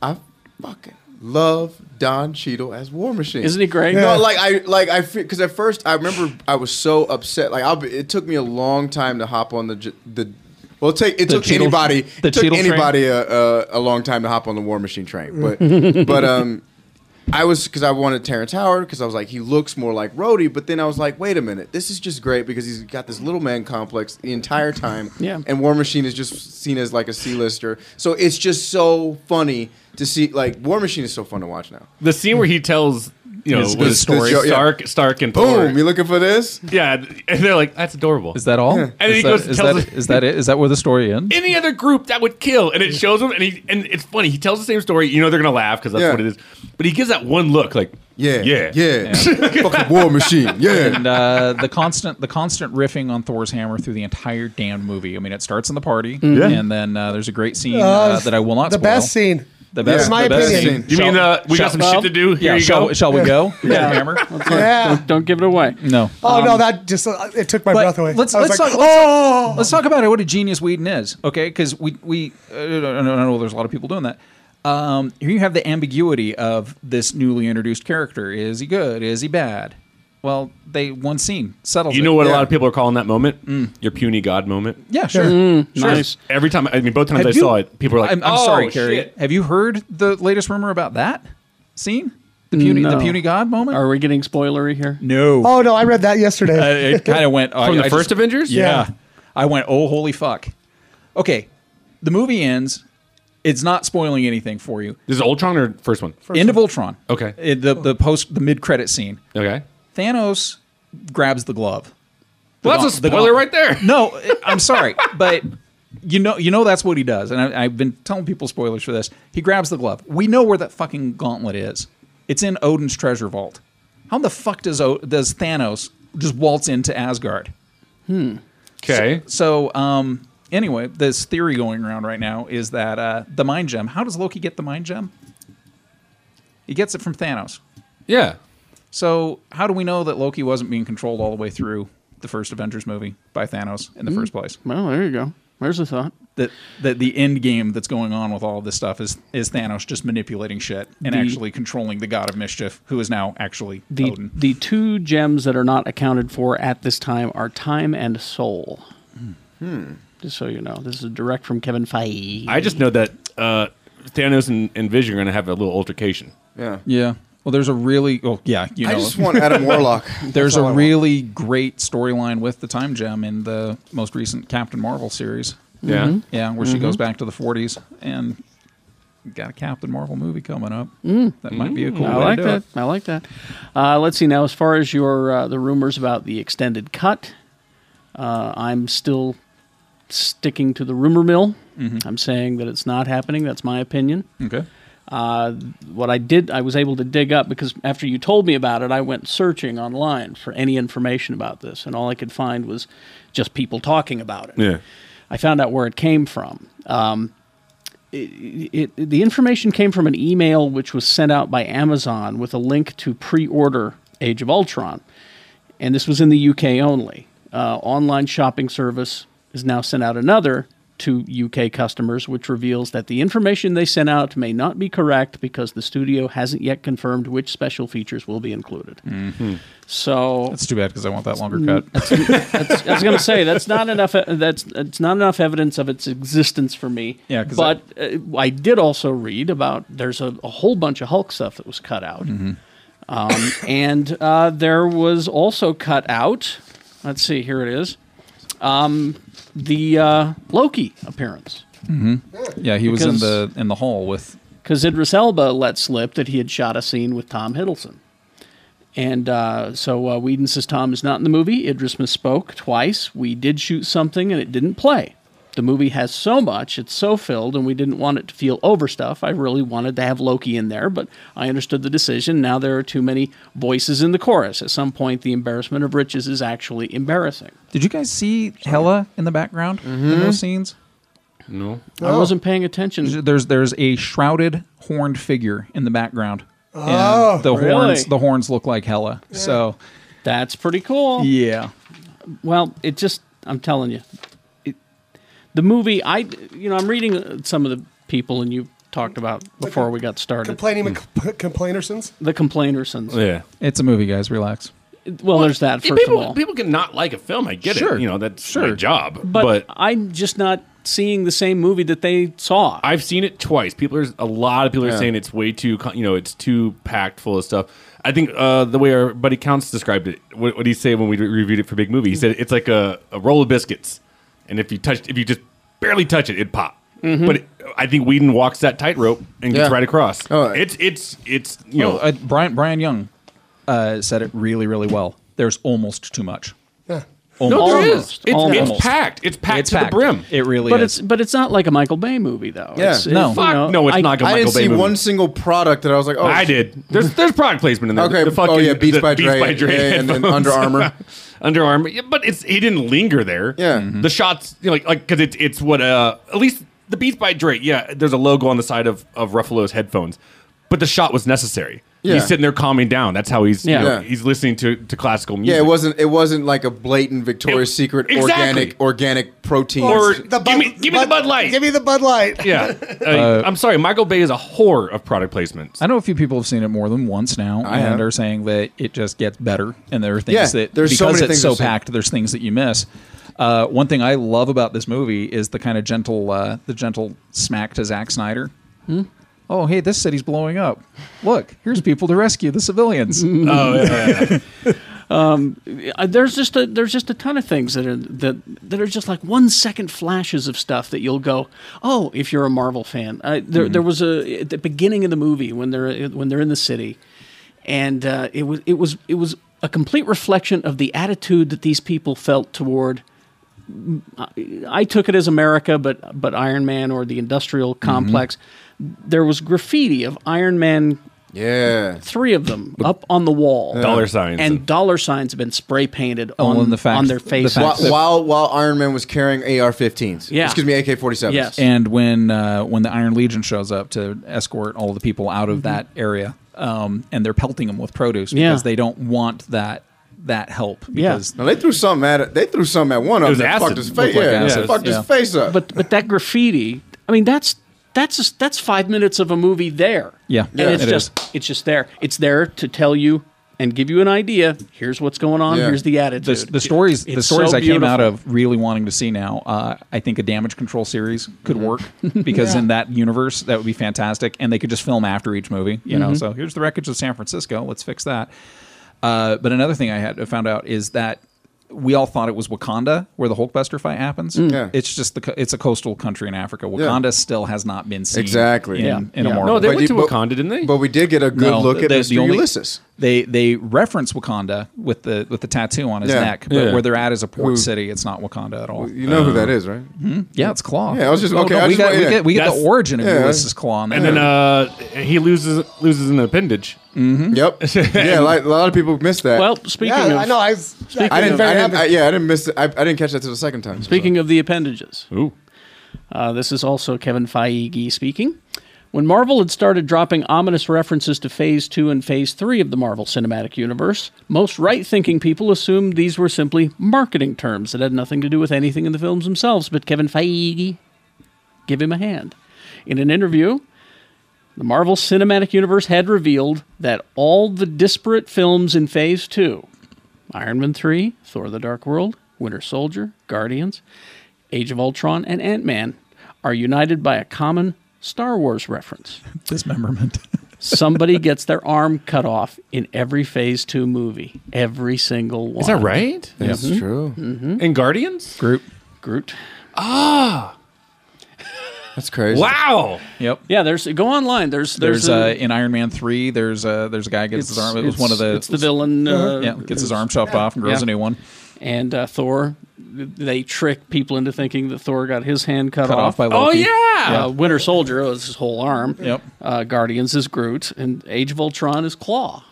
Speaker 9: I fucking love Don Cheadle as War Machine.
Speaker 2: Isn't he great?
Speaker 9: No,
Speaker 2: Yeah.
Speaker 9: like I like I because at first I remember I was so upset. Like I'll be, it took me a long time to hop on the j- the. Well, it, take, it
Speaker 6: The
Speaker 9: took
Speaker 6: Cheadle-
Speaker 9: anybody
Speaker 6: the
Speaker 9: it took
Speaker 6: Cheadle train?
Speaker 9: anybody uh, a, a, a long time to hop on the War Machine train, but but um. I was because I wanted Terrence Howard because I was like he looks more like Rhodey, but then I was like, wait a minute, this is just great because he's got this little man complex the entire time,
Speaker 2: Yeah.
Speaker 9: And War Machine is just seen as like a C-lister, so it's just so funny to see. Like War Machine is so fun to watch now.
Speaker 7: the scene where he tells you know
Speaker 9: His-
Speaker 7: what
Speaker 9: his
Speaker 7: is story
Speaker 9: jo- yeah.
Speaker 7: Stark Stark and
Speaker 9: Boom,
Speaker 7: Thor.
Speaker 9: you looking for this?
Speaker 7: Yeah, and they're like, "That's adorable."
Speaker 6: Is that all?
Speaker 7: And then
Speaker 6: is
Speaker 7: he
Speaker 6: that,
Speaker 7: goes, and
Speaker 6: is,
Speaker 7: tells
Speaker 6: that,
Speaker 7: us-
Speaker 6: is that it? Is that where the story ends?
Speaker 7: any other group that would kill and it shows him and he and it's funny he tells the same story you know they're gonna laugh because that's
Speaker 9: Yeah.
Speaker 7: what it is but he gives that one look like
Speaker 9: yeah
Speaker 7: yeah
Speaker 9: yeah, fucking War Machine, yeah.
Speaker 6: And uh, the constant, the constant riffing on Thor's hammer through the entire damn movie. I mean, it starts in the party,
Speaker 7: Yeah.
Speaker 6: and then uh, there's a great scene uh,
Speaker 3: Uh,
Speaker 6: that I will not.
Speaker 3: the
Speaker 6: spoil.
Speaker 3: best scene.
Speaker 6: The best.
Speaker 3: Yeah. My
Speaker 6: the best
Speaker 3: opinion.
Speaker 6: Scene.
Speaker 7: You mean, uh, we got some shit to do? Here
Speaker 6: yeah,
Speaker 7: you
Speaker 6: shall,
Speaker 7: go.
Speaker 6: Shall we go? Here's the
Speaker 2: Yeah.
Speaker 6: hammer.
Speaker 3: Yeah.
Speaker 2: Don't, don't give it away.
Speaker 6: No.
Speaker 3: Oh
Speaker 6: Um,
Speaker 3: no, that just uh, it took my
Speaker 6: but
Speaker 3: breath away.
Speaker 6: Let's
Speaker 3: I was
Speaker 6: let's,
Speaker 3: like, "Oh!"
Speaker 6: talk, let's, talk- let's talk about it. What a genius Whedon is, okay? Because we we uh, I don't know there's a lot of people doing that. Um, here you have the ambiguity of this newly introduced character. Is he good? Is he bad? Well, they one scene settles.
Speaker 7: you
Speaker 6: it.
Speaker 7: know what a lot of people are calling that moment
Speaker 9: Mm.
Speaker 7: your puny god moment
Speaker 6: Yeah, sure. Sure.
Speaker 7: Nice. every time I mean both times
Speaker 6: Have
Speaker 7: I
Speaker 6: you-
Speaker 7: saw it people were like
Speaker 6: I'm, I'm
Speaker 7: "Oh,
Speaker 6: sorry, Carrie.
Speaker 7: shit."
Speaker 6: Have you heard the latest rumor about that scene? The puny, the
Speaker 2: No.
Speaker 6: puny god moment.
Speaker 2: Are we getting spoilery here?
Speaker 6: No.
Speaker 3: oh no, I read that yesterday.
Speaker 6: I- it kind of went oh,
Speaker 7: From
Speaker 6: I-
Speaker 7: the
Speaker 6: I
Speaker 7: first
Speaker 6: just-
Speaker 7: Avengers?
Speaker 6: Yeah.
Speaker 7: Yeah.
Speaker 6: I went, oh holy fuck. Okay, the movie ends. It's not spoiling anything for you.
Speaker 7: this is Ultron or first one
Speaker 6: End of Ultron.
Speaker 7: Okay.
Speaker 6: It- the the post the mid credit scene.
Speaker 7: okay
Speaker 6: Thanos grabs the glove.
Speaker 7: well that's a
Speaker 6: The
Speaker 7: spoiler
Speaker 6: gaunt-
Speaker 7: right there
Speaker 6: No, I- I'm sorry, but you know, you know that's what he does, and I, I've been telling people spoilers for this. He grabs the glove. We know where that fucking gauntlet is. It's in Odin's treasure vault. How the fuck does o- does Thanos just waltz into Asgard?
Speaker 7: okay
Speaker 6: So, um, anyway, this theory going around right now is that uh, the mind gem. How does Loki get the mind gem? He gets it from Thanos.
Speaker 7: yeah
Speaker 6: So how do we know that Loki wasn't being controlled all the way through the first Avengers movie by Thanos in the
Speaker 2: Hmm.
Speaker 6: first place?
Speaker 2: Well, there you go. There's a thought.
Speaker 6: That, that the end game that's going on with all of this stuff is is Thanos just manipulating shit and
Speaker 2: The-
Speaker 6: actually controlling the god of mischief, who is now actually
Speaker 2: The
Speaker 6: Odin.
Speaker 2: the two gems that are not accounted for at this time are time and soul.
Speaker 6: Hmm.
Speaker 2: Just so you know, this is direct from Kevin Feige.
Speaker 7: I just know that uh, Thanos and, and Vision are going to have a little altercation.
Speaker 9: Yeah.
Speaker 6: Yeah. Well, there's a really. Oh, yeah. You know
Speaker 9: I
Speaker 6: it.
Speaker 9: just want Adam Warlock.
Speaker 6: there's
Speaker 9: That's
Speaker 6: a
Speaker 9: all I want.
Speaker 6: really great storyline with the time gem in the most recent Captain Marvel series.
Speaker 7: Yeah. Mhm.
Speaker 6: Yeah, where she
Speaker 7: Mhm.
Speaker 6: goes back to the 40s and got a Captain Marvel movie coming up. That might be a cool.
Speaker 2: I
Speaker 6: way
Speaker 2: like
Speaker 6: to do
Speaker 2: that.
Speaker 6: It.
Speaker 2: I like that. Uh, let's see now. As far as your uh, the rumors about the extended cut, uh, I'm still sticking to the rumor mill.
Speaker 6: Mhm.
Speaker 2: I'm saying that it's not happening. That's my opinion.
Speaker 6: Okay.
Speaker 2: Uh, what I did, I was able to dig up because after you told me about it, I went searching online for any information about this, and all I could find was just people talking about it.
Speaker 7: Yeah.
Speaker 2: I found out where it came from. Um, it, it, the information came from an email which was sent out by Amazon with a link to pre order Age of Ultron. And this was in the UK only. Uh, online shopping service has now sent out another to UK customers, which reveals that the information they sent out may not be correct because the studio hasn't yet confirmed which special features will be included. So
Speaker 6: That's too bad because I want that longer cut.
Speaker 2: That's- I was going to say that's not enough. uh, That's it's not enough evidence of its existence for me.
Speaker 6: Yeah, 'cause
Speaker 2: but uh, I did also read about there's a, a whole bunch of Hulk stuff that was cut out,
Speaker 6: Mm-hmm.
Speaker 2: um, and uh, there was also cut out. Let's see, here it is, um, the uh, Loki appearance
Speaker 6: hmm Yeah, he was in
Speaker 2: Because-
Speaker 6: the in the hall with.
Speaker 2: because Idris Elba let slip that he had shot a scene with Tom Hiddleston. And uh, so uh, Whedon says Tom is not in the movie. Idris misspoke twice. We did shoot something and it didn't play. The movie has so much, it's so filled, and we didn't want it to feel overstuffed. I really wanted to have Loki in there, but I understood the decision. Now there are too many voices in the chorus. At some point, the embarrassment of riches is actually embarrassing.
Speaker 6: Did you guys see Hella in the background in
Speaker 2: Mhm.
Speaker 6: those scenes?
Speaker 7: No.
Speaker 2: I wasn't paying attention.
Speaker 6: There's there's a shrouded horned figure in the background. And
Speaker 2: Oh,
Speaker 6: the
Speaker 2: really?
Speaker 6: horns the horns look like Hella. So
Speaker 2: That's pretty cool.
Speaker 6: yeah.
Speaker 2: Well, it just I'm telling you, it, the movie. I you know I'm reading uh, some of the people, and you talked about before we got started.
Speaker 3: Complaining mm. complainersons.
Speaker 2: the complainersons.
Speaker 6: It's a movie, guys. Relax.
Speaker 2: Well, there's that
Speaker 7: Yeah,
Speaker 2: first
Speaker 7: people,
Speaker 2: of all.
Speaker 7: people can not like a film. I get
Speaker 2: Sure.
Speaker 7: it. You know that's
Speaker 2: Sure.
Speaker 7: my job.
Speaker 2: but, I'm just not seeing the same movie that they saw.
Speaker 7: I've seen it twice. People are a lot of people are
Speaker 2: Yeah.
Speaker 7: saying it's way too con- you know it's too packed full of stuff. I think uh, the way our buddy Counts described it. What, what did he say when we re- reviewed it for Big Movie? He said it's like a, a roll of biscuits, and if you touched if you just barely touch it, it would pop.
Speaker 6: Mhm.
Speaker 7: But it, I think Whedon walks that tightrope and gets
Speaker 6: Yeah.
Speaker 7: right across. it's it's it's you
Speaker 6: Well,
Speaker 7: know
Speaker 6: uh, Brian Brian Young uh, said it really really well. There's almost too much.
Speaker 3: Yeah.
Speaker 6: Almost.
Speaker 7: No, there is.
Speaker 6: Almost.
Speaker 7: It's- it's
Speaker 6: Almost.
Speaker 7: packed. It's packed to the brim.
Speaker 6: It really
Speaker 2: but
Speaker 6: is.
Speaker 2: it's but it's not like a Michael Bay movie though.
Speaker 6: Yeah.
Speaker 2: It's,
Speaker 6: No.
Speaker 2: you
Speaker 6: Fuck,
Speaker 2: know,
Speaker 6: no, it's
Speaker 2: I-
Speaker 6: not
Speaker 9: I didn't see
Speaker 7: Bay movie.
Speaker 9: one single product that I was like, oh,
Speaker 7: I did. There's there's product placement in there.
Speaker 9: Okay,
Speaker 7: The fucking,
Speaker 9: oh, yeah, Beats
Speaker 7: the
Speaker 9: by Dre, yeah, and then
Speaker 7: headphones.
Speaker 9: Under Armour.
Speaker 7: Under Armour, yeah, but it's he didn't linger there.
Speaker 9: Yeah. Mhm.
Speaker 7: the shots, you know, like like because it's it's what uh at least the Beats by Dre, yeah. There's a logo on the side of of Ruffalo's headphones, but the shot was necessary.
Speaker 9: Yeah.
Speaker 7: He's sitting there calming down. That's how he's
Speaker 9: Yeah.
Speaker 7: you know,
Speaker 9: Yeah.
Speaker 7: he's listening to to classical music.
Speaker 9: Yeah, it wasn't. It wasn't like a blatant Victoria's Secret
Speaker 7: Exactly.
Speaker 9: organic organic protein.
Speaker 7: Or give me give me the Bud Light.
Speaker 3: Give me the Bud Light.
Speaker 7: Yeah, Uh, I'm sorry, Michael Bay is a whore of product placement.
Speaker 6: I know a few people have seen it more than once now,
Speaker 7: I
Speaker 6: and
Speaker 7: have.
Speaker 6: are saying that it just gets better, and there are things
Speaker 9: Yeah,
Speaker 6: that
Speaker 9: there's so
Speaker 6: because
Speaker 9: many
Speaker 6: it's
Speaker 9: things
Speaker 6: so
Speaker 9: I've seen.
Speaker 6: packed, there's things that you miss. Uh, one thing I love about this movie is the kind of gentle, uh, the gentle smack to Zack Snyder.
Speaker 2: Hmm?
Speaker 6: Oh, hey, this city's blowing up. Look, here's people to rescue the civilians.
Speaker 2: Oh, yeah, um, uh, there's just a there's just a ton of things that are that that are just like one second flashes of stuff that you'll go oh if you're a Marvel fan uh, there there was a at the beginning of the movie when they're when they're in the city and uh, it was it was it was a complete reflection of the attitude that these people felt toward I- I took it as America, but but Iron Man or the industrial complex. There was graffiti of Iron Man
Speaker 9: Yeah.
Speaker 2: Three of them up on the wall.
Speaker 9: Dollar signs
Speaker 2: And
Speaker 9: and-
Speaker 2: dollar signs have been spray painted
Speaker 9: Oh,
Speaker 2: on,
Speaker 9: and the fact-
Speaker 2: on their
Speaker 9: the
Speaker 2: faces.
Speaker 9: fact that- While while Iron Man was carrying AR-15s.
Speaker 2: Yeah.
Speaker 9: Excuse me, AK-47s.
Speaker 6: And when uh, when the Iron Legion shows up to escort all the people out of that area, um, and they're pelting them with produce
Speaker 9: Yeah.
Speaker 6: because they don't want that that help because
Speaker 9: No, they threw something at it. They threw something at one
Speaker 6: It
Speaker 9: of
Speaker 6: was
Speaker 9: them. that
Speaker 6: acid.
Speaker 9: Fucked his
Speaker 6: Looked
Speaker 9: face.
Speaker 6: like
Speaker 9: yeah.
Speaker 6: acid.
Speaker 9: Fucked
Speaker 6: Yeah.
Speaker 9: his face up.
Speaker 2: But but that graffiti, I mean, that's that's just, that's five minutes of a movie there.
Speaker 6: Yeah.
Speaker 2: and
Speaker 6: Yeah.
Speaker 2: it's
Speaker 6: It
Speaker 2: just it's just there. It's there to tell you and give you an idea. Here's what's going on.
Speaker 6: Yeah.
Speaker 2: Here's the attitude.
Speaker 6: The, the stories, the
Speaker 2: It's
Speaker 6: stories
Speaker 2: so
Speaker 6: I came out
Speaker 2: beautiful.
Speaker 6: of really wanting to see now. Uh, I think a damage control series could work because
Speaker 2: Yeah.
Speaker 6: in that universe, that would be fantastic, and they could just film after each movie. You know,
Speaker 2: Mhm.
Speaker 6: so here's the wreckage of San Francisco. Let's fix that. Uh, but another thing I had found out is that we all thought it was Wakanda where the Hulkbuster fight happens.
Speaker 9: Mm. Yeah.
Speaker 6: It's just the co- it's a coastal country in Africa.
Speaker 9: Yeah.
Speaker 6: Wakanda still has not been seen
Speaker 9: Exactly.
Speaker 6: in,
Speaker 9: Yeah.
Speaker 6: in a
Speaker 9: Yeah.
Speaker 6: Marvel.
Speaker 9: No, they But went you- to but-
Speaker 6: Wakanda, didn't they?
Speaker 9: But we did get a good
Speaker 6: No,
Speaker 9: look at
Speaker 6: the-
Speaker 9: Mr.
Speaker 6: the only-
Speaker 9: Ulysses.
Speaker 6: They they reference Wakanda with the with the tattoo on his
Speaker 9: Yeah.
Speaker 6: neck, but
Speaker 9: Yeah.
Speaker 6: where they're at is a port
Speaker 9: Who-
Speaker 6: city. It's not Wakanda at all.
Speaker 9: You know who that is, right?
Speaker 6: Hmm? Yeah, it's Claw.
Speaker 9: Yeah, I was just
Speaker 6: No,
Speaker 9: okay.
Speaker 6: no,
Speaker 9: I
Speaker 6: we,
Speaker 9: just
Speaker 6: got,
Speaker 9: want-
Speaker 6: we
Speaker 9: yeah.
Speaker 6: get we get
Speaker 7: That's-
Speaker 6: the origin of
Speaker 7: yeah.
Speaker 6: Ulysses Claw on
Speaker 7: And then uh, he loses loses an appendage.
Speaker 6: Mm-hmm.
Speaker 9: Yep. yeah, like, a lot of people missed that.
Speaker 2: Well, speaking
Speaker 3: Yeah,
Speaker 2: of,
Speaker 3: I know, I was-
Speaker 2: speaking
Speaker 9: I didn't.
Speaker 2: of-
Speaker 9: I didn't I, yeah, I didn't miss. It. I, I didn't catch that till the second time.
Speaker 2: Speaking of the appendages, Uh, this is also Kevin Feige speaking. When Marvel had started dropping ominous references to Phase 2 and Phase 3 of the Marvel Cinematic Universe, most right thinking people assumed these were simply marketing terms that had nothing to do with anything in the films themselves. But Kevin Feige, give him a hand. In an interview, the Marvel Cinematic Universe had revealed that all the disparate films in Phase 2 Iron Man 3, Thor the Dark World, Winter Soldier, Guardians, Age of Ultron, and Ant Man are united by a common Star Wars reference.
Speaker 6: Dismemberment.
Speaker 2: Somebody gets their arm cut off in every Phase 2 movie, every single one.
Speaker 7: Is that right?
Speaker 2: That's Mhm.
Speaker 9: true.
Speaker 7: And Guardians?
Speaker 6: Groot.
Speaker 2: Groot.
Speaker 7: Ah.
Speaker 9: That's crazy.
Speaker 7: Wow.
Speaker 6: Yep.
Speaker 2: Yeah, there's go online. There's
Speaker 6: There's,
Speaker 2: there's,
Speaker 6: uh, in Iron Man three. There's uh, there's a guy gets his
Speaker 2: It's-
Speaker 6: arm. It was one of the Uh-huh.
Speaker 2: it's the villain, uh,
Speaker 6: yeah, gets his arm chopped off and grows
Speaker 2: Yeah.
Speaker 6: a new one.
Speaker 2: and uh, Thor. th- They trick people into thinking that Thor got his hand cut,
Speaker 6: Cut off by
Speaker 2: Oh
Speaker 6: Loki.
Speaker 2: yeah!
Speaker 6: Yeah.
Speaker 2: Uh, Winter Soldier was his whole arm.
Speaker 6: Yep.
Speaker 2: Uh, Guardians is Groot, and Age of Ultron is Claw.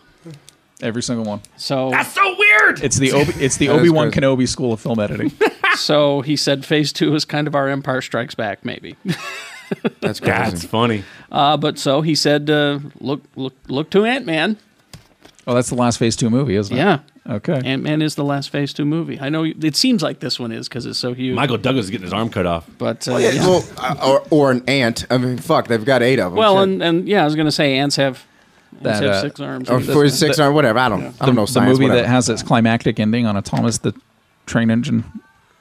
Speaker 6: Every single one.
Speaker 2: So
Speaker 7: that's so weird.
Speaker 6: It's the Obi, it's the
Speaker 2: That is
Speaker 6: Obi Wan
Speaker 2: crazy.
Speaker 6: Kenobi school of film editing.
Speaker 2: so he said Phase Two is kind of our Empire Strikes Back, maybe.
Speaker 9: That's
Speaker 7: crazy. That's funny.
Speaker 2: Uh, but so he said, uh, look, look, look to Ant Man.
Speaker 6: oh, that's the last Phase two movie, isn't it?
Speaker 2: Yeah.
Speaker 6: Okay.
Speaker 2: Ant Man is the last Phase Two movie. I know it seems like this one is because it's so huge.
Speaker 7: Michael Douglas is getting his arm cut off.
Speaker 2: but uh,
Speaker 9: Well, yeah,
Speaker 2: yeah.
Speaker 9: well, uh, or, or an ant. I mean, fuck, they've got eight of them.
Speaker 2: Well, and, and yeah, I was gonna say ants have, ants
Speaker 6: That,
Speaker 2: have
Speaker 6: uh,
Speaker 2: six arms.
Speaker 9: or for six
Speaker 6: the-
Speaker 9: or whatever. I don't. I
Speaker 6: the,
Speaker 9: don't know.
Speaker 6: Um, the
Speaker 9: science,
Speaker 6: movie
Speaker 9: whatever.
Speaker 6: that has its climactic ending on a Thomas the Train Engine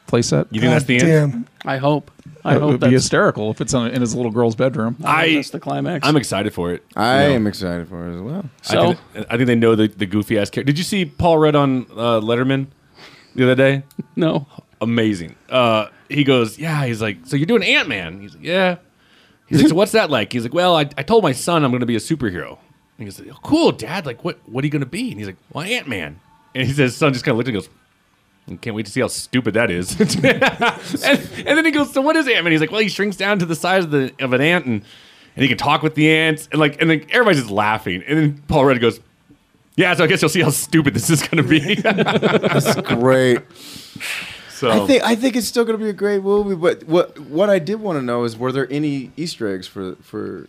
Speaker 6: playset.
Speaker 7: You think that's the end? Damn.
Speaker 2: I hope. I
Speaker 6: it
Speaker 2: hope
Speaker 6: would be
Speaker 2: that's-
Speaker 6: hysterical if it's on, in his little girl's bedroom.
Speaker 7: I-
Speaker 2: that's the climax.
Speaker 7: I'm excited for it.
Speaker 9: I
Speaker 7: You know.
Speaker 9: am excited for it as well.
Speaker 7: I think, I think they know the, the goofy ass character. Did you see Paul Rudd on uh, Letterman the other day?
Speaker 2: No.
Speaker 7: Amazing. Uh, he goes, yeah. He's like, so you're doing Ant Man? He's like, yeah. He's like, so what's that like? He's like, well, I, I told my son I'm going to be a superhero. And he goes, "Oh, cool, Dad. Like, what what are you going to be? And he's like, well, Ant Man. And he says, son just kind of looked at him and goes, can't wait to see how stupid that is. and, and then he goes, so what is Ant Man? He's like, well, he shrinks down to the size of the of an ant and and he can talk with the ants and like and then everybody's just laughing. And then Paul Rudd goes, yeah. So I guess you'll see how stupid this is going to be. That's
Speaker 9: great.
Speaker 7: So
Speaker 9: I think I think it's still going to be a great movie. But what what I did want to know is were there any Easter eggs for for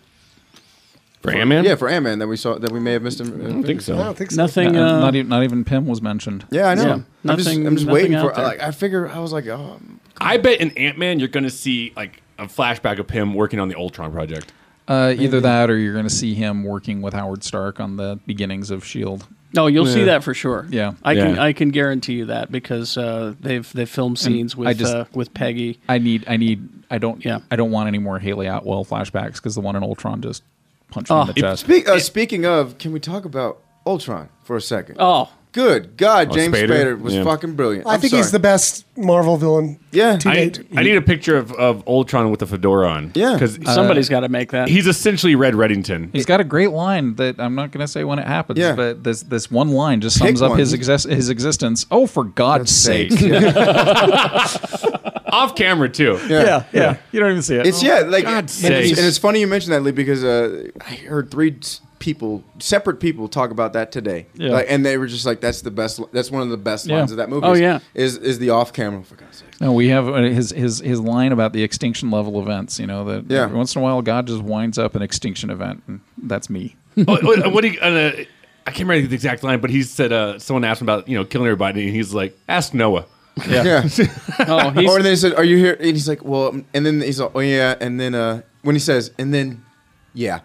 Speaker 7: For Ant-Man?
Speaker 9: Yeah, for Ant Man that we saw that we may have missed. I don't
Speaker 7: think so. I don't
Speaker 9: think
Speaker 2: Nothing,
Speaker 6: Not,
Speaker 2: uh,
Speaker 6: not even, not even Pym was mentioned.
Speaker 9: Yeah, I know.
Speaker 7: Yeah.
Speaker 9: I'm just,
Speaker 7: Nothing-
Speaker 9: I'm just
Speaker 7: nothing
Speaker 9: waiting
Speaker 7: out
Speaker 9: for.
Speaker 7: there.
Speaker 9: Like, I figure I was like, oh,
Speaker 7: I bet in Ant Man you're going to see like a flashback of him working on the Ultron project.
Speaker 6: Uh, either that, or you're going to see him working with Howard Stark on the beginnings of Shield.
Speaker 2: No, you'll see that for sure.
Speaker 6: Yeah,
Speaker 2: I can I can guarantee you that because uh, they've they've filmed
Speaker 6: And
Speaker 2: scenes
Speaker 6: I
Speaker 2: with
Speaker 6: just-
Speaker 2: uh, with Peggy.
Speaker 6: I need. I need. I don't. Yeah. I don't want any more Haley Atwell flashbacks because the one in Ultron just punched me in the chest.
Speaker 9: Speak, uh, speaking of, can we talk about Ultron for a second?
Speaker 2: Oh,
Speaker 9: good God,
Speaker 7: Oh,
Speaker 9: James
Speaker 7: Spader?
Speaker 9: Spader, was
Speaker 7: Yeah.
Speaker 9: fucking brilliant.
Speaker 3: I
Speaker 9: I'm
Speaker 3: think he's
Speaker 9: sorry.
Speaker 3: the best Marvel villain.
Speaker 9: Yeah,
Speaker 3: to
Speaker 7: I,
Speaker 3: date.
Speaker 7: I need a picture of, of Ultron with a fedora on.
Speaker 3: Yeah.
Speaker 7: because
Speaker 6: Uh,
Speaker 9: Uh,
Speaker 2: Somebody's gotta make that.
Speaker 7: He's essentially Red Reddington.
Speaker 6: He's got a great line that I'm not going to say when it happens,
Speaker 7: Yeah.
Speaker 6: but this this one line just
Speaker 7: Pick
Speaker 6: sums up
Speaker 7: one.
Speaker 6: his exes- his existence. Oh, for God's sake!
Speaker 7: sake. Off camera too.
Speaker 6: Yeah, yeah. You don't even see it.
Speaker 9: It's yeah, like
Speaker 7: God
Speaker 9: and it's, and it's funny you mentioned that, Lee, because uh, I heard three people, separate people, talk about that today.
Speaker 2: Yeah.
Speaker 9: Like, and they were just like, "That's the best. That's one of the best
Speaker 2: Yeah.
Speaker 9: lines of that movie."
Speaker 2: Oh,
Speaker 9: is-
Speaker 2: yeah.
Speaker 9: is is the off camera? For God's sake.
Speaker 6: No, we have uh, his his his line about the extinction level events. You know that
Speaker 9: Yeah.
Speaker 6: every once in a while God just winds up an extinction event, and that's me.
Speaker 7: Oh, oh, what he, uh, I can't remember the exact line, but he said uh, someone asked him about you know killing everybody, and he's like, "Ask Noah."
Speaker 9: Yeah.
Speaker 2: Oh, he's-
Speaker 9: or they said, "Are you here?" And he's like, "Well," um," and then he's like, "Oh yeah," and then uh, when he says, "And then, yeah."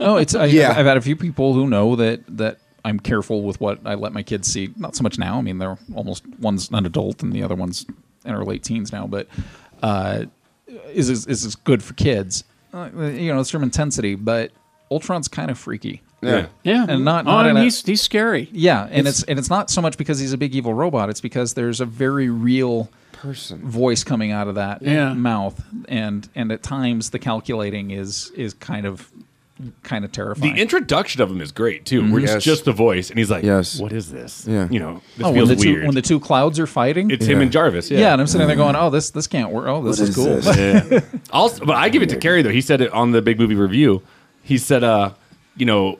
Speaker 6: oh, it's I,
Speaker 9: Yeah.
Speaker 6: I've had a few people who know that that I'm careful with what I let my kids see. Not so much now. I mean, they're almost one's an adult and the other one's in her late teens now. But uh, is is is this good for kids? Uh, you know, it's from intensity, but Ultron's kind of freaky.
Speaker 9: Yeah.
Speaker 2: Yeah.
Speaker 6: and not,
Speaker 2: Oh,
Speaker 6: not
Speaker 2: and
Speaker 6: in a-
Speaker 2: he's he's scary.
Speaker 6: Yeah, and
Speaker 2: It's-
Speaker 6: it's, and it's not so much because he's a big evil robot. It's because there's a very real person voice coming out of that
Speaker 2: Yeah.
Speaker 6: mouth, and and at times the calculating is is kind of kind of
Speaker 7: The
Speaker 6: terrifying.
Speaker 7: introduction of him is great too, where it's
Speaker 9: Mm-hmm. Yes.
Speaker 7: just the voice, and he's like,
Speaker 9: Yes.
Speaker 7: what is this?"
Speaker 9: Yeah.
Speaker 7: you know, this
Speaker 6: oh, when
Speaker 7: feels
Speaker 6: the
Speaker 7: weird.
Speaker 6: two when the two clouds are fighting.
Speaker 7: it's him and Jarvis. Yeah,
Speaker 6: yeah. and I'm sitting there going, "Oh, this this can't work. Oh, this is, cool."
Speaker 7: Yeah. also, but I give it to Carrie though. He said it on the big movie review. He said, uh, you know,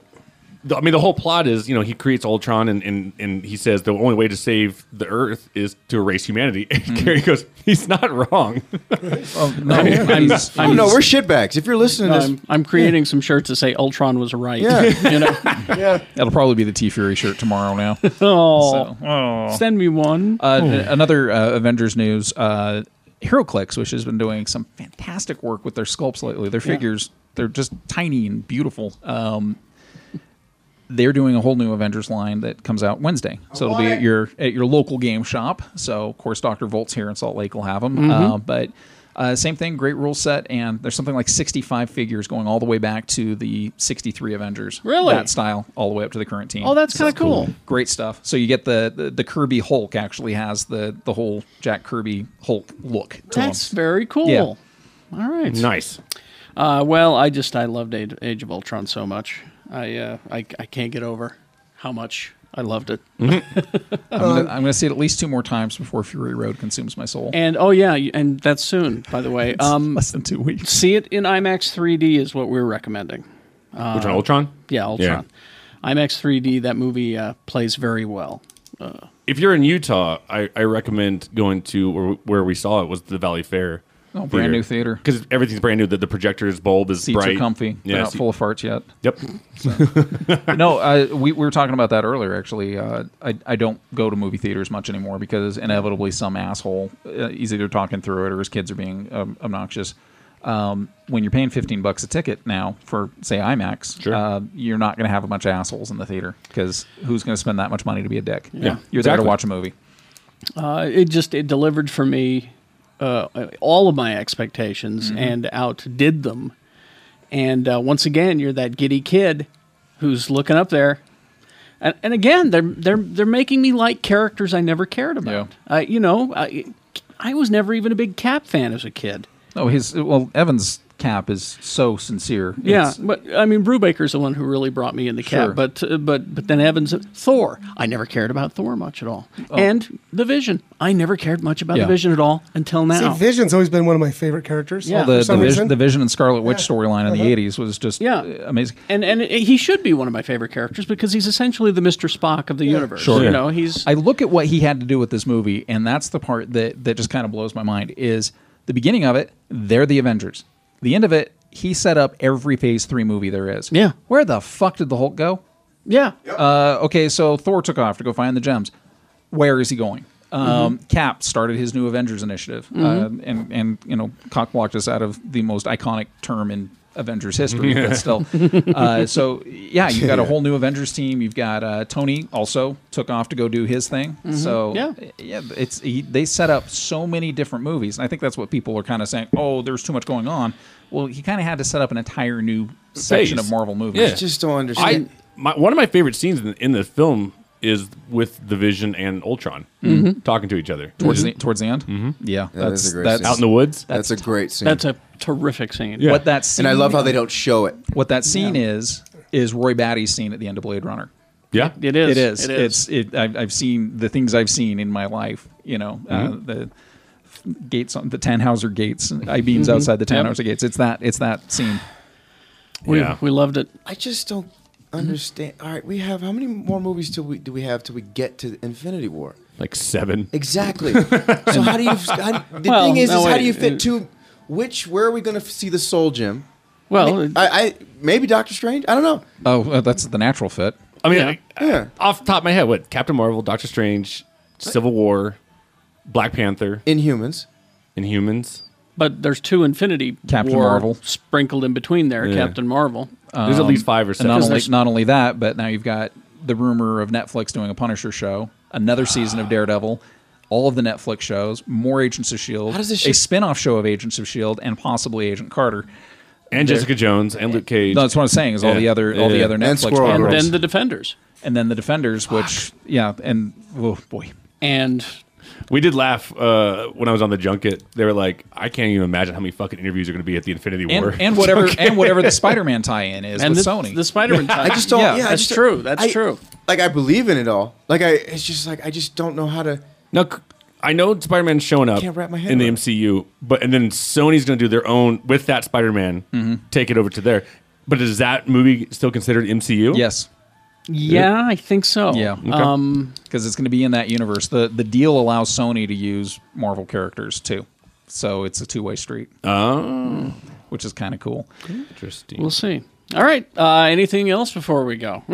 Speaker 7: the, I mean, the whole plot is, you know, he creates Ultron, and and, and he says the only way to save the Earth is to erase humanity. And
Speaker 6: Mm-hmm.
Speaker 7: Carrie goes, he's not wrong.
Speaker 6: Oh, no,
Speaker 2: I'm-
Speaker 6: I'm-
Speaker 2: I'm-
Speaker 9: Oh no, we're shitbags. If you're listening to this,
Speaker 2: I'm, I'm creating some shirts that say Ultron was right.
Speaker 9: Yeah.
Speaker 2: you know.
Speaker 6: it'll probably be the T Fury shirt tomorrow now.
Speaker 2: Oh,
Speaker 6: So, oh.
Speaker 2: send me one.
Speaker 6: Uh, Another uh, Avengers news: uh, HeroClix, which has been doing some fantastic work with their sculpts lately. Their figures, they're just tiny and beautiful. Um, they're doing a whole new Avengers line that comes out Wednesday, so it'll be at your at your local game shop. So of course, Doctor Volt's here in Salt Lake will have them.
Speaker 2: Mm-hmm.
Speaker 6: Uh, but uh, same thing, great rule set, and there's something like 65 figures going all the way back to the 63 Avengers.
Speaker 2: Really?
Speaker 6: that style, all the way up to the current team.
Speaker 2: Oh, that's kinda
Speaker 6: So-
Speaker 2: cool.
Speaker 6: great stuff. So you get the, the the Kirby Hulk actually has the the whole Jack Kirby Hulk look. To
Speaker 2: That's
Speaker 6: him.
Speaker 2: very cool.
Speaker 6: Yeah.
Speaker 2: All right.
Speaker 7: nice.
Speaker 2: Uh, well, I just I loved Age, Age of Ultron so much. I, uh, I I can't get over how much I loved it.
Speaker 6: I'm, gonna, I'm gonna see it at least two more times before Fury Road consumes my soul.
Speaker 2: And oh yeah, you- and that's soon, by the way. Um,
Speaker 6: Less than two weeks.
Speaker 2: see it in IMAX 3D is what we're recommending.
Speaker 7: Which one, Uh, Ultron?
Speaker 2: Yeah, Ultron. IMAX 3D. That movie uh, plays very well.
Speaker 7: If you're in Utah, I, I recommend going to where, where we saw it was the Valley Fair.
Speaker 6: Oh, brand new theater.
Speaker 7: Because everything's brand new. The, the projector's bulb is
Speaker 6: Seats
Speaker 7: bright.
Speaker 6: are comfy. They're
Speaker 7: Yeah,
Speaker 6: not
Speaker 7: se-
Speaker 6: full of farts yet.
Speaker 7: Yep.
Speaker 6: no, uh, we, we were talking about that earlier. Actually, uh, I I don't go to movie theaters much anymore because inevitably some asshole uh, is either talking through it or his kids are being um, obnoxious. Um, when you're paying 15 bucks a ticket now for say IMAX,
Speaker 7: Sure.
Speaker 6: uh, you're not going to have a bunch of assholes in the theater because who's going to spend that much money to be a dick?
Speaker 7: Yeah.
Speaker 6: you're there to
Speaker 7: Exactly.
Speaker 6: watch a movie.
Speaker 2: Uh, it just it delivered for me uh, all of my expectations
Speaker 6: Mm-hmm.
Speaker 2: and outdid them. And uh, once again, you're that giddy kid who's looking up there. And, and again, they're they're they're making me like characters I never cared about. Uh, you know, I, I was never even a big Cap fan as a kid.
Speaker 6: Oh, his well, Evan's cap is so sincere.
Speaker 2: Yeah,
Speaker 6: It's-
Speaker 2: but I mean, Brubaker's the one who really brought me into
Speaker 6: Sure.
Speaker 2: Cap. But uh, but but then Evans, Thor. I never cared about Thor much at all. And the Vision. I never cared much about
Speaker 6: Oh. Yeah.
Speaker 2: the Vision at all until now.
Speaker 3: See, Vision's always been one of my favorite characters.
Speaker 2: Yeah.
Speaker 3: Yeah,
Speaker 2: Oh,
Speaker 6: the,
Speaker 3: for some
Speaker 6: the,
Speaker 3: reason.
Speaker 6: vision, the Vision and Scarlet Witch storyline in
Speaker 3: Uh-huh.
Speaker 6: the 80s was just
Speaker 2: Yeah.
Speaker 6: uh, amazing.
Speaker 2: and and he should be one of my favorite characters because he's essentially the Mister Spock of the universe.
Speaker 6: Sure.
Speaker 2: you
Speaker 6: Yeah.
Speaker 2: know he's
Speaker 6: I look at what he had to do with this movie, and that's the part that that just kind of blows my mind. Is the beginning of it? They're the Avengers. The end of it, he set up every Phase Three movie there is.
Speaker 2: Yeah.
Speaker 6: Where the fuck did the Hulk go?
Speaker 2: yeah
Speaker 6: Uh, okay, so Thor took off to go find the gems. Where is he going? Um, Cap started his new Avengers initiative, uh, and and you know cockblocked us out of the most iconic term in Avengers history. But still, uh, so yeah, you've got a whole new Avengers team. You've got uh, Tony also took off to go do his thing. So
Speaker 2: Yeah.
Speaker 6: yeah, it's he, they set up so many different movies, and I think that's what people are kind of saying. Oh, there's too much going on. Well, he kind of had to set up an entire new section
Speaker 7: Phase.
Speaker 6: of Marvel movies.
Speaker 7: Yeah.
Speaker 9: just don't
Speaker 7: I
Speaker 9: understand.
Speaker 7: my, one of my favorite scenes in, in the film is with the Vision and Ultron
Speaker 2: Mm-hmm.
Speaker 7: talking to each other
Speaker 6: towards the towards the end. Mm-hmm. Yeah,
Speaker 9: is
Speaker 6: that's
Speaker 9: a great
Speaker 6: that's
Speaker 9: scene.
Speaker 7: out in the woods.
Speaker 9: that's, a great scene.
Speaker 2: that's a terrific scene.
Speaker 6: what that scene.
Speaker 9: and I love how they don't show it.
Speaker 6: what that scene is is Roy Batty's scene at the end of Blade Runner.
Speaker 7: yeah,
Speaker 2: It is.
Speaker 6: It is.
Speaker 2: It
Speaker 6: It's. It, I've, I've seen the things I've seen in my life. You know, uh, the gates on the Tannhauser gates, I beams outside the Tannhauser gates. It's that. It's that scene.
Speaker 2: We,
Speaker 7: Yeah.
Speaker 2: we loved it.
Speaker 9: I just don't
Speaker 2: Mm-hmm.
Speaker 9: understand. All right, we have how many more movies till we do we have till we get to Infinity War?
Speaker 7: Like seven.
Speaker 9: Exactly. so how do you? How, the
Speaker 2: Well,
Speaker 9: thing is,
Speaker 2: no,
Speaker 9: is how
Speaker 2: wait,
Speaker 9: do you
Speaker 2: uh,
Speaker 9: fit two? Which where are we going to see the Soul Gem?
Speaker 2: Well,
Speaker 9: I, mean, I, I maybe Doctor Strange. I don't know.
Speaker 6: Oh, uh, that's the natural fit.
Speaker 7: I mean, like, off the top of my head, what Captain Marvel, Doctor Strange, Civil War, Black Panther,
Speaker 9: Inhumans,
Speaker 7: Inhumans.
Speaker 2: But there's two Infinity
Speaker 6: Captain
Speaker 2: War
Speaker 6: Marvel. Uh,
Speaker 2: sprinkled in between there.
Speaker 7: Yeah.
Speaker 2: Captain Marvel.
Speaker 7: There's at least five or
Speaker 6: Um, And
Speaker 7: seven.
Speaker 6: not only,
Speaker 2: there's-
Speaker 6: not only that, but now you've got the rumor of Netflix doing a Punisher show, another season of Daredevil, all of the Netflix shows, more Agents of Shield,
Speaker 9: How does this
Speaker 6: E a
Speaker 9: shit-
Speaker 6: spin-off show of Agents of Shield, E and possibly Agent Carter.
Speaker 7: and Jessica Jones and Luke Cage.
Speaker 6: No, that's what I'm saying. Is all
Speaker 7: Yeah.
Speaker 6: the other all the
Speaker 7: Yeah.
Speaker 6: other
Speaker 7: And
Speaker 6: Netflix
Speaker 9: Squirrel
Speaker 2: and
Speaker 9: Girls.
Speaker 2: then the Defenders.
Speaker 6: and then the Defenders, which yeah, and oh boy,
Speaker 2: And
Speaker 7: We did laugh uh, when I was on the junket. They were like, "I can't even imagine how many fucking interviews are going to be at the Infinity War."
Speaker 6: and, and whatever and whatever the Spider-Man tie-in is
Speaker 2: and
Speaker 6: with
Speaker 2: the,
Speaker 6: Sony.
Speaker 2: the Spider-Man.
Speaker 9: I just don't.
Speaker 6: Yeah,
Speaker 9: Yeah, I
Speaker 2: that's
Speaker 9: just-
Speaker 2: true. That's
Speaker 9: I-
Speaker 2: true.
Speaker 9: Like I believe in it all. Like I, it's just like I just don't know how to.
Speaker 7: now, c- I know Spider-Man's showing up
Speaker 9: Can't wrap my head
Speaker 7: in the
Speaker 9: around it.
Speaker 7: MCU, but and then Sony's going to do their own with that Spider-Man, take it over to there. But is that movie still considered MCU?
Speaker 6: yes,
Speaker 2: yeah, I think so.
Speaker 6: Yeah. Okay.
Speaker 2: Um,
Speaker 6: because it's going to be in that universe. the The deal allows Sony to use Marvel characters too, so it's a two way street. Oh, which is kind of cool.
Speaker 7: Interesting.
Speaker 2: we'll see. All right. Uh, anything else before we go?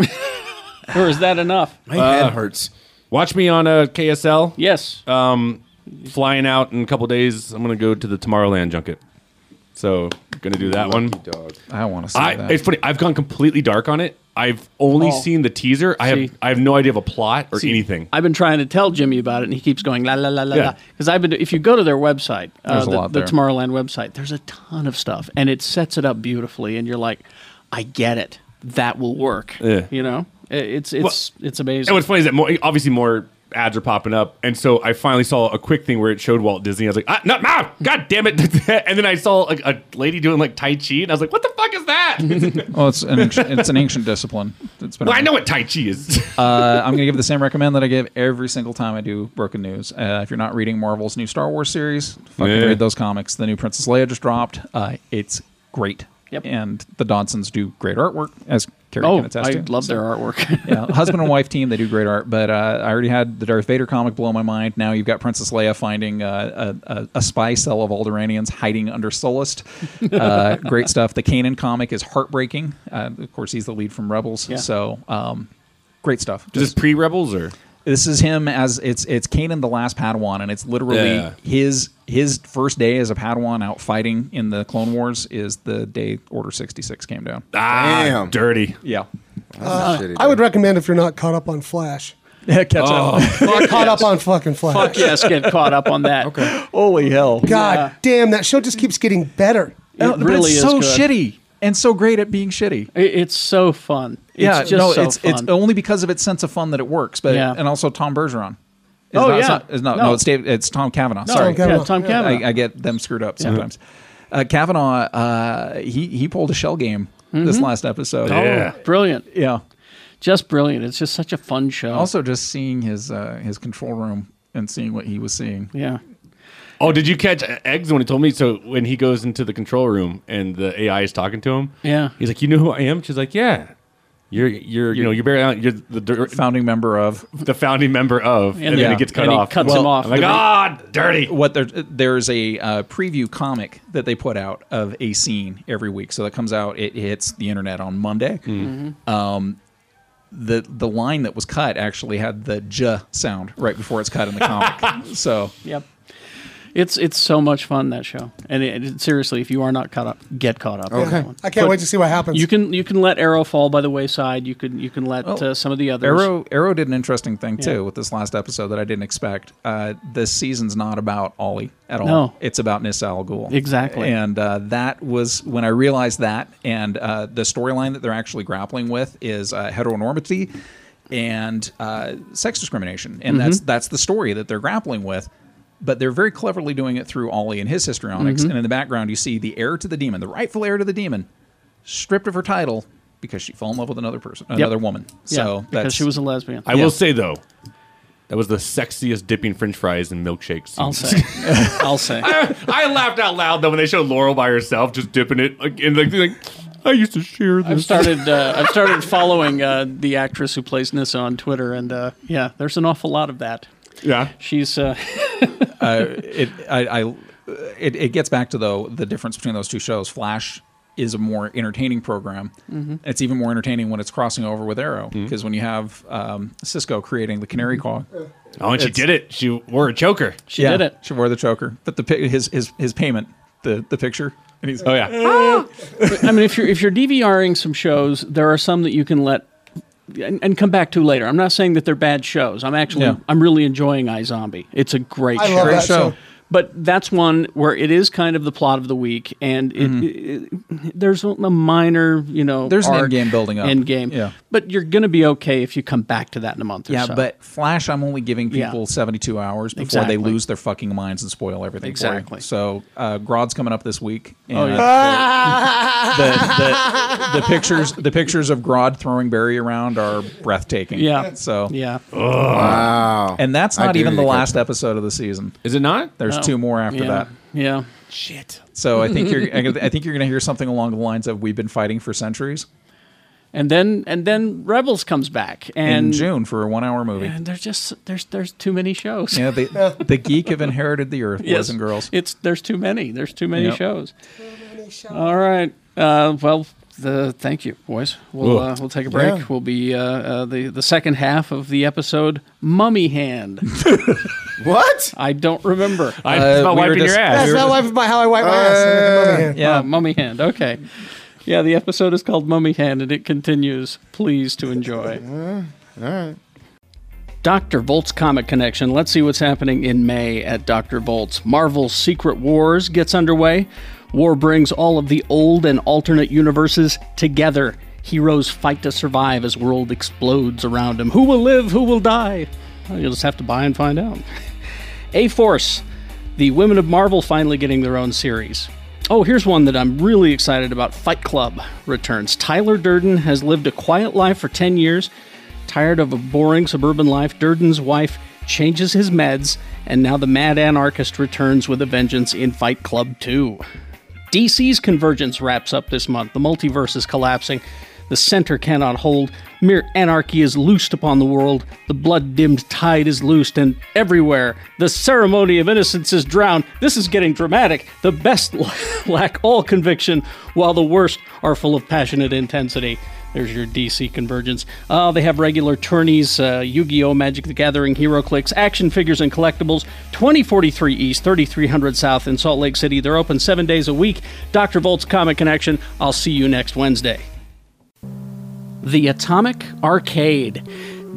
Speaker 2: or is that enough? Uh,
Speaker 9: My head hurts.
Speaker 7: Watch me on uh, KSL.
Speaker 2: Yes.
Speaker 7: Um, flying out in a couple days. I'm going to go to the Tomorrowland junket. So, going to do that one.
Speaker 9: Dog.
Speaker 6: I want to see
Speaker 7: I,
Speaker 6: that.
Speaker 7: it's funny. I've gone completely dark on it. I've only
Speaker 2: Oh.
Speaker 7: seen the teaser. I
Speaker 2: See.
Speaker 7: have I have no idea of a plot or
Speaker 2: See,
Speaker 7: anything.
Speaker 2: I've been trying to tell Jimmy about it, and he keeps going la la la la
Speaker 7: Yeah.
Speaker 2: la. Because I've been, if you go to their website, uh,
Speaker 6: There's a
Speaker 2: the,
Speaker 6: lot
Speaker 2: the
Speaker 6: there.
Speaker 2: Tomorrowland website, there's a ton of stuff, and it sets it up beautifully. And you're like, I get it. That will work.
Speaker 7: Yeah.
Speaker 2: You know, I- it's it's it's amazing.
Speaker 7: And what's funny is that more, obviously more ads are popping up, and so I finally saw a quick thing where it showed Walt Disney. I was like, ah, not now, god damn it! and then I saw like a lady doing like Tai Chi, and I was like, what the fuck is that?
Speaker 6: well, it's an ancient, it's an ancient discipline. It's been.
Speaker 7: well, I know what Tai Chi is.
Speaker 6: Uh, I'm going to give the same recommend that I give every single time I do Broken News. Uh, if you're not reading Marvel's new Star Wars series, fucking
Speaker 7: Yeah.
Speaker 6: read those comics. The new Princess Leia just dropped. Uh, it's great.
Speaker 2: Yep.
Speaker 6: And the Donsons do great artwork, as Carrie
Speaker 2: oh,
Speaker 6: can attest
Speaker 2: I
Speaker 6: to.
Speaker 2: love their artwork.
Speaker 6: yeah, husband and wife team. They do great art. But uh, I already had the Darth Vader comic blow my mind. Now you've got Princess Leia finding uh, a, a, a spy cell of Alderanians hiding under Solist. Uh, great stuff. The Kanan comic is heartbreaking. Uh, of course, he's the lead from Rebels.
Speaker 2: Yeah.
Speaker 6: So um, great stuff.
Speaker 7: is this
Speaker 6: Just-
Speaker 7: pre Rebels or?
Speaker 6: this is him as it's it's Kanan the last Padawan, and it's literally
Speaker 7: Yeah.
Speaker 6: his his first day as a Padawan out fighting in the Clone Wars is the day Order sixty six came down.
Speaker 7: Ah,
Speaker 9: Damn.
Speaker 7: dirty.
Speaker 6: Yeah.
Speaker 2: uh,
Speaker 9: Shitty,
Speaker 3: I would
Speaker 9: dude.
Speaker 3: recommend if you're not caught up on Flash.
Speaker 6: Catch up.
Speaker 7: Oh.
Speaker 3: Get caught up on fucking Flash.
Speaker 2: Fuck yes, get caught up on that. Okay.
Speaker 6: Holy hell.
Speaker 3: God damn, that show just keeps getting better.
Speaker 2: It
Speaker 6: No, Oh, but
Speaker 2: really
Speaker 6: it's
Speaker 2: is
Speaker 6: so
Speaker 2: good.
Speaker 6: shitty and so great at being shitty.
Speaker 2: It- It's so fun. It's
Speaker 6: yeah,
Speaker 2: just
Speaker 6: no,
Speaker 2: so
Speaker 6: it's
Speaker 2: fun.
Speaker 6: it's only because of its sense of fun that it works. But
Speaker 2: Yeah.
Speaker 6: and also Tom Bergeron. It's
Speaker 2: Oh,
Speaker 6: not,
Speaker 2: yeah.
Speaker 6: it's not, it's not-
Speaker 2: No.
Speaker 6: no, it's David, it's Tom Cavanaugh.
Speaker 2: No,
Speaker 3: Tom
Speaker 6: Sorry,
Speaker 3: Cavanaugh.
Speaker 2: Yeah, Tom Cavanaugh.
Speaker 6: I, I get them screwed up sometimes. Uh, Kavanaugh, uh, he he pulled a shell game this
Speaker 2: Mm-hmm.
Speaker 6: last episode.
Speaker 7: Yeah.
Speaker 2: Brilliant.
Speaker 6: yeah.
Speaker 2: Just brilliant. It's just such a fun show.
Speaker 6: Also, just seeing his uh, his control room and seeing what he was seeing.
Speaker 2: yeah.
Speaker 7: Oh, did you catch uh, Eggs when he told me? So when he goes into the control room and the AI is talking to him,
Speaker 2: Yeah.
Speaker 7: he's like, "You know who I am?" She's like, "Yeah, you're you're you know you're barely you're the dir-
Speaker 6: Founding member of
Speaker 7: the founding member of," and, then
Speaker 2: yeah.
Speaker 7: it gets cut
Speaker 2: and
Speaker 7: off.
Speaker 2: He cuts him off.
Speaker 7: I'm like, ah, dirty.
Speaker 6: what there, there's a uh, preview comic that they put out of a scene every week. So that comes out. It hits the internet on Monday. Um, the the line that was cut actually had the j sound right before it's cut in the comic. so
Speaker 2: Yep. It's it's so much fun that show, and it, it- seriously, if you are not caught up, get caught up. on that one.
Speaker 3: I can't wait to see what happens.
Speaker 2: You can you can let Arrow fall by the wayside. You can you can let
Speaker 6: Well,
Speaker 2: uh, some of the others.
Speaker 6: Oh, Arrow Arrow did an interesting thing too
Speaker 2: Yeah.
Speaker 6: with this last episode that I didn't expect. Uh, this season's not about Ollie at all.
Speaker 2: No.
Speaker 6: it's about Nissa Al Ghul.
Speaker 2: Exactly.
Speaker 6: And uh, that was when I realized that, and uh, the storyline that they're actually grappling with is uh, heteronormity and uh, sex discrimination, and that's
Speaker 2: Mm-hmm.
Speaker 6: that's the story that they're grappling with. But they're very cleverly doing it through Ollie and his
Speaker 2: Mm-hmm.
Speaker 6: histrionics, and in the background you see the heir to the demon, the rightful heir to the demon, stripped of her title because she fell in love with another person, another woman.
Speaker 2: yeah,
Speaker 6: So
Speaker 2: because she was a lesbian.
Speaker 7: I will say though, that was the sexiest dipping French fries and milkshakes.
Speaker 2: I'll say. I'll say.
Speaker 7: I laughed out loud though when they showed Laurel by herself just dipping it like, and like, like I used to share this.
Speaker 2: I've started. Uh, I've started following uh, the actress who plays Nissa on Twitter, and uh, yeah, there's an awful lot of that.
Speaker 7: Yeah,
Speaker 2: she's. Uh,
Speaker 6: uh, it I, I it, it gets back to though the difference between those two shows. Flash is a more entertaining program.
Speaker 2: Mhm.
Speaker 6: It's even more entertaining when it's crossing over with Arrow because when you have um, Cisco creating the Canary
Speaker 2: Mm-hmm.
Speaker 6: Call.
Speaker 7: Oh, and she
Speaker 6: it's-
Speaker 7: did it. She wore a choker.
Speaker 6: yeah, She wore the choker, but the pic- his his his payment the the picture and he's
Speaker 7: Oh, yeah.
Speaker 2: I mean, if you're if you're DVRing some shows, there are some that you can let and, and come back to later. I'm not saying that they're bad shows. I'm actually
Speaker 6: Yeah.
Speaker 2: I'm really enjoying iZombie. It's a great
Speaker 6: I
Speaker 2: show.
Speaker 6: love that show.
Speaker 2: But that's one where it is kind of the plot of the week, and it, it- there's a minor, you know,
Speaker 6: Mm-hmm. There's an
Speaker 2: arc,
Speaker 6: end game building up.
Speaker 2: End game,
Speaker 6: Yeah.
Speaker 2: But you're going to be okay if you come back to that in a month. or
Speaker 6: Yeah,
Speaker 2: so.
Speaker 6: but Flash, I'm only giving
Speaker 2: Yeah.
Speaker 6: people 72 hours before
Speaker 2: Exactly.
Speaker 6: they lose their fucking minds and spoil everything. For
Speaker 2: Exactly.
Speaker 6: you. So, uh, Grodd's coming up this week. And
Speaker 2: Oh, yeah.
Speaker 6: the, the, the pictures the pictures of Grodd throwing Barry around are breathtaking.
Speaker 2: Yeah.
Speaker 6: So
Speaker 2: yeah.
Speaker 9: Wow.
Speaker 6: And that's
Speaker 2: I
Speaker 6: not
Speaker 2: do
Speaker 6: even
Speaker 2: need
Speaker 6: the
Speaker 2: to catch
Speaker 6: last episode of the season.
Speaker 7: Is it not?
Speaker 6: There's
Speaker 2: No.
Speaker 6: two more after
Speaker 2: Yeah.
Speaker 6: that.
Speaker 2: Yeah. Shit.
Speaker 6: So I think you're I I think you're going to hear something along the lines of "We've been fighting for centuries."
Speaker 2: And then and then Rebels comes back and
Speaker 6: in June for a one-hour movie.
Speaker 2: And there's just there's there's too many shows.
Speaker 6: Yeah, they, the geek have inherited the earth, boys
Speaker 2: Yes.
Speaker 6: and girls.
Speaker 2: It's there's too many. There's too many
Speaker 6: Yep.
Speaker 2: shows. All right. Uh, well, the thank you, boys. We'll
Speaker 6: Whoa.
Speaker 2: uh, we'll take a break.
Speaker 6: Yeah.
Speaker 2: We'll be uh, uh, the the second half of the episode, Mummy Hand.
Speaker 9: what?
Speaker 2: I don't remember.
Speaker 7: I- it's Uh, about we were wiping your just- ass.
Speaker 3: That's
Speaker 7: we were
Speaker 3: not
Speaker 7: just-
Speaker 3: why my, how I wipe my ass. I make a mummy hand.
Speaker 2: Yeah, Uh, Mummy Hand. Okay. Yeah, the episode is called Mummy Hand, and it continues. Please to enjoy.
Speaker 9: All right.
Speaker 2: Dr. Volt's Comic Connection. Let's see what's happening in May at Dr. Volt's. Marvel's Secret Wars gets underway. War brings all of the old and alternate universes together. Heroes fight to survive as world explodes around them. Who will live? Who will die? Well, you'll just have to buy and find out. A Force. The Women of Marvel finally getting their own series. Oh, here's one that I'm really excited about Fight Club returns. Tyler Durden has lived a quiet life for 10 years. Tired of a boring suburban life, Durden's wife changes his meds, and now the mad anarchist returns with a vengeance in Fight Club 2. DC's convergence wraps up this month. The multiverse is collapsing. The center cannot hold. Mere anarchy is loosed upon the world. The blood dimmed tide is loosed, and everywhere the ceremony of innocence is drowned. This is getting dramatic. The best lack all conviction, while the worst are full of passionate intensity. There's your DC convergence. Uh, they have regular tourneys, uh, Yu-Gi-Oh, Magic the Gathering, HeroClix, action figures and collectibles. 2043 East, 3300 South in Salt Lake City. They're open seven days a week. Dr. Volt's Comic Connection. I'll see you next Wednesday. The Atomic Arcade.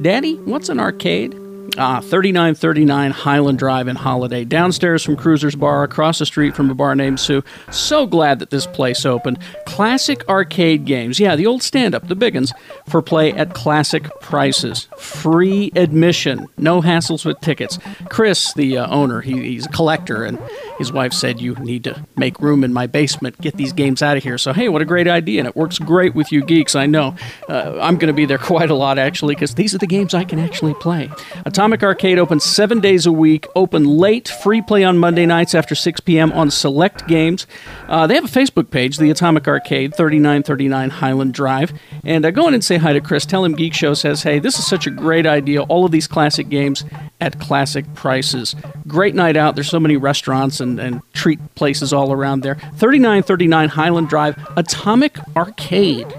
Speaker 2: Daddy, what's an arcade? Ah, 3939 Highland Drive in Holiday. Downstairs from Cruiser's Bar, across the street from a bar named Sue. So glad that this place opened. Classic arcade games. Yeah, the old stand up, the big ones, for play at classic prices. Free admission. No hassles with tickets. Chris, the uh, owner, he, he's a collector, and his wife said, You need to make room in my basement, get these games out of here. So, hey, what a great idea. And it works great with you geeks, I know. Uh, I'm going to be there quite a lot, actually, because these are the games I can actually play. Atomic Arcade opens seven days a week, open late, free play on Monday nights after 6 p.m. on select games. Uh, they have a Facebook page, The Atomic Arcade, 3939 Highland Drive. And uh, go in and say hi to Chris. Tell him Geek Show says, hey, this is such a great idea. All of these classic games at classic prices. Great night out. There's so many restaurants and, and treat places all around there. 3939 Highland Drive, Atomic Arcade.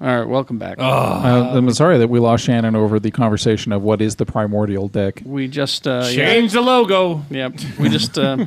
Speaker 2: All right, welcome back.
Speaker 6: Uh, I'm sorry that we lost Shannon over the conversation of what is the primordial dick.
Speaker 2: We just uh, yeah.
Speaker 7: Change the logo.
Speaker 2: Yep. We just uh,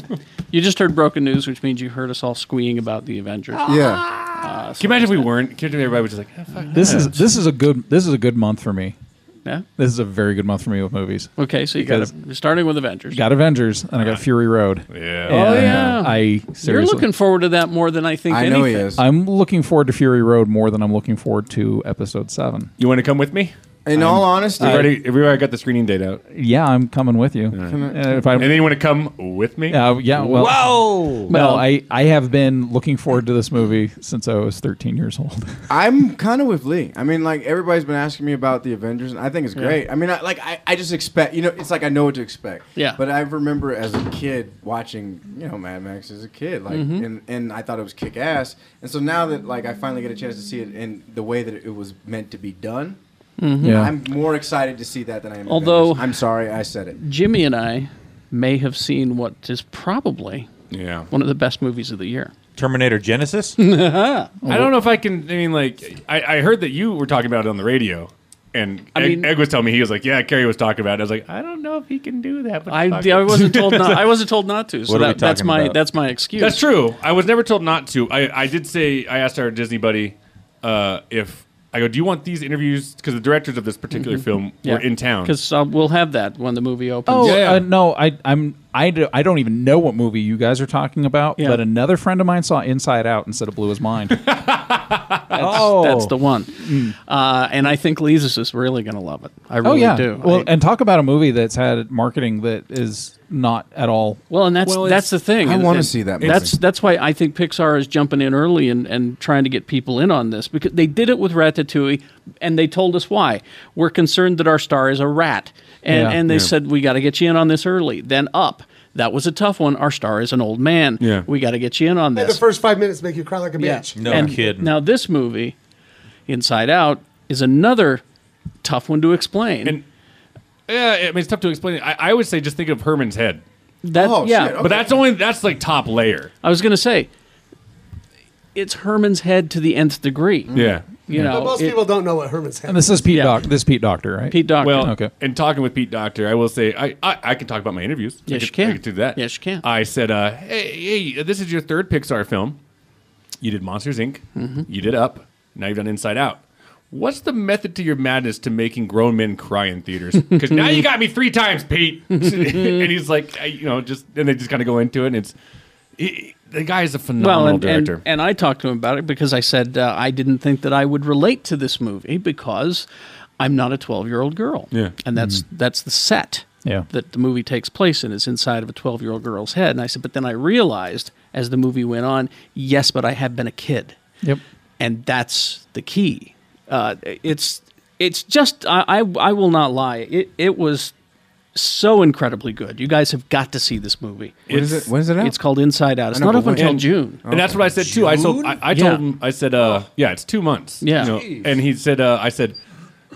Speaker 2: you just heard broken news, which means you heard us all squeeing about the Avengers.
Speaker 7: Ah. Yeah. Can you imagine if we weren't? Can you imagine if everybody was just like, "Ah, fuck
Speaker 6: This
Speaker 7: that."
Speaker 6: is this is a good this is a good month for me.
Speaker 2: Yeah?
Speaker 6: this is a very good month for me with movies.
Speaker 2: Okay, so you got
Speaker 6: Because-
Speaker 2: a, starting with Avengers.
Speaker 6: Got Avengers and I got Fury Road. uh,
Speaker 7: Yeah.
Speaker 2: Oh, yeah.
Speaker 6: I seriously.
Speaker 2: You're looking forward to that more than I think. anything.
Speaker 6: I'm looking forward to Fury Road more than I'm looking forward to Episode Seven.
Speaker 7: You want to come with me?
Speaker 9: In all honesty-
Speaker 7: we've already, we've already got the screening date out.
Speaker 6: Yeah, I'm coming with you.
Speaker 7: right.
Speaker 6: Uh, if I,
Speaker 7: And then you want to come with me?
Speaker 6: Uh, yeah, well,
Speaker 7: Whoa!
Speaker 6: No, I, I have been looking forward to this movie since I was 13 years old.
Speaker 9: I'm kind of with Lee. I mean, like everybody's been asking me about the Avengers, and I think it's
Speaker 6: Yeah.
Speaker 9: great. I mean, I, like I, I just expect, you know, it's like I know what to expect.
Speaker 6: Yeah.
Speaker 9: But I remember as a kid watching, you know, Mad Max as a kid, like,
Speaker 6: Mm-hmm.
Speaker 14: Mhm.
Speaker 9: and and I thought it was kick ass. And so now that like I finally get a chance to see it in the way that it was meant to be done,
Speaker 2: Mhm. Yeah.
Speaker 9: I'm more excited to see that than I am.
Speaker 2: Although-
Speaker 9: Avengers. I'm sorry, I said it.
Speaker 2: Jimmy and I may have seen what is probably
Speaker 7: Yeah.
Speaker 2: one of the best movies of the year.
Speaker 10: Terminator Genesis?
Speaker 2: I
Speaker 7: I don't know if I can. I mean, like, I, I heard that you were talking about it on the radio, and
Speaker 2: I
Speaker 7: Egg,
Speaker 2: mean-
Speaker 7: Egg was telling me he was like, "Yeah, Kerry was talking about." it. I was like, "I don't know if he can do that." But fuck
Speaker 2: I,
Speaker 7: it.
Speaker 2: I wasn't told not. I wasn't told not to. So
Speaker 7: What are we
Speaker 2: that, that's
Speaker 7: talking
Speaker 2: my
Speaker 7: about?
Speaker 2: that's my excuse.
Speaker 7: That's true. I was never told not to. I, I did say I asked our Disney buddy uh, if I go, "Do you want these interviews?" Because the directors of this particular
Speaker 2: Mhm.
Speaker 7: film
Speaker 2: Yeah.
Speaker 7: were in town.
Speaker 2: because uh, we'll have that when the movie opens.
Speaker 6: Oh uh, no, I I'm I, do, I don't even know what movie you guys are talking about.
Speaker 2: Yeah.
Speaker 6: But another friend of mine saw Inside Out and said it blew his mind.
Speaker 2: That's,
Speaker 6: Oh.
Speaker 2: that's the one. Uh, and I think Lee's is really going to love it. I really
Speaker 6: oh yeah.
Speaker 2: do.
Speaker 6: Well, and talk about a movie that's had marketing that is not at all.
Speaker 2: Well, and that's that's the thing.
Speaker 6: I
Speaker 2: And-
Speaker 6: wanna
Speaker 2: and
Speaker 6: see that
Speaker 2: That's that's why I think Pixar is jumping in early and, and trying to get people in on this because they did it with Ratatouille, and they told us why. We're concerned that our star is a rat, and
Speaker 6: Yeah.
Speaker 2: and they
Speaker 6: Yeah.
Speaker 2: said we got to get you in on this early. Then up, that was a tough one. Our star is an old man. Yeah, we got to get you in on
Speaker 3: And
Speaker 2: this.
Speaker 3: the first five minutes make you cry like a
Speaker 2: Yeah.
Speaker 3: bitch.
Speaker 2: And Now this movie, Inside Out, is another tough one to explain.
Speaker 7: yeah, I mean, it's tough to explain. I, I would say just think of Herman's head.
Speaker 2: That- Oh, yeah. shit, okay.
Speaker 7: but that's only that's like top layer.
Speaker 2: I was going to say, it's Herman's head to the nth degree.
Speaker 7: Yeah.
Speaker 2: you know,
Speaker 3: but most
Speaker 2: it-
Speaker 3: people don't know what Herman's head.
Speaker 6: Pete Doc. This Pete Doctor, right?
Speaker 2: Pete Doctor.
Speaker 7: Well,
Speaker 6: Okay.
Speaker 7: And talking with Pete Doctor, I will say I I, I can talk about my interviews. I
Speaker 2: Yes,
Speaker 7: could-
Speaker 2: you can.
Speaker 7: I could do that.
Speaker 2: Yes, you can.
Speaker 7: I said, uh, hey, hey, this is your third Pixar film. You did Monsters Inc.
Speaker 2: Mhm.
Speaker 7: You did Up. Now you've done Inside Out. What's the method to your madness to making grown men cry in theaters? Because now you got me three times, Pete. and he's like, I, you know, just and they just kind of go into it. And it's he- the guy is a phenomenal
Speaker 2: well, and, and-
Speaker 7: director.
Speaker 2: And, I talked to him about it because I said uh, I didn't think that I would relate to this movie because I'm not a 12 year old girl.
Speaker 7: Yeah. Mm-hmm.
Speaker 2: And that's that's the set
Speaker 6: Yeah.
Speaker 2: that the movie takes place in is inside of a 12 year old girl's head. And I said, but then I realized as the movie went on, yes, but I have been a kid.
Speaker 6: Yep.
Speaker 2: And that's the key. Uh, it's it's just I, I I will not lie. It it was so incredibly good. You guys have got to see this movie.
Speaker 7: When is
Speaker 2: It's-
Speaker 7: it- when is it out?
Speaker 2: It's called Inside Out. It's not up until June.
Speaker 7: and that's what I said too. I told I, I told
Speaker 2: Yeah.
Speaker 7: him I said, uh, yeah, it's two months.
Speaker 2: Yeah.
Speaker 7: you know.
Speaker 2: Jeez.
Speaker 7: and he said, uh, I said,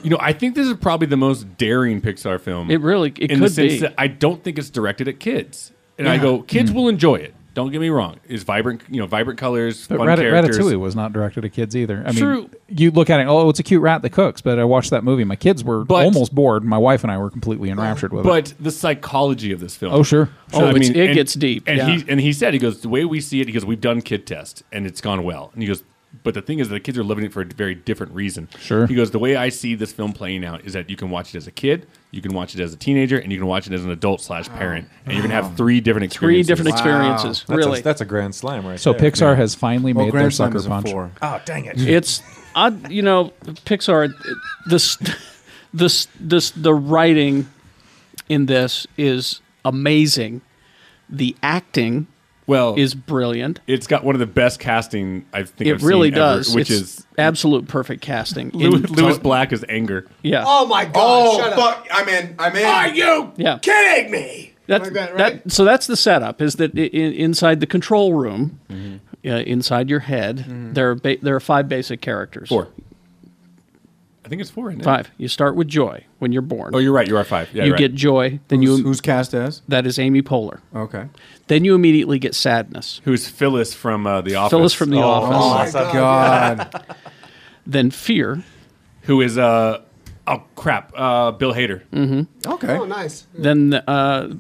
Speaker 7: you know, I think this is probably the most daring Pixar film.
Speaker 2: It really- it
Speaker 7: in the
Speaker 2: could
Speaker 7: sense
Speaker 2: be. Mm.
Speaker 7: that I don't think it's directed at kids. And I
Speaker 6: Yeah.
Speaker 7: go, kids will enjoy it. Don't get me wrong. It's vibrant, you know, vibrant colors,
Speaker 6: But
Speaker 7: fun
Speaker 6: Rat-
Speaker 7: characters.
Speaker 6: Ratatouille was not directed at kids either. I mean,
Speaker 7: True.
Speaker 6: you look at it, oh, it's a cute rat that cooks. But I watched that movie. My kids were almost bored. and My wife and I were completely enraptured with it.
Speaker 7: But the psychology of this film.
Speaker 6: Oh, sure.
Speaker 2: Oh, it's- it
Speaker 7: and-
Speaker 2: gets deep,
Speaker 7: And
Speaker 2: yeah.
Speaker 7: he and he said, he goes, the way we see it, he goes, we've done kid tests and it's gone well. And he goes, but the thing is, the kids are living it for a very different reason.
Speaker 6: Sure.
Speaker 7: He goes, the way I see this film playing out is that you can watch it as a kid, you can watch it as a teenager, and you can watch it as an adult slash parent, and you're gonna have three different
Speaker 2: Three
Speaker 7: experiences.
Speaker 2: different experiences, really.
Speaker 10: that's a grand slam right
Speaker 6: So
Speaker 10: there.
Speaker 6: Pixar has finally
Speaker 10: Well,
Speaker 6: made
Speaker 10: Grand
Speaker 6: their
Speaker 10: Slam
Speaker 6: sucker
Speaker 10: is a
Speaker 6: punch.
Speaker 10: four.
Speaker 6: Oh, dang it!
Speaker 2: it's I you know Pixar this this this the writing in this is amazing. The acting
Speaker 7: well
Speaker 2: is brilliant.
Speaker 7: It's got one of the best casting I think
Speaker 2: It
Speaker 7: I've
Speaker 2: really
Speaker 7: seen ever,
Speaker 2: does.
Speaker 7: which
Speaker 2: It's
Speaker 7: is
Speaker 2: absolute perfect casting. In
Speaker 7: Louis, Louis
Speaker 2: to-
Speaker 7: Black is anger.
Speaker 2: Yeah.
Speaker 3: Oh my god!
Speaker 9: Oh,
Speaker 3: shut
Speaker 9: fuck,
Speaker 3: Up.
Speaker 9: I'm in. I'm in.
Speaker 3: Are you
Speaker 2: Yeah.
Speaker 3: kidding me?
Speaker 2: That,
Speaker 3: Like that, right?
Speaker 2: that, so that's the setup is that i- in, inside the control room,
Speaker 7: Mm-hmm.
Speaker 2: uh, inside your head, there are ba- there are five basic characters. Four.
Speaker 7: I think it's four. Isn't it?
Speaker 2: Five. You start with Joy when you're born.
Speaker 7: Oh, you're right. You are five. Yeah,
Speaker 2: you
Speaker 7: right.
Speaker 2: get Joy. Then
Speaker 9: who's,
Speaker 2: you
Speaker 9: who's cast as?
Speaker 2: that is Amy Poehler.
Speaker 9: Okay.
Speaker 2: Then you immediately get sadness.
Speaker 7: Who's Phyllis from uh, the Office?
Speaker 2: Phyllis from the
Speaker 7: Oh,
Speaker 2: Office.
Speaker 7: my Oh my God.
Speaker 2: then fear.
Speaker 7: Who is uh oh crap uh Bill Hader?
Speaker 2: hmm
Speaker 9: Okay.
Speaker 3: Oh, nice.
Speaker 2: Then uh,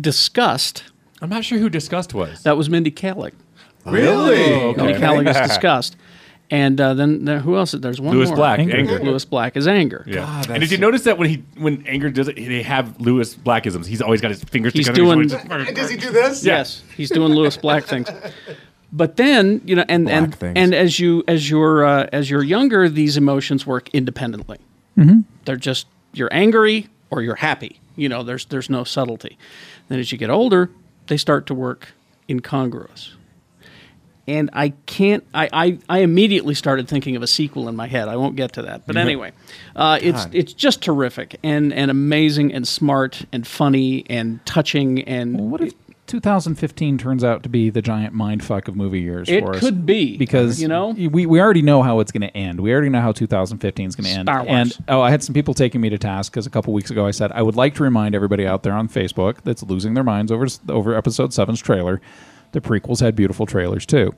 Speaker 2: disgust.
Speaker 7: I'm not sure who disgust was.
Speaker 2: That was Mindy Kaling.
Speaker 7: Really? Oh, okay.
Speaker 2: Mindy Kaling is disgust. And uh, then there, who else? There's one
Speaker 7: Louis
Speaker 2: more.
Speaker 7: Black, Anger. Anger.
Speaker 2: Louis Black is anger.
Speaker 7: Yeah. and did you notice that when he when anger does it, they have Lewis Blackisms. He's always got his fingers
Speaker 2: He's
Speaker 7: together.
Speaker 2: doing-
Speaker 7: always just-
Speaker 3: And does he do this?
Speaker 2: Yes, he's doing Lewis Black things. But then you know, and and
Speaker 7: things.
Speaker 2: and as you as you're uh, as you're younger, these emotions work independently.
Speaker 6: Mhm.
Speaker 2: They're just you're angry or you're happy. You know, there's there's no subtlety. Then as you get older, they start to work incongruous. And I can't. I, I, I immediately started thinking of a sequel in my head. I won't get to that. But
Speaker 14: Mhm.
Speaker 2: anyway, uh, it's
Speaker 14: God.
Speaker 2: it's just terrific and, and amazing and smart and funny and touching and
Speaker 6: what if 2015 turns out to be the giant mindfuck of movie years
Speaker 2: It
Speaker 6: for us.
Speaker 2: could be,
Speaker 6: because
Speaker 2: you know?
Speaker 6: we, we already know how it's going to end. We already know how 2015 is going to end.
Speaker 2: Star Wars.
Speaker 6: And oh, I had some people taking me to task because a couple weeks ago I said I would like to remind everybody out there on Facebook that's losing their minds over over episode seven's trailer. The prequels had beautiful trailers too,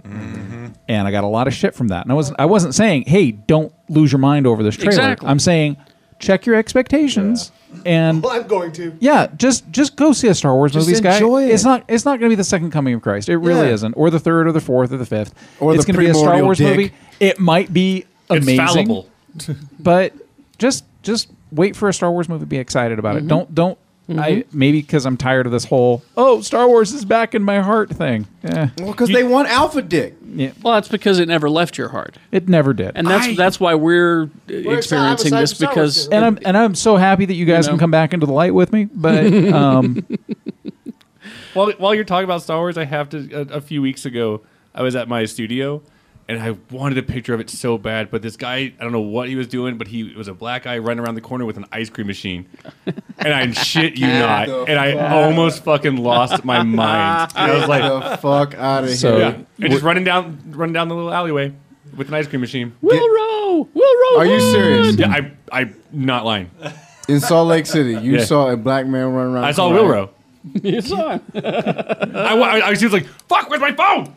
Speaker 6: and I got a lot of shit from that. And I wasn't I wasn't saying hey don't lose your mind over this trailer.
Speaker 3: Exactly.
Speaker 6: I'm saying check your expectations and
Speaker 3: Well, I'm going to.
Speaker 6: yeah, just just go see a Star Wars
Speaker 3: Just
Speaker 6: movie, guy.
Speaker 3: enjoy it.
Speaker 6: It's not it's not going to be the second coming of Christ. It really
Speaker 3: Yeah.
Speaker 6: isn't, or the third, or the fourth, or the fifth.
Speaker 9: Or
Speaker 6: it's
Speaker 9: the
Speaker 6: going to be a Star
Speaker 9: primordial
Speaker 6: Wars
Speaker 9: dick.
Speaker 6: movie. It might be
Speaker 9: It's
Speaker 6: amazing,
Speaker 9: fallible.
Speaker 6: but just just wait for a Star Wars movie. Be excited about
Speaker 9: Mhm.
Speaker 6: it. Don't don't. I maybe because I'm tired of this whole oh Star Wars is back in my heart thing. Eh,
Speaker 9: Well, because they want alpha dick.
Speaker 6: Yeah.
Speaker 2: Well, that's because it never left your heart.
Speaker 6: it never did.
Speaker 2: And that's that's why we're, uh, experiencing this because
Speaker 6: and I'm and I'm so happy that you guys
Speaker 2: know?
Speaker 6: can come back into the light with me. But um,
Speaker 7: While, while you're talking about Star Wars, I have to. A, a few weeks ago, I was at my studio and I wanted a picture of it so bad, but this guy, I don't know what he was doing, but he it was a black guy running around the corner with an ice cream machine. And I shit you not. And I almost fucking lost my mind. And I was like,
Speaker 9: Get the fuck out of
Speaker 7: So,
Speaker 9: here.
Speaker 7: yeah. And just running down, running down the little alleyway with an ice cream machine.
Speaker 2: Will Rowe, Will Rowe.
Speaker 9: Are you serious?
Speaker 7: Yeah, I, I'm not lying.
Speaker 9: In Salt Lake City, you
Speaker 7: Yeah.
Speaker 9: saw a black man run around.
Speaker 7: I saw
Speaker 9: Wilro.
Speaker 7: Will Rowe.
Speaker 2: you saw
Speaker 7: I, wa- I, I was like, "Fuck, where's my phone?"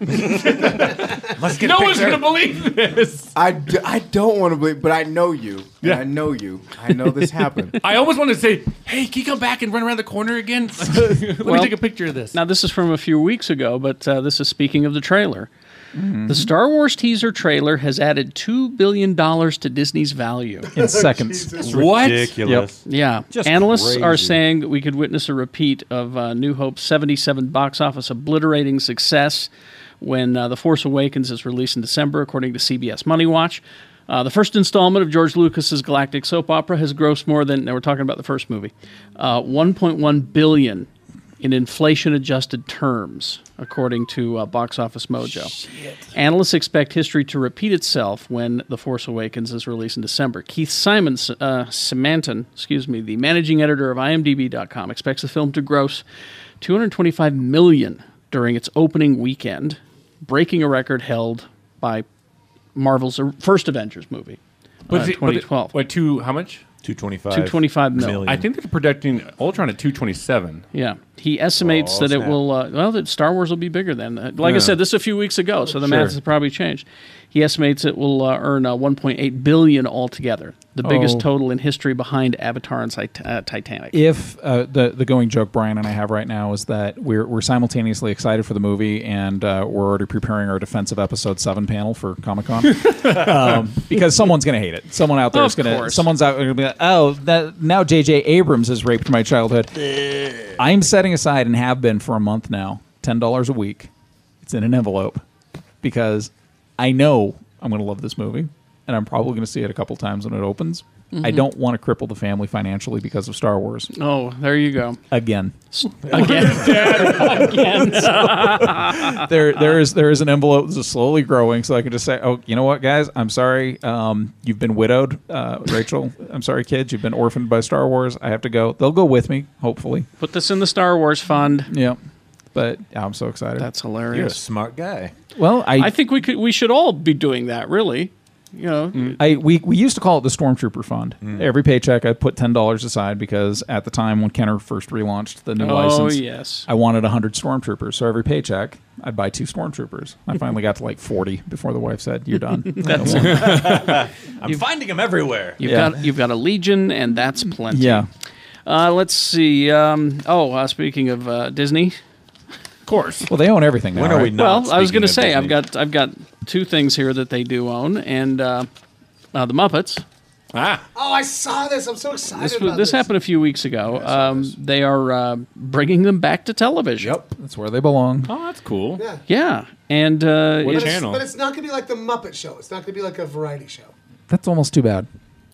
Speaker 9: get a
Speaker 7: no one's
Speaker 9: picture.
Speaker 7: gonna believe this.
Speaker 9: I, d- I don't want to believe, but I know you. Yeah. I know you. I know this happened.
Speaker 7: I almost wanted to say, "Hey, can you come back and run around the corner again?" Let
Speaker 2: Well-
Speaker 7: me take a picture of this.
Speaker 2: Now, this is from a few weeks ago, but uh, this is speaking of the trailer.
Speaker 9: Mm-hmm.
Speaker 2: The Star Wars teaser trailer has added $2 billion to Disney's value.
Speaker 6: in seconds,
Speaker 2: What?
Speaker 6: Yep.
Speaker 2: Yeah.
Speaker 6: Just
Speaker 2: Analysts are
Speaker 6: crazy.
Speaker 2: saying that we could witness a repeat of uh, New Hope's 77 box office obliterating success when uh, The Force Awakens is released in December, according to CBS Money Watch. Uh, the first installment of George Lucas's galactic soap opera has grossed more than, now we're talking about the first movie, uh, 1.1 billion in inflation-adjusted terms, according to uh, Box Office Mojo. Analysts expect history to repeat itself when The Force Awakens is released in December. Keith Simon, uh, Simanton, excuse me, the managing editor of IMDb.com, expects the film to gross 225 million during its opening weekend, breaking a record held by Marvel's or- first Avengers movie,
Speaker 7: But
Speaker 2: uh,
Speaker 7: the- but the-
Speaker 2: 2012.
Speaker 7: What two? How much?
Speaker 10: Two twenty five.
Speaker 2: 225 mil.
Speaker 7: I think they're projecting Ultron at two twenty seven.
Speaker 2: Yeah, he estimates
Speaker 7: Oh,
Speaker 2: that it
Speaker 7: snap.
Speaker 2: will. Uh, well, that Star Wars will be bigger than. that. Like I
Speaker 7: Yeah.
Speaker 2: said, this is a few weeks ago, so the
Speaker 7: Sure.
Speaker 2: math has probably changed. He estimates it will uh, earn uh, 1.8 billion altogether, the biggest
Speaker 6: Oh.
Speaker 2: total in history behind Avatar and Tit- uh, Titanic.
Speaker 6: if uh, the the going joke Brian and I have right now is that we're we're simultaneously excited for the movie and uh, we're already preparing our defensive episode seven panel for Comic Con um, because someone's gonna hate it. Someone out there is
Speaker 10: Of
Speaker 6: gonna
Speaker 10: course.
Speaker 6: someone's out there gonna be like, oh, that now J.J. Abrams has raped my childhood. I'm setting aside and have been for a month now ten dollars a week. It's in an envelope because I know I'm gonna love this movie and I'm probably gonna see it a couple times when it opens. I
Speaker 10: Mm-hmm.
Speaker 2: Mhm.
Speaker 6: don't want to cripple the family financially because of Star Wars
Speaker 2: Oh, there you go.
Speaker 6: again.
Speaker 2: Again, again.
Speaker 6: there, there is there is an envelope that's slowly growing, so I can just say, "Oh, you know what, guys? I'm sorry. Um, you've been widowed, uh, Rachel. I'm sorry, kids. You've been orphaned by Star Wars. I have to go. They'll go with me, hopefully.
Speaker 2: Put this in the Star Wars fund.
Speaker 6: Yeah, but yeah, I'm so excited.
Speaker 2: That's hilarious. You're a smart
Speaker 10: guy.
Speaker 6: Well, I,
Speaker 2: I think we could. We should all be doing that, really. You know,
Speaker 6: I we, we used to call it the Stormtrooper Fund. Every paycheck, I put ten dollars aside because at the time when Kenner first relaunched the new
Speaker 2: Oh,
Speaker 6: license,
Speaker 2: yes.
Speaker 6: I wanted hundred Stormtroopers. So every paycheck, I'd buy two Stormtroopers. I finally got to like forty before the wife said, "You're done."
Speaker 10: That's-
Speaker 6: I don't want-
Speaker 10: I'm finding them everywhere.
Speaker 2: You've
Speaker 6: Yeah.
Speaker 2: got you've got a legion, and that's plenty.
Speaker 6: Yeah.
Speaker 2: Uh, let's see. Um, oh, uh, speaking of uh, Disney, of
Speaker 7: course.
Speaker 6: Well, they own everything now. right?
Speaker 2: Well, I was going to say I've got I've got two things here that they do own, and uh, uh, the Muppets.
Speaker 7: Ah.
Speaker 3: Oh, I saw this. I'm so excited
Speaker 2: This, was,
Speaker 3: about
Speaker 2: this
Speaker 3: this.
Speaker 2: happened a few weeks ago. Um, they are uh, bringing them back to television.
Speaker 6: Yep, that's where they belong.
Speaker 7: Oh, that's cool.
Speaker 3: Yeah.
Speaker 2: Yeah, and uh,
Speaker 3: but
Speaker 2: it's-
Speaker 3: It's, but it's not going to be like the Muppet Show. It's not going to be like a variety show.
Speaker 6: That's almost too bad.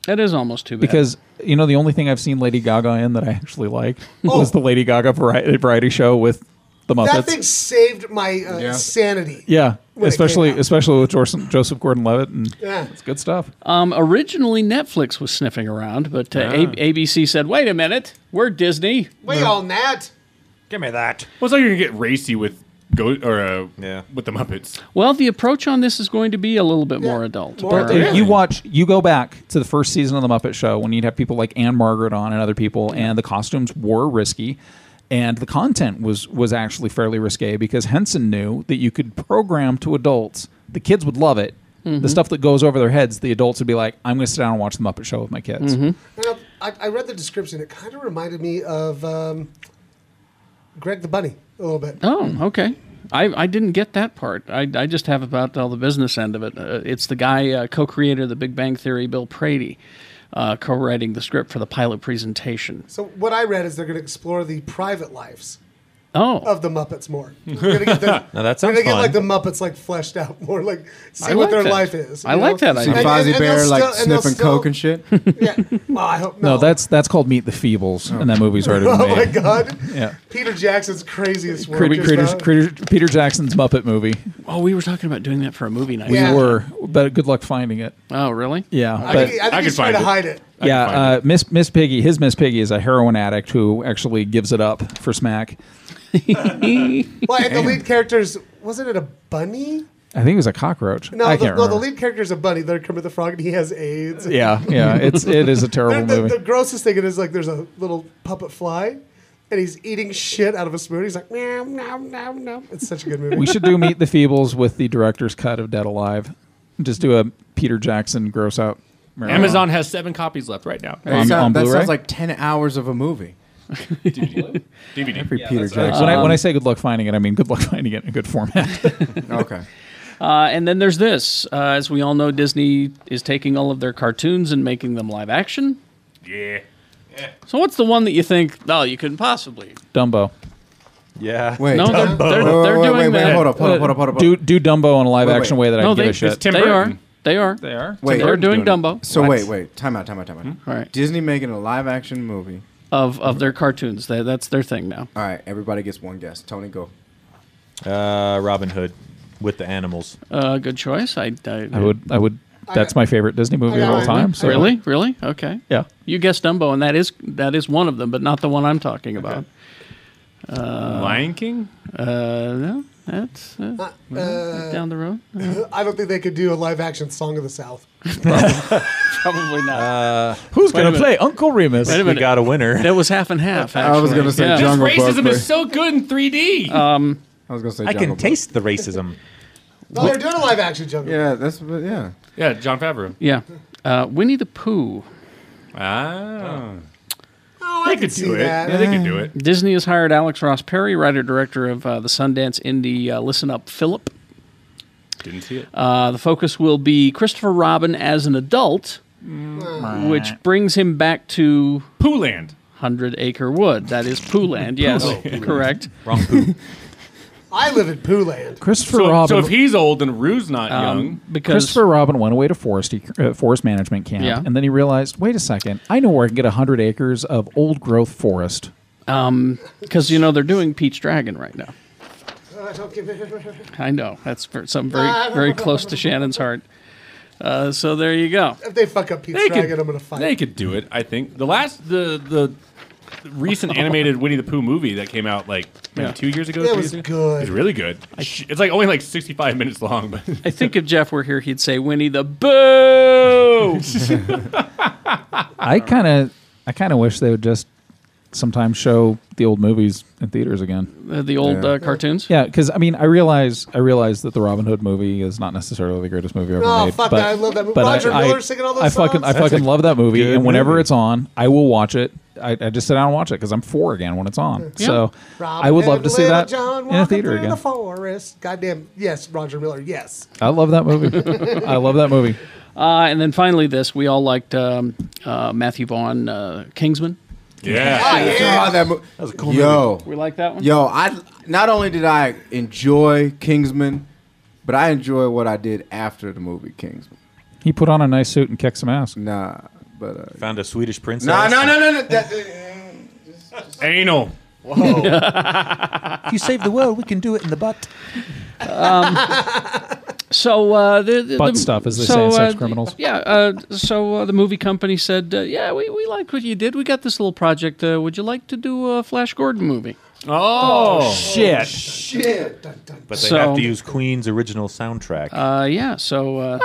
Speaker 2: That is almost too bad.
Speaker 6: Because you know the only thing I've seen Lady Gaga in that I actually liked was
Speaker 3: Oh.
Speaker 6: the Lady Gaga variety, variety show with the
Speaker 2: Oh,
Speaker 6: Muppets.
Speaker 3: That thing saved my uh,
Speaker 6: Yeah.
Speaker 3: sanity.
Speaker 6: yeah,
Speaker 3: When it
Speaker 6: especially
Speaker 3: came out.
Speaker 6: especially with Jorson, Joseph Gordon-Levitt and
Speaker 3: Yeah.
Speaker 6: it's good stuff.
Speaker 2: Um, originally, Netflix was sniffing around, but uh, A- ABC said, "Wait a minute, we're Disney.
Speaker 3: We own that."
Speaker 7: Give me that. Well, it's like you're gonna get racy with go or uh, yeah with the Muppets.
Speaker 2: Well, the approach on this is going to be a little bit more adult.
Speaker 6: But
Speaker 2: apparently.
Speaker 6: if you watch, you go back to the first season of the Muppet Show when you'd have people like Anne Margaret on and other people, and the costumes were risky, and the content was was actually fairly risque because Henson knew that you could program to adults. The kids would love it.
Speaker 3: Mhm.
Speaker 6: The stuff that goes over their heads, the adults would be like, "I'm going to sit down and watch the Muppet Show with my kids."
Speaker 3: Now, I, I read the description. It kind of reminded me of um, Greg the Bunny a little bit.
Speaker 2: Oh, okay. I, I didn't get that part. I, I just have about all the business end of it. Uh, it's the guy, uh, co creator of The Big Bang Theory, Bill Prady, uh, co writing the script for the pilot presentation.
Speaker 3: So what I read is they're going to explore the private lives
Speaker 2: Oh.
Speaker 3: of the Muppets more. We're gonna get the-
Speaker 2: Now that
Speaker 3: we're
Speaker 2: sounds
Speaker 3: gonna get
Speaker 2: fun.
Speaker 3: like the Muppets like fleshed out more, like see
Speaker 2: I
Speaker 3: what
Speaker 2: like
Speaker 3: their
Speaker 2: that.
Speaker 3: life is.
Speaker 2: I
Speaker 3: you
Speaker 2: like that idea.
Speaker 9: See
Speaker 2: And-
Speaker 9: Fozzie
Speaker 3: and
Speaker 9: Bear
Speaker 3: they'll
Speaker 9: like
Speaker 3: still- and they'll
Speaker 9: sniffing
Speaker 3: still-
Speaker 9: coke and shit.
Speaker 3: Well, I hope
Speaker 6: No,
Speaker 3: not.
Speaker 6: that's that's called Meet the Feebles, and that movie's already been
Speaker 3: oh
Speaker 6: made.
Speaker 3: my god.
Speaker 6: Yeah.
Speaker 3: Peter Jackson's craziest work.
Speaker 6: Critter,
Speaker 3: just uh,
Speaker 6: Critter,
Speaker 3: now.
Speaker 6: Critter- Peter Jackson's Muppet movie.
Speaker 2: Oh, we were talking about doing that for a movie night.
Speaker 6: We were, but good luck finding it.
Speaker 2: Oh, really?
Speaker 6: Yeah,
Speaker 2: I
Speaker 6: but-
Speaker 2: think- I think I he's
Speaker 3: trying to hide it.
Speaker 2: I
Speaker 6: yeah,
Speaker 2: can find
Speaker 6: uh, Miss Miss Piggy. His Miss Piggy is a heroin addict who actually gives it up for smack.
Speaker 3: Well, and the
Speaker 6: Damn.
Speaker 3: lead character's wasn't it a bunny?
Speaker 6: I think it was a cockroach.
Speaker 3: No,
Speaker 6: I
Speaker 3: the,
Speaker 6: can't
Speaker 3: no, the
Speaker 6: remember.
Speaker 3: lead character's a bunny. They're Kermit the Frog, and he has AIDS.
Speaker 6: yeah, yeah, it's it is a terrible
Speaker 3: the,
Speaker 6: movie.
Speaker 3: the grossest thing it is like there's a little puppet fly, and he's eating shit out of a spoon. He's like, no, no, no, no. It's such a good movie.
Speaker 6: we should do Meet the Feebles with the director's cut of Dead Alive. Just do a Peter Jackson gross out. marijuana.
Speaker 7: Amazon has seven copies left right now. Um,
Speaker 6: On- on
Speaker 9: that
Speaker 6: Blu-ray?
Speaker 9: sounds like ten hours of a movie. DVD. Every Peter Jackson.
Speaker 6: When I when I say good luck finding it, I mean good luck finding it in a good format.
Speaker 9: okay.
Speaker 2: Uh, and then there's this. Uh, as we all know, Disney is taking all of their cartoons and making them live action.
Speaker 7: Yeah.
Speaker 2: So, what's the one that you think, no, you couldn't possibly?
Speaker 6: Dumbo.
Speaker 10: Yeah.
Speaker 9: Wait.
Speaker 2: No, they're- they're-
Speaker 9: Wait,
Speaker 2: they're
Speaker 9: wait,
Speaker 2: doing
Speaker 9: wait, wait,
Speaker 2: that.
Speaker 9: Hold up. Hold up. Hold up. Hold up.
Speaker 6: Do do Dumbo in a live
Speaker 9: Wait,
Speaker 6: action
Speaker 9: wait.
Speaker 6: way that
Speaker 9: No,
Speaker 6: I can
Speaker 9: they-
Speaker 6: give a shit.
Speaker 9: it's Tim
Speaker 2: they
Speaker 9: Burton.
Speaker 2: are. They are.
Speaker 6: They are.
Speaker 9: Wait.
Speaker 2: they're doing,
Speaker 9: Doing
Speaker 2: Dumbo.
Speaker 9: So wait, wait. Time out. Time out. Time out.
Speaker 2: All right.
Speaker 9: Disney making a live action movie.
Speaker 2: Of, of their cartoons. They, that's their thing now.
Speaker 9: All right. Everybody gets one guess. Tony, go.
Speaker 10: Uh, Robin Hood with the animals.
Speaker 2: Uh, good choice. I, I,
Speaker 6: I would I would. That's my favorite Disney movie of all time. So
Speaker 2: Really? Really? Okay.
Speaker 6: Yeah.
Speaker 2: You guessed Dumbo, and that is that is one of them, but not the one I'm talking about. Uh,
Speaker 7: Lion King?
Speaker 2: Uh, no, that's uh,
Speaker 3: Uh,
Speaker 2: down the road.
Speaker 3: I don't think they could do a live action Song of the South.
Speaker 2: Probably not.
Speaker 10: Uh,
Speaker 6: Who's
Speaker 2: Wait a
Speaker 6: gonna
Speaker 2: minute.
Speaker 6: play Uncle Remus?
Speaker 2: Wait a
Speaker 10: we
Speaker 2: minute.
Speaker 10: got a winner.
Speaker 2: That was half and half. Actually.
Speaker 9: I was gonna say
Speaker 2: Yeah.
Speaker 9: Jungle
Speaker 7: This
Speaker 9: Book.
Speaker 7: racism
Speaker 9: but-
Speaker 7: is so good in 3D.
Speaker 2: Um,
Speaker 9: I was gonna say.
Speaker 10: I
Speaker 9: Jungle
Speaker 10: can
Speaker 9: Book.
Speaker 10: taste the racism.
Speaker 3: No, they're doing a live action Jungle.
Speaker 9: Yeah. That's but yeah.
Speaker 7: yeah, John Favreau.
Speaker 2: yeah. Uh, Winnie the Pooh.
Speaker 7: Ah.
Speaker 3: Oh,
Speaker 7: they could do it.
Speaker 3: that.
Speaker 7: Yeah, they could do it.
Speaker 2: Disney has hired Alex Ross Perry, writer director of uh, the Sundance indie uh, Listen Up Philip.
Speaker 7: Didn't see it.
Speaker 2: Uh, the focus will be Christopher Robin as an adult, which brings him back to
Speaker 7: Pooland.
Speaker 2: Hundred Acre Wood. That is Pooh Land. Yes, correct.
Speaker 10: Wrong poo.
Speaker 3: I live in Pooh Land.
Speaker 6: Christopher
Speaker 7: So, so
Speaker 6: Robin.
Speaker 7: if he's old and Rue's not
Speaker 2: Um,
Speaker 7: young,
Speaker 2: because
Speaker 6: Christopher Robin went away to forest uh, forest management camp,
Speaker 2: Yeah.
Speaker 6: and then he realized, wait a second, I know where I can get hundred acres of old growth forest.
Speaker 2: um, because you know they're doing Peach Dragon right now.
Speaker 3: I Uh, don't give a-
Speaker 2: I know that's for something very very close to Shannon's heart. Uh, so there you go.
Speaker 3: if they fuck up Pete's
Speaker 7: They
Speaker 3: Dragon,
Speaker 7: could-
Speaker 3: I'm gonna fight.
Speaker 7: they could do it. I think the last the the recent animated Winnie the Pooh movie that came out like maybe
Speaker 2: Yeah.
Speaker 7: two years ago.
Speaker 3: It
Speaker 7: three
Speaker 3: was
Speaker 7: years ago?
Speaker 3: good.
Speaker 7: It's really good. it's like only like sixty five minutes long, but
Speaker 2: I think if Jeff were here, he'd say Winnie the Boo.
Speaker 6: I kind of, I kind of wish they would just sometimes show the old movies in theaters again.
Speaker 2: Uh, the old uh, cartoons.
Speaker 6: Yeah, because I mean, I realize, I realize that the Robin Hood movie is not necessarily the greatest movie ever
Speaker 3: Oh,
Speaker 6: made.
Speaker 3: fuck
Speaker 6: but,
Speaker 3: that. I love that movie.
Speaker 6: but
Speaker 3: Roger
Speaker 6: I,
Speaker 3: Miller
Speaker 6: I,
Speaker 3: singing all those
Speaker 6: I fucking, I
Speaker 3: songs.
Speaker 6: fucking love that movie,
Speaker 10: good
Speaker 6: and whenever
Speaker 10: movie.
Speaker 6: it's on, I will watch it. I, I just sit down and watch it because I'm four again when it's on.
Speaker 2: Yeah.
Speaker 6: So
Speaker 3: Robin
Speaker 6: I would love
Speaker 3: Hood,
Speaker 6: to see
Speaker 3: Little
Speaker 6: that
Speaker 3: John
Speaker 6: in a
Speaker 3: walking
Speaker 6: theater
Speaker 3: through
Speaker 6: again.
Speaker 3: The forest. Goddamn. Yes, Roger Miller. Yes.
Speaker 6: I love that movie. I love that movie.
Speaker 2: Uh, and then finally, this we all liked um, uh, Matthew Vaughn uh, Kingsman.
Speaker 7: yeah,
Speaker 9: God, that, mo- was a cool Yo.
Speaker 2: We like that one.
Speaker 9: Yo, I not only did I enjoy Kingsman, but I enjoy what I did after the movie Kingsman.
Speaker 6: He put on a nice suit and kicked some ass.
Speaker 9: Nah, But uh,
Speaker 10: Found a Swedish princess.
Speaker 9: no, no, no, no, no. That,
Speaker 7: Anal.
Speaker 9: Whoa.
Speaker 10: if you save the world, we can do it in the butt.
Speaker 2: Um, so uh, the, the
Speaker 6: Butt
Speaker 2: the-
Speaker 6: stuff, as they
Speaker 2: so,
Speaker 6: say in sex
Speaker 2: uh,
Speaker 6: criminals.
Speaker 2: Yeah. Uh, so uh, the movie company said, uh, "Yeah, we, we like what you did. We got this little project. Uh, would you like to do a Flash Gordon movie?"
Speaker 7: Oh,
Speaker 2: shit.
Speaker 9: Shit.
Speaker 10: But they
Speaker 2: So-
Speaker 10: have to use Queen's original soundtrack.
Speaker 2: Uh, yeah. So uh,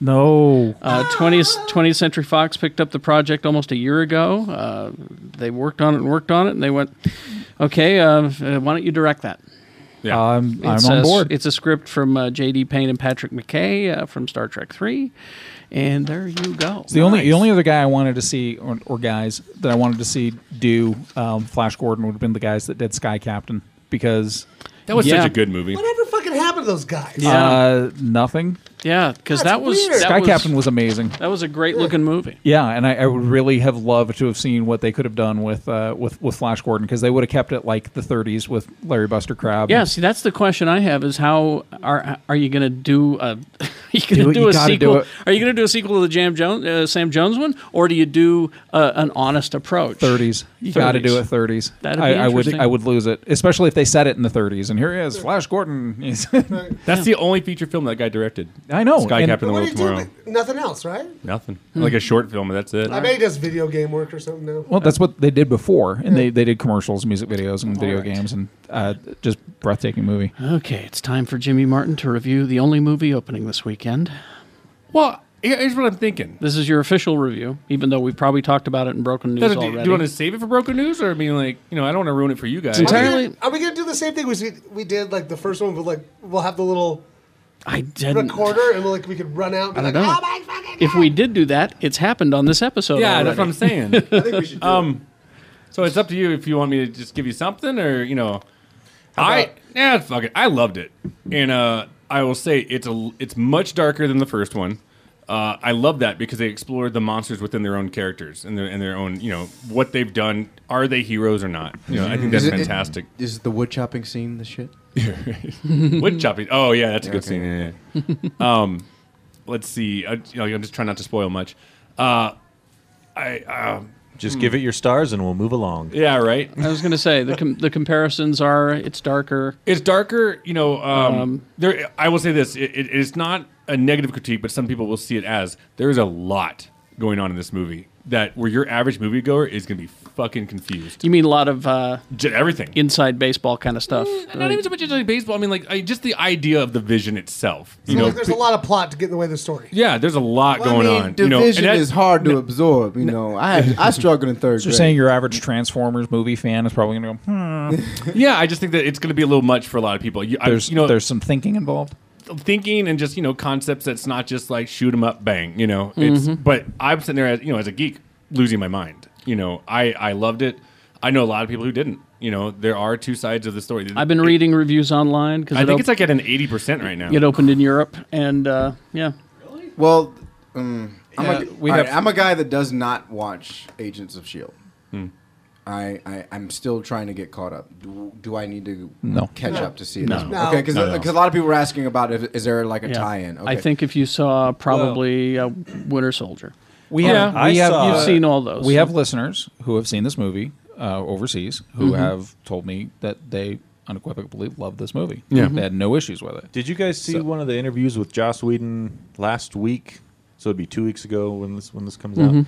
Speaker 6: No.
Speaker 2: Uh, 20th, 20th Century Fox picked up the project almost a year ago. Uh, they worked on it and worked on it, and they went, okay, uh, uh, why don't you direct that?
Speaker 7: Yeah.
Speaker 6: I'm, I'm
Speaker 2: It's
Speaker 6: on
Speaker 2: a-
Speaker 6: board.
Speaker 2: It's a script from uh, J.D. Payne and Patrick McKay uh, from Star Trek 3. And there you go.
Speaker 6: It's the only the only other guy I wanted to see, or, or guys that I wanted to see do um, Flash Gordon would have been the guys that did Sky Captain because
Speaker 7: That was
Speaker 6: Yeah.
Speaker 7: such a good movie.
Speaker 3: Whatever fucking happened to those guys?
Speaker 6: uh, nothing.
Speaker 2: Yeah, because that was that
Speaker 6: Sky
Speaker 2: was,
Speaker 6: Captain was amazing.
Speaker 2: That was a great looking movie.
Speaker 6: Yeah, and I, I would really have loved to have seen what they could have done with uh, with with Flash Gordon because they would have kept it like the 30s with Larry Buster Crab.
Speaker 2: Yeah, see, that's the question I have: is how are are you going to do a are you going
Speaker 6: Do
Speaker 2: to
Speaker 6: it,
Speaker 2: do,
Speaker 6: you
Speaker 2: a
Speaker 6: gotta do
Speaker 2: sequel?
Speaker 6: it.
Speaker 2: are you going to do a sequel to the Jam Jones, uh, Sam Jones one, or do you do uh, an honest approach?
Speaker 6: 30s. You got to
Speaker 2: 30s.
Speaker 6: do it 30s.
Speaker 2: That'd be
Speaker 6: I, I would
Speaker 2: interesting.
Speaker 6: I would lose it, especially if they set it in the 30s. And here he is, Flash Gordon. is-
Speaker 7: That's the only feature film that guy directed.
Speaker 6: I know,
Speaker 7: Sky
Speaker 6: and- Hmm.
Speaker 7: Captain the
Speaker 3: What
Speaker 7: World
Speaker 3: do you do?
Speaker 7: Tomorrow.
Speaker 3: with- Nothing else, right?
Speaker 7: Nothing. Like a short film, and that's it.
Speaker 3: I bet he does video game work or something now.
Speaker 6: well, that's what they did before, and they, they did commercials, music videos, and video
Speaker 3: right.
Speaker 6: games, and uh, just breathtaking movie.
Speaker 2: Okay, it's time for Jimmy Martin to review the only movie opening this weekend.
Speaker 7: Well, here- here's what I'm thinking.
Speaker 2: This is your official review, even though we've probably talked about it in broken news
Speaker 7: That's what- do,
Speaker 2: already.
Speaker 7: do you want to save it for broken news, or I mean, like, you know, I don't want to ruin it for you guys.
Speaker 2: entirely-
Speaker 3: Are we gonna- Are we gonna do the same thing we s- we did like the first one? But like we'll have the little
Speaker 2: I didn't.
Speaker 3: recorder and we'll, like we could run out. And
Speaker 2: I
Speaker 3: be
Speaker 2: don't
Speaker 3: like,
Speaker 2: know.
Speaker 3: Oh my fucking
Speaker 2: If we did do that, it's happened on this episode.
Speaker 7: yeah, that's
Speaker 2: already.
Speaker 7: what I'm saying.
Speaker 9: I think we should do
Speaker 7: Um, so it's up to you if you want me to just give you something or you know, I yeah fuck it. I loved it, and uh, I will say it's a it's much darker than the first one. Uh, I love that because they explored the monsters within their own characters and their and their own you know what they've done. Are they heroes or not? You know, I think that's
Speaker 9: Mm-hmm. Is it-
Speaker 7: fantastic.
Speaker 9: it- Is the wood chopping scene the shit?
Speaker 7: Wood chopping. Oh yeah, that's a good
Speaker 9: okay.
Speaker 7: scene. Yeah, yeah. um, let's see. I, you know, I'm just trying not to spoil much. Uh, I uh,
Speaker 10: Just give it your stars and we'll move along.
Speaker 7: yeah right.
Speaker 2: I was going to say the com- the comparisons are it's darker.
Speaker 7: It's darker, you know. Um, there, I will say this: it, it, it's not a negative critique, but some people will see it as there is a lot going on in this movie that where your average moviegoer is going to be fucking confused.
Speaker 2: You mean a lot of uh,
Speaker 7: J- everything,
Speaker 2: inside baseball kind of stuff?
Speaker 7: Mm, not even so much into baseball. I mean, like I, just the idea of the vision itself. You
Speaker 3: So,
Speaker 7: know,
Speaker 3: like, there's a lot of plot to get in the way of the story.
Speaker 7: yeah, there's a lot
Speaker 9: Well,
Speaker 7: going
Speaker 9: I mean,
Speaker 7: on. You know,
Speaker 9: Division
Speaker 7: that-
Speaker 9: is hard to absorb. You know, I had, I struggled in third
Speaker 6: So
Speaker 9: grade.
Speaker 6: you're saying your average Transformers movie fan is probably going to go, hmm,
Speaker 7: Yeah, I just think that it's going to be a little much for a lot of people. You, I,
Speaker 6: there's,
Speaker 7: you know,
Speaker 6: there's some thinking involved.
Speaker 7: thinking and just you know concepts that's not just like shoot 'em up bang you know it's
Speaker 6: Mm-hmm.
Speaker 7: but i'm sitting there as you know as a geek losing my mind you know i i loved it i know a lot of people who didn't you know there are two sides of the story
Speaker 2: I've been
Speaker 7: It-
Speaker 2: reading reviews online because
Speaker 7: i think it's like at an 80% right now
Speaker 2: it opened in Europe, and uh, yeah,
Speaker 9: Well, um, I'm,
Speaker 6: Yeah,
Speaker 9: a,
Speaker 6: we
Speaker 9: all
Speaker 6: have-
Speaker 9: right, I'm a guy that does not watch Agents of Shield. E
Speaker 6: Hmm.
Speaker 9: I, I I'm still trying to get caught up. Do, do I need to
Speaker 6: No.
Speaker 9: catch up to see it?
Speaker 2: No.
Speaker 9: as well?
Speaker 3: No.
Speaker 9: Okay, because
Speaker 7: No, no.
Speaker 9: a lot of people were asking about if is there like a
Speaker 2: yeah.
Speaker 9: tie-in? Okay.
Speaker 2: I think if you saw probably uh, Winter Soldier,
Speaker 6: We
Speaker 7: Yeah,
Speaker 6: have,
Speaker 10: I
Speaker 6: we have
Speaker 10: saw-
Speaker 6: you
Speaker 2: you've seen all those.
Speaker 6: We have listeners who have seen this movie uh, overseas
Speaker 7: Mm-hmm.
Speaker 6: who have told me that they unequivocally love this movie. Yeah. They had no issues with it.
Speaker 10: Did you guys see one of the interviews with Joss Whedon last week? So it'd be two weeks ago when this when this comes out,
Speaker 6: Mm-hmm.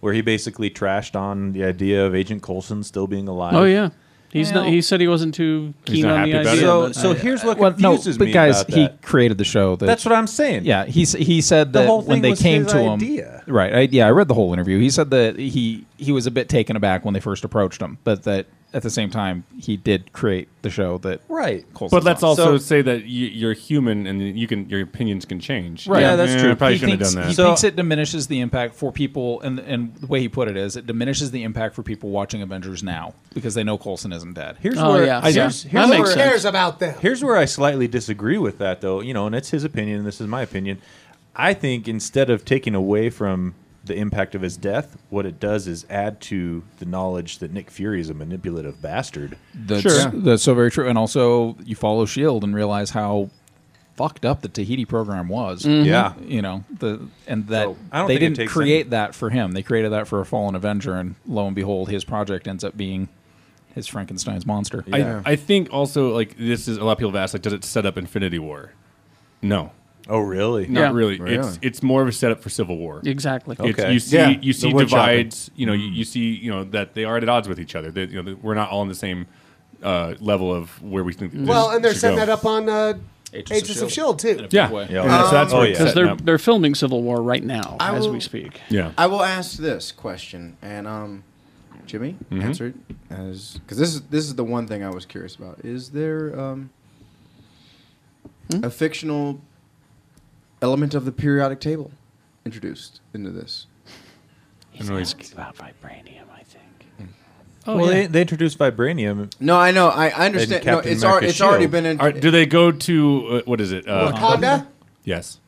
Speaker 10: where he basically trashed on the idea of Agent Coulson still being alive.
Speaker 2: Oh yeah, he's
Speaker 6: Well-
Speaker 2: not. He said he wasn't too keen
Speaker 7: not
Speaker 2: on the
Speaker 7: happy about
Speaker 2: idea.
Speaker 7: it.
Speaker 10: So
Speaker 2: but- uh,
Speaker 10: so here's what
Speaker 6: Well, no,
Speaker 10: confuses
Speaker 6: but
Speaker 10: me
Speaker 6: guys,
Speaker 10: about
Speaker 6: he
Speaker 10: that.
Speaker 6: created the show. That,
Speaker 10: That's what I'm saying.
Speaker 6: Yeah, he s- he said
Speaker 10: The
Speaker 6: that
Speaker 10: whole
Speaker 6: when
Speaker 10: thing
Speaker 6: they
Speaker 10: was
Speaker 6: came
Speaker 10: his
Speaker 6: to him.
Speaker 10: idea.
Speaker 6: Right. I, yeah, I read the whole interview. He said that he he was a bit taken aback when they first approached him, but that at the same time he did create the show that
Speaker 10: Right.
Speaker 6: Coulson's
Speaker 7: but let's
Speaker 6: on.
Speaker 7: also
Speaker 10: So-
Speaker 7: say that you, you're human and you can your opinions can change
Speaker 6: Right. Yeah,
Speaker 10: that's
Speaker 7: Eh,
Speaker 10: true.
Speaker 7: I probably
Speaker 6: he
Speaker 7: shouldn't
Speaker 6: thinks,
Speaker 7: have done
Speaker 6: he
Speaker 7: that
Speaker 6: thinks it diminishes the impact for people, and and the way he put it is, it diminishes the impact for people watching Avengers now because they know Coulson isn't dead.
Speaker 10: Here's
Speaker 2: Oh,
Speaker 10: where
Speaker 2: yeah.
Speaker 10: I,
Speaker 2: Yeah.
Speaker 10: here's,
Speaker 2: That
Speaker 10: here's
Speaker 2: makes
Speaker 10: where,
Speaker 3: Who cares about them?
Speaker 10: Here's where I slightly disagree with that, though. You know, and it's his opinion. This is my opinion. I think instead of taking away from the impact of his death, what it does is add to the knowledge that Nick Fury is a manipulative bastard.
Speaker 6: That's,
Speaker 9: Sure.
Speaker 6: E that's so very true. And also, you follow Shield and realize how fucked up the Tahiti program was.
Speaker 10: Mhm. Yeah.
Speaker 6: you know the and that
Speaker 10: I don't
Speaker 6: they
Speaker 10: think it
Speaker 6: didn't
Speaker 10: takes
Speaker 6: create that for him. They created that for a fallen Avenger, and lo and behold, his project ends up being his Frankenstein's monster.
Speaker 7: I, I think also like this is a lot of people have asked like does it set up Infinity War? No.
Speaker 10: Oh really?
Speaker 7: Not
Speaker 10: Yeah.
Speaker 7: really.
Speaker 10: Really?
Speaker 7: It's it's more of a setup for Civil War.
Speaker 2: Exactly.
Speaker 7: It's-
Speaker 2: Okay.
Speaker 7: you see
Speaker 2: Yeah,
Speaker 7: you
Speaker 2: the
Speaker 7: see
Speaker 2: wood chopping.
Speaker 7: divides. You know you, you see you know that they are at odds with each other. That you know that we're not all in the same uh, level of where we think. this
Speaker 3: Well, and they're
Speaker 7: should
Speaker 3: setting
Speaker 7: go.
Speaker 3: that up on uh,
Speaker 7: Agents
Speaker 3: Agents,
Speaker 7: of
Speaker 3: of
Speaker 7: S.H.I.E.L.D.
Speaker 3: Shield E too.
Speaker 7: Yeah. Yeah. Um, So that's where it's
Speaker 2: because
Speaker 7: setting
Speaker 2: they're
Speaker 7: up.
Speaker 2: they're filming Civil War right now
Speaker 9: I
Speaker 2: as
Speaker 9: will-
Speaker 2: we speak.
Speaker 9: I will ask this question, and um, Jimmy,
Speaker 6: Mm-hmm.
Speaker 2: Mhm.
Speaker 9: answer it as because this is this is the one thing I was curious about. Is there um,
Speaker 2: Hmm?
Speaker 9: a fictional element of the periodic table introduced into this?
Speaker 2: He's asking about vibranium, I think.
Speaker 9: Oh,
Speaker 10: well,
Speaker 9: yeah.
Speaker 10: they, they introduced vibranium.
Speaker 9: No, I know. I, I understand. No, it's, al- it's already been. In-
Speaker 7: All right, do they go to uh, what is it?
Speaker 9: Wakanda?
Speaker 7: Yes.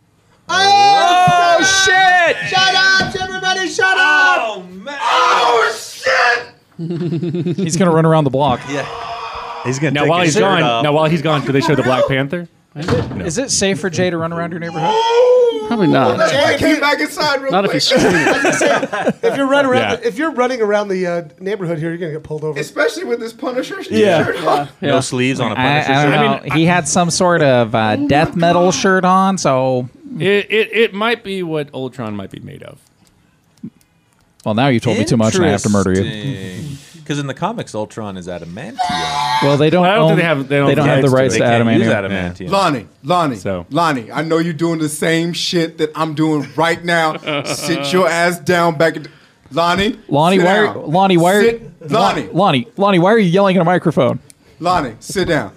Speaker 11: Oh,
Speaker 6: shit!
Speaker 11: Shut up, everybody! Shut up! Oh man! Oh shit!
Speaker 6: He's gonna run around the block.
Speaker 10: Yeah. He's gonna
Speaker 7: Now while he's gone, now while he's gone, do they show the Black Panther?
Speaker 6: Is it safe for Jay to run around your neighborhood?
Speaker 2: Probably
Speaker 3: Jay, if you-
Speaker 9: back inside real
Speaker 2: Not if he's screaming.
Speaker 3: I was gonna say, if you're running around,
Speaker 2: Yeah.
Speaker 3: the, if you're running around the uh, neighborhood here, you're gonna get pulled over.
Speaker 9: Especially with this Punisher
Speaker 3: Yeah.
Speaker 10: No sleeves on a Punisher
Speaker 6: I, I
Speaker 10: shirt.
Speaker 6: don't know. he had some sort of uh, death metal shirt on, so
Speaker 7: It, it it might be what Ultron might be made of.
Speaker 6: well now you've told me too much, and I have to murder you.
Speaker 10: Because in the comics, Ultron is adamantium.
Speaker 6: Well, they don't.
Speaker 10: I don't
Speaker 6: own-
Speaker 10: think they have- they don't have
Speaker 6: have the
Speaker 10: rights
Speaker 6: rights
Speaker 10: to it.
Speaker 6: to
Speaker 10: They can't
Speaker 6: adamantium.
Speaker 10: use adamantium. Yeah.
Speaker 9: Lonnie, Lonnie, Lonnie, I know you're doing the same shit that I'm doing right now. Sit your ass down back. In- Lonnie,
Speaker 6: Lonnie,
Speaker 9: sit
Speaker 6: why? Are,
Speaker 9: down.
Speaker 6: Lonnie, why? Are,
Speaker 9: Sit- Lonnie,
Speaker 6: Lon- Lonnie, Lonnie, why are you yelling at a microphone?
Speaker 9: Lonnie, sit down.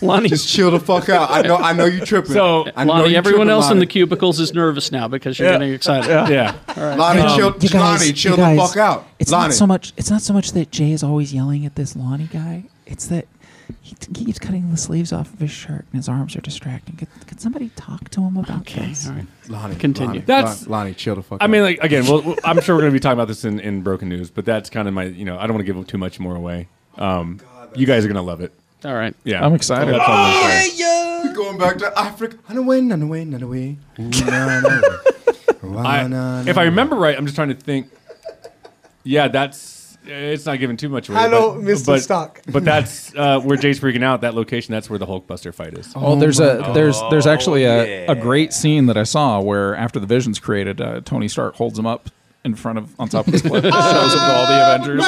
Speaker 2: Lonnie,
Speaker 9: just chill the fuck out. I know, I know you tripping.
Speaker 2: So,
Speaker 9: I know
Speaker 2: Lonnie,
Speaker 9: you
Speaker 2: everyone
Speaker 9: tripping,
Speaker 2: else in
Speaker 9: Lonnie.
Speaker 2: the cubicles is nervous now because you're
Speaker 9: Yeah.
Speaker 2: getting excited.
Speaker 9: Yeah.
Speaker 7: All
Speaker 2: right.
Speaker 9: Lonnie,
Speaker 2: Um,
Speaker 9: chill, Lonnie, chill the fuck out.
Speaker 14: It's
Speaker 9: Lonnie.
Speaker 14: not so much. It's not so much that Jay is always yelling at this Lonnie guy. It's that he t- keeps cutting the sleeves off of his shirt, and his arms are distracting. Could, could somebody talk to him about this?
Speaker 9: Lonnie,
Speaker 14: Continue.
Speaker 9: Lonnie,
Speaker 7: That's-
Speaker 9: Lon- Lonnie, chill the fuck
Speaker 7: I
Speaker 9: out.
Speaker 7: mean, like again, well, well, I'm sure we're going to be talking about this in, in broken news, but that's kind of my, you know, I don't want to give too much more away. Um, you guys are going to love it.
Speaker 2: All right,
Speaker 7: yeah,
Speaker 6: I'm excited.
Speaker 7: That's all I'm gonna say.
Speaker 9: We're going back to Africa. Runaway, runaway, runaway. Ooh, na, na.
Speaker 7: I-
Speaker 9: na,
Speaker 7: if
Speaker 9: na.
Speaker 7: I remember right, I'm just trying to think. Yeah, that's it's not giving too much away.
Speaker 3: Hello,
Speaker 7: but,
Speaker 3: Mr.
Speaker 7: But,
Speaker 3: Stock.
Speaker 7: but that's uh, where Jay's freaking out. That location, that's where the Hulkbuster fight is.
Speaker 6: Oh, there's a there's there's actually a, a great scene that I saw where after the vision's created, uh, Tony Stark holds him up in front of on top of this cliff, and shows him to all the Avengers.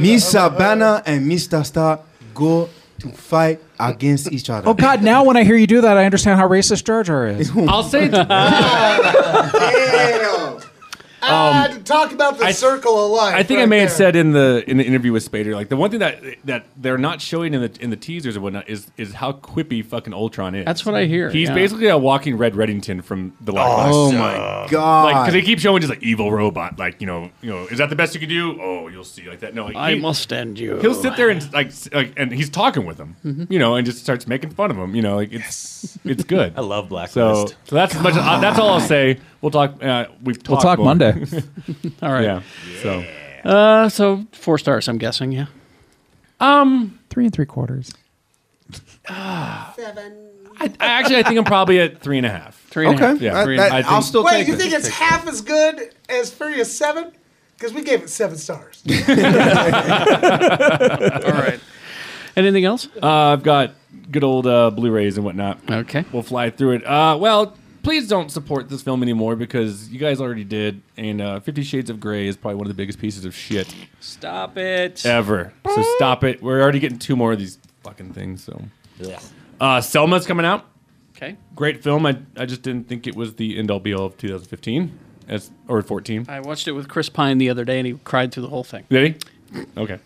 Speaker 9: Miss Banner and Mr. Star go to fight against each other.
Speaker 6: Oh God! Now when I hear you do that, I understand how racist Jar Jar is.
Speaker 7: I'll say
Speaker 3: Ah, to talk about the circle of life.
Speaker 7: I think I
Speaker 3: right
Speaker 7: may
Speaker 3: there.
Speaker 7: have said in the in the interview with Spader, like the one thing that that they're not showing in the in the teasers and whatnot is is how quippy fucking Ultron is.
Speaker 2: That's what I hear,
Speaker 7: He's
Speaker 2: yeah.
Speaker 7: basically a walking Red Reddington from the Last.
Speaker 9: Oh, my God.
Speaker 7: Like because they keep showing just like evil robot, like you know you know is that the best you can do? Oh, you'll see, like that. No, like,
Speaker 2: I must end you.
Speaker 7: He'll sit there and like s- like and he's talking with him,
Speaker 2: Mhm.
Speaker 7: you know, and just starts making fun of him, you know. Like it's it's good.
Speaker 10: I love
Speaker 7: so,
Speaker 10: Blacklist.
Speaker 7: so that's as much. Uh, that's all I'll say. We'll talk. Uh, we've talked
Speaker 2: We'll talk
Speaker 7: more.
Speaker 2: Monday. All right.
Speaker 7: Yeah. So.
Speaker 2: Uh, so four stars, I'm guessing. Yeah. Um,
Speaker 14: three and three quarters.
Speaker 7: I, I actually, I think I'm probably at three and a half. Three
Speaker 3: and a half.
Speaker 7: Yeah, three and- I think-
Speaker 3: Wait, you think it's half as good as Furious Seven? Because we gave it seven stars.
Speaker 7: All
Speaker 2: right. Anything else?
Speaker 7: Uh, I've got good old uh, Blu-rays and whatnot.
Speaker 2: Okay.
Speaker 7: We'll fly through it. Uh, well, please don't support this film anymore because you guys already did. And uh, Fifty Shades of Grey is probably one of the biggest pieces of shit
Speaker 2: Stop it.
Speaker 7: ever. So stop it. We're already getting two more of these fucking things. So. Uh, Selma's coming out.
Speaker 2: Okay.
Speaker 7: Great film. I, I just didn't think it was the end all be all of 2015 as, or 14.
Speaker 2: I watched it with Chris Pine the other day, and he cried through the whole thing.
Speaker 7: Did he? Okay.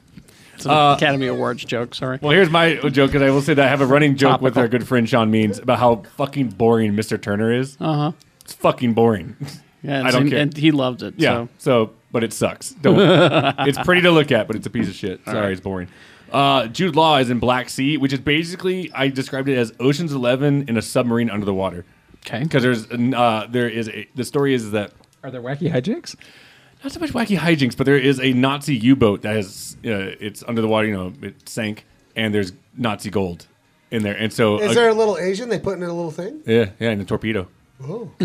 Speaker 2: It's an Academy Awards joke. Sorry.
Speaker 7: Uh, Well, here's my joke, because I will say that I have a running joke with
Speaker 2: Topical.
Speaker 7: our good friend Sean Means about how fucking boring Mr. Turner is.
Speaker 2: Uh huh.
Speaker 7: It's fucking boring.
Speaker 2: Yeah,
Speaker 7: I
Speaker 2: it's-
Speaker 7: don't
Speaker 2: and-
Speaker 7: care.
Speaker 2: and he loved it,
Speaker 7: Yeah.
Speaker 2: so.
Speaker 7: So, but it sucks. Don't, it's pretty to look at, but it's a piece of shit.
Speaker 2: All
Speaker 7: Sorry,
Speaker 2: right.
Speaker 7: it's boring. Uh, Jude Law is in Black Sea, which is basically I described it as Ocean's Eleven in a submarine under the water.
Speaker 2: Okay.
Speaker 7: Because there's an, uh, there is a, the story is that
Speaker 6: Are there wacky hijinks?
Speaker 7: not so much wacky hijinks, but there is a Nazi U boat that has uh, it's under the water. You know, it sank, and there's Nazi gold in there. And so
Speaker 3: Is
Speaker 7: a-
Speaker 3: there a little Asian they put in a little thing?
Speaker 7: Yeah, yeah, and a torpedo.
Speaker 3: Oh.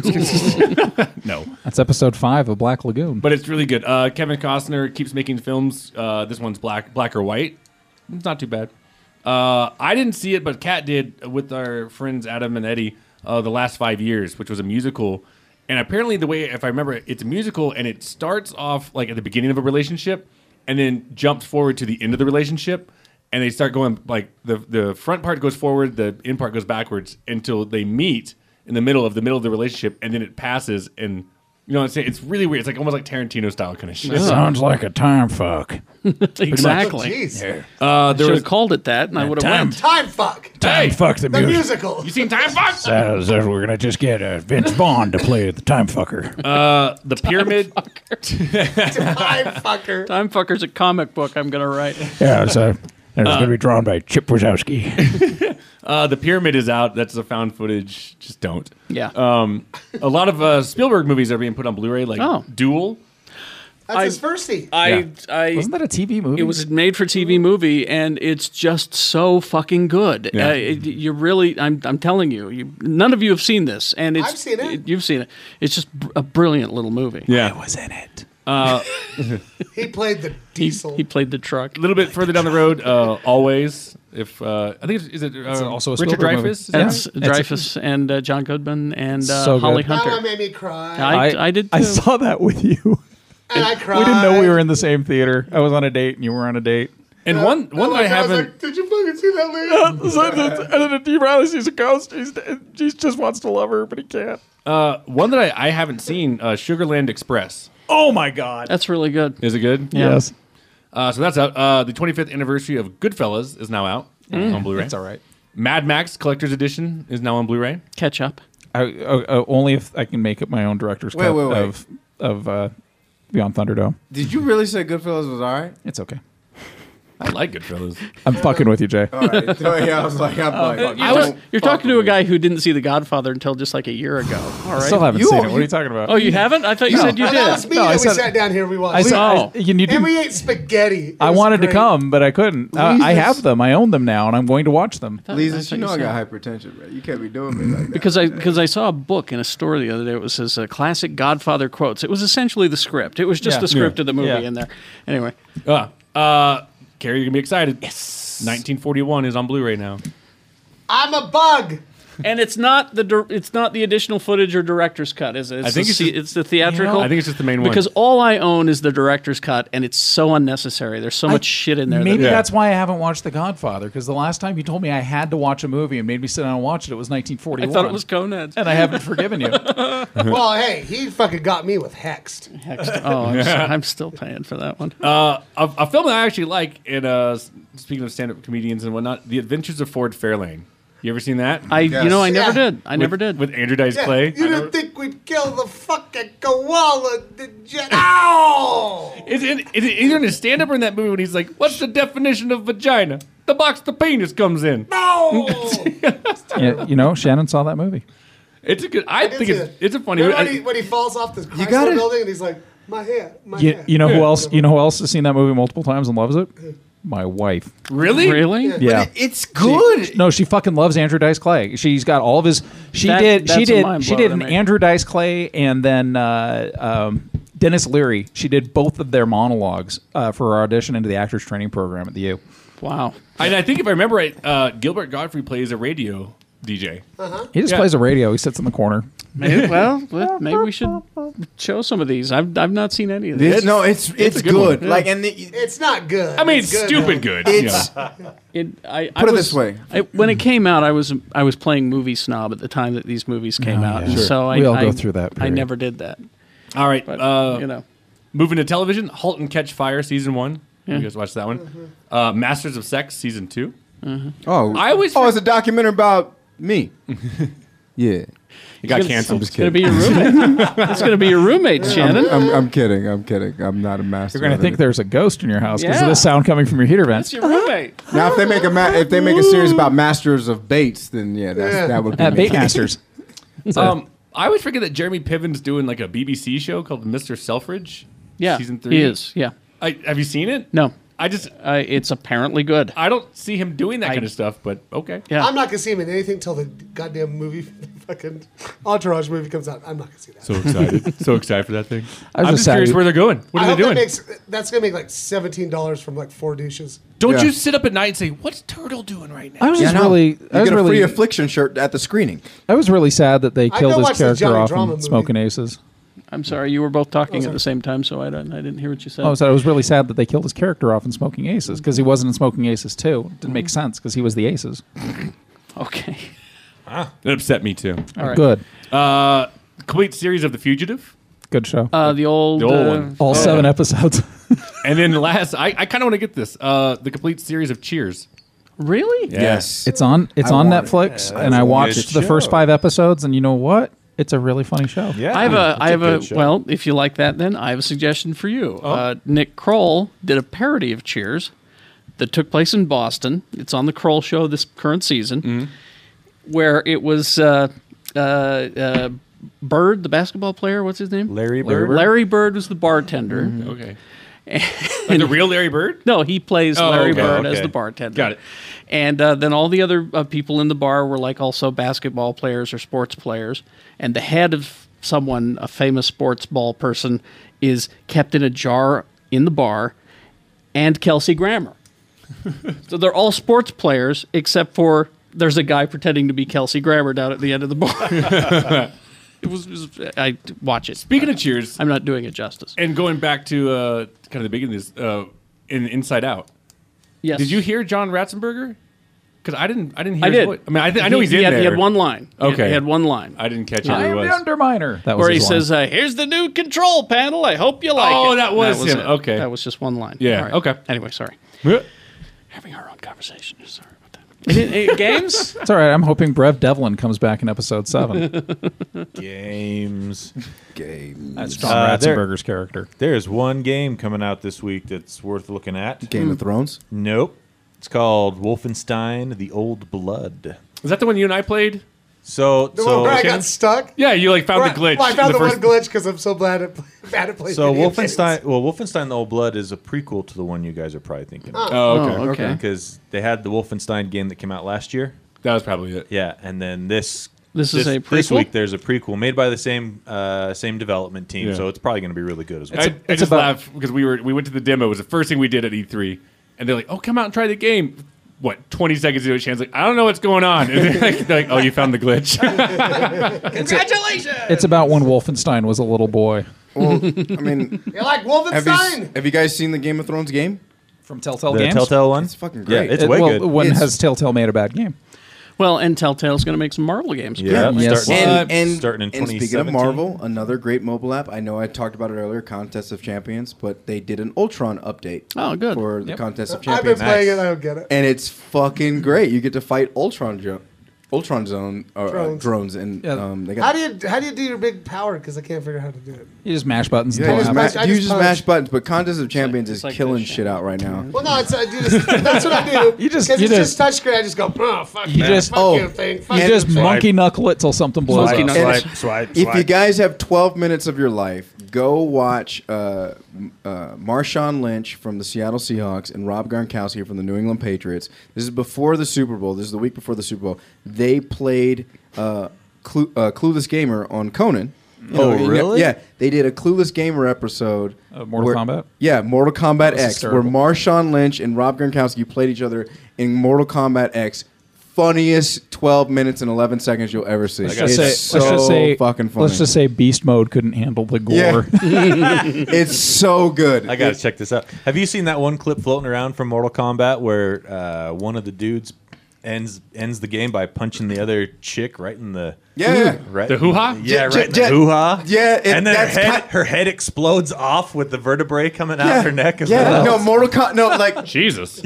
Speaker 7: no.
Speaker 6: That's episode five of Black Lagoon.
Speaker 7: But it's really good. Uh, Kevin Costner keeps making films. Uh, this one's black, black or white. It's not too bad. Uh, I didn't see it, but Kat did with our friends Adam and Eddie. Uh, the last five years, which was a musical, and apparently the way, if I remember, it, it's a musical, and it starts off like at the beginning of a relationship, and then jumps forward to the end of the relationship, and they start going like the the front part goes forward, the end part goes backwards until they meet in the middle of the middle of the relationship, and then it passes and. You know what I'm saying? It's really weird. It's like almost like Tarantino style kind of shit.
Speaker 6: It sounds like a time fuck.
Speaker 3: Oh,
Speaker 2: exactly.
Speaker 3: Jeez.
Speaker 7: Uh,
Speaker 2: I
Speaker 7: there
Speaker 2: should
Speaker 7: was
Speaker 2: have called it that, and I
Speaker 6: Yeah,
Speaker 2: would
Speaker 6: time-
Speaker 2: have went.
Speaker 3: Time fuck.
Speaker 6: Time fuck the,
Speaker 3: The
Speaker 6: music.
Speaker 3: musical.
Speaker 7: You seen Time Fox?
Speaker 6: So, so we're gonna just get uh, Vince Vaughn to play the time fucker.
Speaker 7: Uh, the pyramid.
Speaker 2: Time
Speaker 3: fucker.
Speaker 2: Time fucker's a comic book. I'm gonna write.
Speaker 6: Yeah, so it's gonna be drawn by Chip Wazowski.
Speaker 7: Uh, the pyramid is out. That's the found footage. Just don't.
Speaker 2: Yeah.
Speaker 7: Um, a lot of uh, Spielberg movies are being put on Blu-ray, like
Speaker 2: Oh.
Speaker 7: Duel.
Speaker 3: That's
Speaker 2: I-
Speaker 3: his firstie.
Speaker 2: I,
Speaker 7: Yeah.
Speaker 2: I
Speaker 6: Wasn't that a TV movie?
Speaker 2: It was a made for TV movie, and it's just so fucking good.
Speaker 7: Yeah.
Speaker 2: Uh, it- you really, I'm, I'm telling you, you, none of you have seen this, and it's
Speaker 3: I've seen it.
Speaker 2: you've seen it. It's just br- a brilliant little movie.
Speaker 7: Yeah.
Speaker 6: was in it.
Speaker 7: Uh,
Speaker 3: He played the
Speaker 2: He,
Speaker 3: diesel.
Speaker 2: he played the truck.
Speaker 7: a little bit further down the road, uh, always. If uh, I think it's, is it uh,
Speaker 6: also a
Speaker 7: Richard
Speaker 6: Spielberg movie.
Speaker 7: Dreyfuss? Is that
Speaker 2: That's
Speaker 6: It's-
Speaker 2: Dreyfus and uh, John Goodman and uh,
Speaker 6: So good.
Speaker 2: Holly
Speaker 3: that
Speaker 2: Hunter.
Speaker 3: one made me cry.
Speaker 2: I, I, did. Too.
Speaker 6: I saw that with you.
Speaker 3: and I cried.
Speaker 6: We didn't know we were in the same theater. I was on a date and you were on a date.
Speaker 7: right? And one one
Speaker 3: Oh
Speaker 7: that
Speaker 3: my
Speaker 7: I
Speaker 3: God, was
Speaker 7: haven't.
Speaker 3: like, Did you fucking see that lady?
Speaker 6: and then Dean Riley sees Oh, a ghost. He's, he just wants to love her, but he can't.
Speaker 7: Uh, one that I, I haven't seen. Uh, Sugarland Express.
Speaker 6: Oh my god!
Speaker 2: That's really good.
Speaker 7: Is it good?
Speaker 6: Yes,
Speaker 7: Uh, so that's out. Uh, the 25th anniversary of Goodfellas is now out uh, on Blu-ray.
Speaker 6: it's Mm. all right.
Speaker 7: Mad Max Collector's Edition is now on Blu-ray.
Speaker 2: Catch up.
Speaker 6: I, uh, uh, only if I can make up my own director's
Speaker 9: Wait,
Speaker 6: cut
Speaker 9: wait, wait.
Speaker 6: of of uh, Beyond Thunderdome.
Speaker 9: Did you really say Goodfellas was all right?
Speaker 6: It's okay. Uh,
Speaker 7: I like Goodfellas.
Speaker 6: I'm fucking with you, Jay.
Speaker 9: All right. So, Oh, yeah, I was like, I'm like,
Speaker 2: You're, ta- you're talking to a guy who didn't see The Godfather until just like a year ago. All
Speaker 6: I
Speaker 2: right.
Speaker 6: still haven't
Speaker 9: You-
Speaker 6: seen it. What are you talking about?
Speaker 2: oh, you haven't? I thought you said you
Speaker 3: Oh,
Speaker 2: did.
Speaker 3: that was me
Speaker 6: No, I
Speaker 3: that we
Speaker 6: said-
Speaker 3: sat down here and we watched.
Speaker 6: I
Speaker 2: saw-
Speaker 6: saw.
Speaker 2: I-
Speaker 6: you need
Speaker 3: and we ate spaghetti. It
Speaker 6: I
Speaker 3: was
Speaker 6: wanted to
Speaker 3: great.
Speaker 6: come, but I couldn't. Uh, I have them. I own them now, and I'm going to watch them.
Speaker 9: Lisa, you know I got hypertension, bro. You can't be doing me like that.
Speaker 2: because I because I saw a book in a store the other day. It was his uh, classic Godfather quotes. It was essentially the script. It was just
Speaker 6: Yeah.
Speaker 2: the script of the movie
Speaker 6: Yeah.
Speaker 2: in there. Anyway,
Speaker 7: Ah, uh, Carrie, you're gonna be excited. Yes. 1941 is on Blu-ray now.
Speaker 3: I'm a bug.
Speaker 2: and it's not the dir- it's not the additional footage or director's cut, is it? It's
Speaker 7: I think
Speaker 2: the,
Speaker 7: it's
Speaker 2: se-
Speaker 7: just-
Speaker 2: it's the theatrical.
Speaker 7: I think it's just the main one.
Speaker 2: because all I own is the director's cut, and it's so unnecessary. There's so much shit in there.
Speaker 6: Maybe
Speaker 2: that,
Speaker 7: Yeah.
Speaker 6: that's why I haven't watched The Godfather because the last time you told me I had to watch a movie and made me sit down and watch it, it was
Speaker 2: I
Speaker 6: 1941.
Speaker 2: thought it was Conan's.
Speaker 6: and I haven't forgiven you.
Speaker 3: well, hey, he fucking got me with hexed.
Speaker 2: Oh, I'm, so- I'm still paying for that one.
Speaker 7: Uh, a, a film that I actually like, and uh, s- speaking of stand-up comedians and whatnot, The Adventures of Ford Fairlane. You ever seen that?
Speaker 2: I you know I never
Speaker 3: Yeah.
Speaker 2: did. I never did.
Speaker 7: With Andrew Dice
Speaker 3: Yeah,
Speaker 7: Clay.
Speaker 3: You didn't think we'd kill the fucking koala, did you? Ow!
Speaker 7: Is it, is it either in his stand-up or in that movie when he's like, "What's the definition of vagina? The box the penis comes in."
Speaker 3: No!
Speaker 6: Yeah, you know, Shannon saw that movie.
Speaker 7: It's a good. I,
Speaker 3: did
Speaker 7: think
Speaker 3: see
Speaker 7: it's
Speaker 3: that.
Speaker 7: it's a funny.
Speaker 3: Remember
Speaker 7: movie.
Speaker 3: when he, when he falls off this Chrysler
Speaker 9: gotta-
Speaker 3: building and he's like, my hair, my
Speaker 6: You,
Speaker 3: hair.
Speaker 6: you know who else? You know who else has seen that movie multiple times and loves it? My wife.
Speaker 7: really,
Speaker 2: really?
Speaker 6: Yeah.
Speaker 9: it's good.
Speaker 6: No, she fucking loves Andrew Dice Clay. She's got all of his. She
Speaker 2: That-
Speaker 6: did. She
Speaker 2: that's a
Speaker 6: did.
Speaker 2: mind
Speaker 6: She
Speaker 2: blow
Speaker 6: did
Speaker 2: to
Speaker 6: an
Speaker 2: me.
Speaker 6: Andrew Dice Clay and then uh, um, Dennis Leary. She did both of their monologues uh, for our audition into the actors training program at the U.
Speaker 2: Wow.
Speaker 7: And I think if I remember right, uh, Gilbert Godfrey plays a radio DJ.
Speaker 6: He just
Speaker 7: Yeah.
Speaker 6: plays a radio. He sits in the corner.
Speaker 2: Maybe, well, well, maybe we should show some of these. I've, I've not seen any of these.
Speaker 9: It's, no, it's it's,
Speaker 7: a good
Speaker 9: good.
Speaker 7: one.
Speaker 9: Like, and the,
Speaker 3: It's not good.
Speaker 7: I mean, it's,
Speaker 3: it's good,
Speaker 7: stupid good. you know.
Speaker 9: it's
Speaker 2: It, I, I
Speaker 9: Put it
Speaker 2: was-
Speaker 9: this way.
Speaker 2: I, when it came out, I was I was playing movie snob at the time that these movies
Speaker 7: Oh,
Speaker 2: came out, and
Speaker 6: Sure.
Speaker 2: so I,
Speaker 6: We all
Speaker 2: I-
Speaker 6: go through that
Speaker 2: I
Speaker 6: period.
Speaker 2: never did that.
Speaker 7: All right, uh,
Speaker 2: you know,
Speaker 7: moving to television, *Halt and Catch Fire* season one. You guys watched that one?
Speaker 3: Mm-hmm.
Speaker 7: Uh, *Masters of Sex* season two.
Speaker 9: oh,
Speaker 7: I always
Speaker 9: oh,
Speaker 7: for-
Speaker 9: it's a documentary about me. yeah,
Speaker 7: It got
Speaker 2: It's gonna-
Speaker 7: canceled.
Speaker 2: It's gonna be your roommate. it's gonna be your roommate, Shannon.
Speaker 9: I'm, I'm kidding. I'm kidding. I'm not a master.
Speaker 6: You're gonna
Speaker 9: of
Speaker 6: think
Speaker 9: it.
Speaker 6: there's a ghost in your house because
Speaker 2: Yeah.
Speaker 6: of the sound coming from your heater
Speaker 2: That's
Speaker 6: vent.
Speaker 2: your roommate.
Speaker 9: now if they make a ma- if they make a series about masters of baits, then yeah, that's, that would be
Speaker 6: Uh,
Speaker 9: me.
Speaker 6: Baitmasters.
Speaker 7: Um, I always forget that Jeremy Piven's doing like a BBC show called *Mr. Selfridge*.
Speaker 2: Yeah,
Speaker 7: season three.
Speaker 2: He is. Yeah.
Speaker 7: I, have you seen it?
Speaker 2: No.
Speaker 7: I just
Speaker 2: uh, it's apparently good.
Speaker 7: I don't see him doing that kind of stuff, but okay.
Speaker 3: I'm not gonna see him in anything till the goddamn movie, fucking Entourage movie comes out. I'm not gonna see that.
Speaker 7: so excited, so excited for that thing.
Speaker 6: was
Speaker 7: I'm
Speaker 6: just
Speaker 7: just
Speaker 6: sad.
Speaker 7: curious where they're going. What
Speaker 3: I
Speaker 7: are
Speaker 3: hope
Speaker 7: they doing?
Speaker 3: That makes, that's gonna make like seventeen dollars from like four douches.
Speaker 7: don't you sit up at night and say, "What's Turtle doing right now?"
Speaker 6: I was
Speaker 9: Yeah,
Speaker 6: just
Speaker 9: no.
Speaker 6: really,
Speaker 9: You
Speaker 6: I was
Speaker 9: get a
Speaker 6: really,
Speaker 9: free affliction shirt at the screening.
Speaker 6: I was really sad that they
Speaker 2: I
Speaker 6: killed
Speaker 2: go
Speaker 6: his
Speaker 2: watch the
Speaker 6: character
Speaker 2: Johnny
Speaker 6: off
Speaker 2: Drama
Speaker 6: in
Speaker 2: movie.
Speaker 6: Smoking Aces.
Speaker 2: I'm sorry, you were both talking at the same time, so I don't, I didn't hear what you said.
Speaker 6: Oh, so I was really sad that they killed his character off in Smoking Aces because he wasn't in Smoking Aces too. Didn't
Speaker 2: Mm.
Speaker 6: make sense because he was the Aces.
Speaker 2: Okay.
Speaker 7: That upset me too.
Speaker 6: All right. Good.
Speaker 7: Uh, complete series of The Fugitive.
Speaker 6: Good show.
Speaker 2: Uh, the old,
Speaker 7: The old
Speaker 2: uh,
Speaker 7: one.
Speaker 6: All
Speaker 7: Yeah.
Speaker 6: seven episodes.
Speaker 7: and then last, I, I kind of want to get this. Uh, the complete series of Cheers.
Speaker 2: Really?
Speaker 7: Yes.
Speaker 6: It's on. It's
Speaker 7: I
Speaker 6: on
Speaker 7: want it.
Speaker 6: Netflix,
Speaker 7: Yeah,
Speaker 6: and
Speaker 7: that's
Speaker 6: I
Speaker 7: a
Speaker 6: watched
Speaker 7: good
Speaker 6: the first
Speaker 7: show.
Speaker 6: five episodes, and you know what? It's a really funny show.
Speaker 2: I have a, I have a, well, if you like that, then I have a suggestion for you. Uh, Nick Kroll did a parody of Cheers that took place in Boston. It's on the Kroll Show this current season, where it was uh, uh, uh, Bird, the basketball player. What's his name? Larry
Speaker 7: Bird?
Speaker 2: Larry Bird was the bartender.
Speaker 7: Okay. Like the real Larry Bird?
Speaker 2: No, he plays
Speaker 7: Oh,
Speaker 2: Larry
Speaker 7: okay,
Speaker 2: Bird as
Speaker 7: okay.
Speaker 2: the bartender.
Speaker 7: Got it.
Speaker 2: And uh, then all the other uh, people in the bar were like also basketball players or sports players. And the head of someone, a famous sports ball person, is kept in a jar in the bar, and Kelsey Grammer. so they're all sports players except for there's a guy pretending to be Kelsey Grammer down at the end of the bar. it was, it was- I watch it.
Speaker 7: Speaking of Cheers,
Speaker 2: I'm not doing it justice.
Speaker 7: And going back to uh, kind of the beginning of this, uh, in Inside Out.
Speaker 2: Yes.
Speaker 7: Did you hear John Ratzenberger? Because I didn't. I didn't hear.
Speaker 2: I
Speaker 7: his
Speaker 2: did.
Speaker 7: voice. I mean, I, th- I know
Speaker 2: He-
Speaker 7: he's
Speaker 2: he
Speaker 7: in
Speaker 2: had-
Speaker 7: there.
Speaker 2: he had one line. He had-
Speaker 7: Okay.
Speaker 2: he had one line.
Speaker 7: I didn't catch it.
Speaker 2: I
Speaker 7: who
Speaker 2: am
Speaker 7: it was.
Speaker 2: the
Speaker 6: Underminer. That was
Speaker 2: where he
Speaker 6: his line.
Speaker 2: says, uh, "Here's the new control panel. I hope you like it."
Speaker 7: Oh, that was him.
Speaker 2: it.
Speaker 7: Okay.
Speaker 2: that was just one line.
Speaker 7: Yeah,
Speaker 2: All right.
Speaker 7: okay.
Speaker 2: Anyway, sorry.
Speaker 7: Yeah.
Speaker 2: Having our own conversation. Sorry about that. Eh, eh, games?
Speaker 6: It's all right. I'm hoping Brev Devlin comes back in episode seven.
Speaker 10: Games. Uh, Games.
Speaker 6: That's John Ratzenberger's character.
Speaker 10: There's one game coming out this week that's worth looking at.
Speaker 9: Game of Thrones?
Speaker 10: Nope. It's called Wolfenstein: The Old Blood.
Speaker 7: Is that the one you and I played?
Speaker 10: So,
Speaker 3: The
Speaker 10: so
Speaker 3: one where I got stuck.
Speaker 7: Yeah, you like found
Speaker 3: Where I-
Speaker 7: the glitch.
Speaker 3: well, Oh, I found
Speaker 7: in
Speaker 3: the,
Speaker 7: first-
Speaker 3: one glitch because I'm so bad at bad at playing.
Speaker 10: So
Speaker 3: video
Speaker 10: Wolfenstein, well, Wolfenstein: The Old Blood is a prequel to the one you guys are probably thinking. of.
Speaker 7: Oh, okay. Oh, okay.
Speaker 10: Because they had the Wolfenstein game that came out last year.
Speaker 7: That was probably it.
Speaker 10: Yeah, and then this.
Speaker 2: This is a
Speaker 10: This
Speaker 2: prequel?
Speaker 10: week there's a prequel made by the same uh, same development team,
Speaker 7: Yeah.
Speaker 10: so it's probably going to be really good as well.
Speaker 7: I, I just laughed because we were we went to the demo. It was the first thing we did at E3, and they're like, "Oh, come out and try the game." What twenty seconds into it, Shan's like, "I don't know what's going on." And they're like, they're like, "Oh, you found the glitch."
Speaker 11: Congratulations!
Speaker 6: It's about when Wolfenstein was a little boy.
Speaker 9: Well, I mean,
Speaker 11: You like
Speaker 9: have you,
Speaker 11: Wolfenstein?
Speaker 9: have you guys seen the Game of Thrones game?
Speaker 6: From Telltale
Speaker 10: the
Speaker 6: Games.
Speaker 10: Telltale one. It's
Speaker 9: fucking
Speaker 10: Yeah, it's
Speaker 6: It-
Speaker 10: way
Speaker 6: well,
Speaker 10: good.
Speaker 6: When
Speaker 9: It's-
Speaker 6: has Telltale made a bad game?
Speaker 2: Well, and Telltale's going to make some Marvel games.
Speaker 10: Yeah,
Speaker 2: apparently.
Speaker 6: Yes.
Speaker 10: starting,
Speaker 9: And, and,
Speaker 10: starting in
Speaker 9: and speaking of
Speaker 10: 2017.
Speaker 9: Marvel, another great mobile app. I know I talked about it earlier, Contest of Champions, but they did an Ultron update.
Speaker 2: Oh, good.
Speaker 9: for the Contest of
Speaker 3: games. I've been
Speaker 9: Champions,
Speaker 3: playing it. I don't get it.
Speaker 9: and it's fucking great. You get to fight Ultron, jo- Ultron Zone or uh,
Speaker 3: Drones.
Speaker 9: drones, and um, they got
Speaker 3: How do you how do you do your big power? Because I can't figure out how to do it.
Speaker 6: You just mash buttons.
Speaker 9: Yeah,
Speaker 6: and
Speaker 9: you
Speaker 6: pull
Speaker 9: just,
Speaker 6: out.
Speaker 9: ma-
Speaker 3: punch- I
Speaker 9: you
Speaker 3: just
Speaker 9: just
Speaker 3: punch.
Speaker 9: mash buttons, but Contest of Champions is
Speaker 2: like
Speaker 9: killing
Speaker 2: this,
Speaker 9: shit out right now.
Speaker 3: Well, no, it's I do this, that's what I do.
Speaker 6: You just-
Speaker 3: 'Cause
Speaker 6: you
Speaker 3: it's
Speaker 6: just-
Speaker 3: just touch screen. I just go, oh, fuck
Speaker 6: You
Speaker 3: that,
Speaker 6: just-
Speaker 3: fuck
Speaker 9: oh,
Speaker 3: you thing, fuck
Speaker 6: You
Speaker 3: you
Speaker 6: just
Speaker 3: thing."
Speaker 6: monkey knuckle it till something blows
Speaker 2: Monkey
Speaker 6: up.
Speaker 2: knuckle.
Speaker 9: And- If you guys have 12 minutes of your life, go watch uh, m- uh, Marshawn Lynch from the Seattle Seahawks and Rob Gronkowski from the New England Patriots. This is before the Super Bowl. This is the week before the Super Bowl. They played uh, Clu- uh, Clueless Gamer on Conan. You
Speaker 10: Oh,
Speaker 9: you
Speaker 10: really?
Speaker 9: yeah, they did a Clueless Gamer episode.
Speaker 6: Of Mortal
Speaker 9: where-
Speaker 6: Kombat?
Speaker 9: Yeah, Mortal Kombat
Speaker 6: This is
Speaker 9: X, where
Speaker 6: terrible.
Speaker 9: Marshawn Lynch and Rob Gronkowski played each other in Mortal Kombat X. Funniest 12 minutes and 11 seconds you'll ever see.
Speaker 6: Let's just
Speaker 9: it's
Speaker 6: say-
Speaker 9: so
Speaker 6: let's just say-
Speaker 9: fucking funny.
Speaker 6: Let's just say Beast Mode couldn't handle the gore.
Speaker 9: it's so good.
Speaker 10: I gotta
Speaker 9: It's-
Speaker 10: check this out. Have you seen that one clip floating around from Mortal Kombat where uh, one of the dudes ends ends the game by punching the other chick right in the
Speaker 9: Yeah, yeah.
Speaker 10: right
Speaker 7: The hoo-ha?
Speaker 10: yeah
Speaker 9: J-
Speaker 10: right in
Speaker 9: j-
Speaker 10: the hoo ha
Speaker 9: yeah, it-
Speaker 10: and then
Speaker 9: that's
Speaker 10: her head,
Speaker 9: kind-
Speaker 10: her head explodes off with the vertebrae coming out
Speaker 9: Yeah,
Speaker 10: her neck as
Speaker 9: yeah.
Speaker 10: well.
Speaker 9: No, Mortal Kombat. No, like
Speaker 7: Jesus.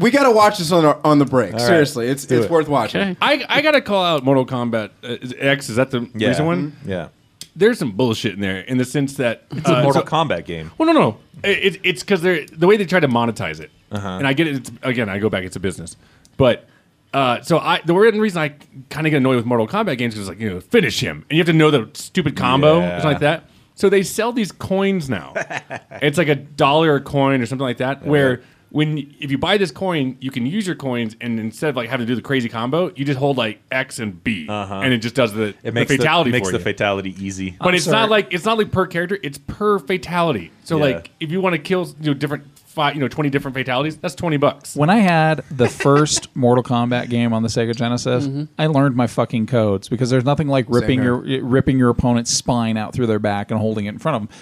Speaker 9: we gotta watch this on our, on the break. Seriously, it's it's worth watching.
Speaker 2: Okay.
Speaker 7: I, I gotta call out Mortal Kombat uh, is- X. Is that the
Speaker 10: yeah. Mm-hmm.
Speaker 7: recent one?
Speaker 10: yeah
Speaker 7: There's some bullshit in there in the sense that uh,
Speaker 10: it's a Mortal Kombat game
Speaker 7: Well, no, no, it, it, it's because they're the way they try to monetize it,
Speaker 10: Uh-huh.
Speaker 7: and I get it. It's, again, I go back; it's a business, but uh, so I the reason reason I kind of get annoyed with Mortal Kombat games is like you know finish him, and you have to know the stupid combo or something
Speaker 10: Yeah.
Speaker 7: like that. So they sell these coins now. it's like a dollar a coin or something like that, where when if you buy this coin, you can use your coins, and instead of like having to do the crazy combo, you just hold like X and B, and it just does the, the
Speaker 10: Uh-huh. It makes
Speaker 7: fatality
Speaker 10: the, makes
Speaker 7: for
Speaker 10: the
Speaker 7: you.
Speaker 10: fatality easy.
Speaker 7: But it's not like it's not like per character; it's per fatality. So
Speaker 10: Yeah.
Speaker 7: like, if you want to kill you know different five, you know twenty different fatalities, that's twenty bucks.
Speaker 6: When I had the first Mortal Kombat game on the Sega Genesis,
Speaker 9: Mm-hmm.
Speaker 7: Mhm.
Speaker 6: I learned my fucking codes because there's nothing like
Speaker 7: Same
Speaker 6: ripping your
Speaker 7: here.
Speaker 6: ripping your opponent's spine out through their back and holding it in front of them.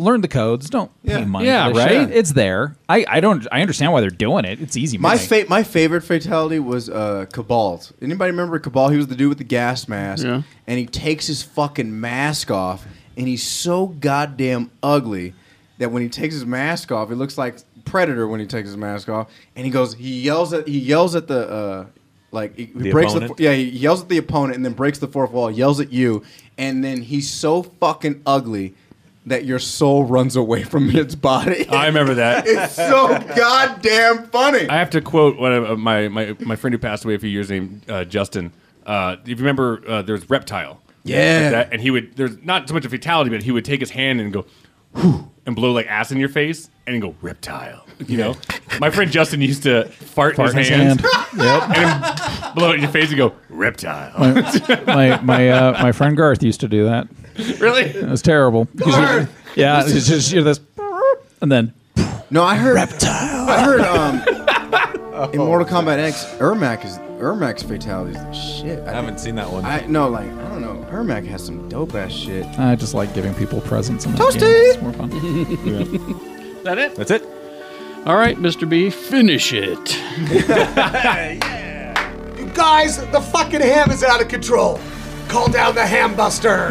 Speaker 6: Learn the codes. Don't
Speaker 9: Yeah.
Speaker 6: pay money.
Speaker 9: Yeah,
Speaker 6: for this
Speaker 9: right?
Speaker 6: shit. It's there. I, I don't. I understand why they're doing it. It's easy.
Speaker 9: My
Speaker 6: money.
Speaker 9: fa- my favorite fatality was uh, Cabalt. Anybody remember Cabal? He was the dude with the gas mask,
Speaker 6: Yeah.
Speaker 9: and he takes his fucking mask off, and he's so goddamn ugly that when he takes his mask off, he looks like Predator when he takes his mask off, and he goes, he yells at he yells at the. Uh, like he, he
Speaker 10: The
Speaker 9: breaks the,
Speaker 10: opponent?
Speaker 9: fo- yeah he yells at the opponent and then breaks the fourth wall yells at you and then he's so fucking ugly that your soul runs away from its body
Speaker 7: I remember that.
Speaker 9: it's so goddamn funny
Speaker 7: I have to quote one of my my, my friend who passed away a few years named uh, Justin. Uh, if you remember, uh, there's reptile.
Speaker 9: Yeah.
Speaker 7: Like that, and he would there's not so much a fatality, but he would take his hand and go, whew, and blow like ass in your face, and he'd go reptile. You know, my friend Justin used to fart,
Speaker 6: Fart
Speaker 7: in his,
Speaker 6: in his
Speaker 7: hand,
Speaker 6: hand. Yep.
Speaker 7: and blow it in your face and go reptile.
Speaker 6: my my my, uh, my friend Garth used to do that.
Speaker 7: Really?
Speaker 6: It was terrible. 'Cause you- yeah, it's just you hear this, and then
Speaker 9: no, I heard I heard um, in Mortal Kombat X, Ermac is Ermac's fatalities. Shit, I,
Speaker 10: haven't seen that one.
Speaker 9: I no, like I don't know. Ermac has some dope ass shit.
Speaker 6: I just like giving people presents. In that
Speaker 9: Toasty!
Speaker 6: game. It's more fun.
Speaker 2: that it?
Speaker 10: That's it.
Speaker 2: All right, Mr. B, finish it.
Speaker 11: You guys, the fucking ham is out of control. Call down the hambuster.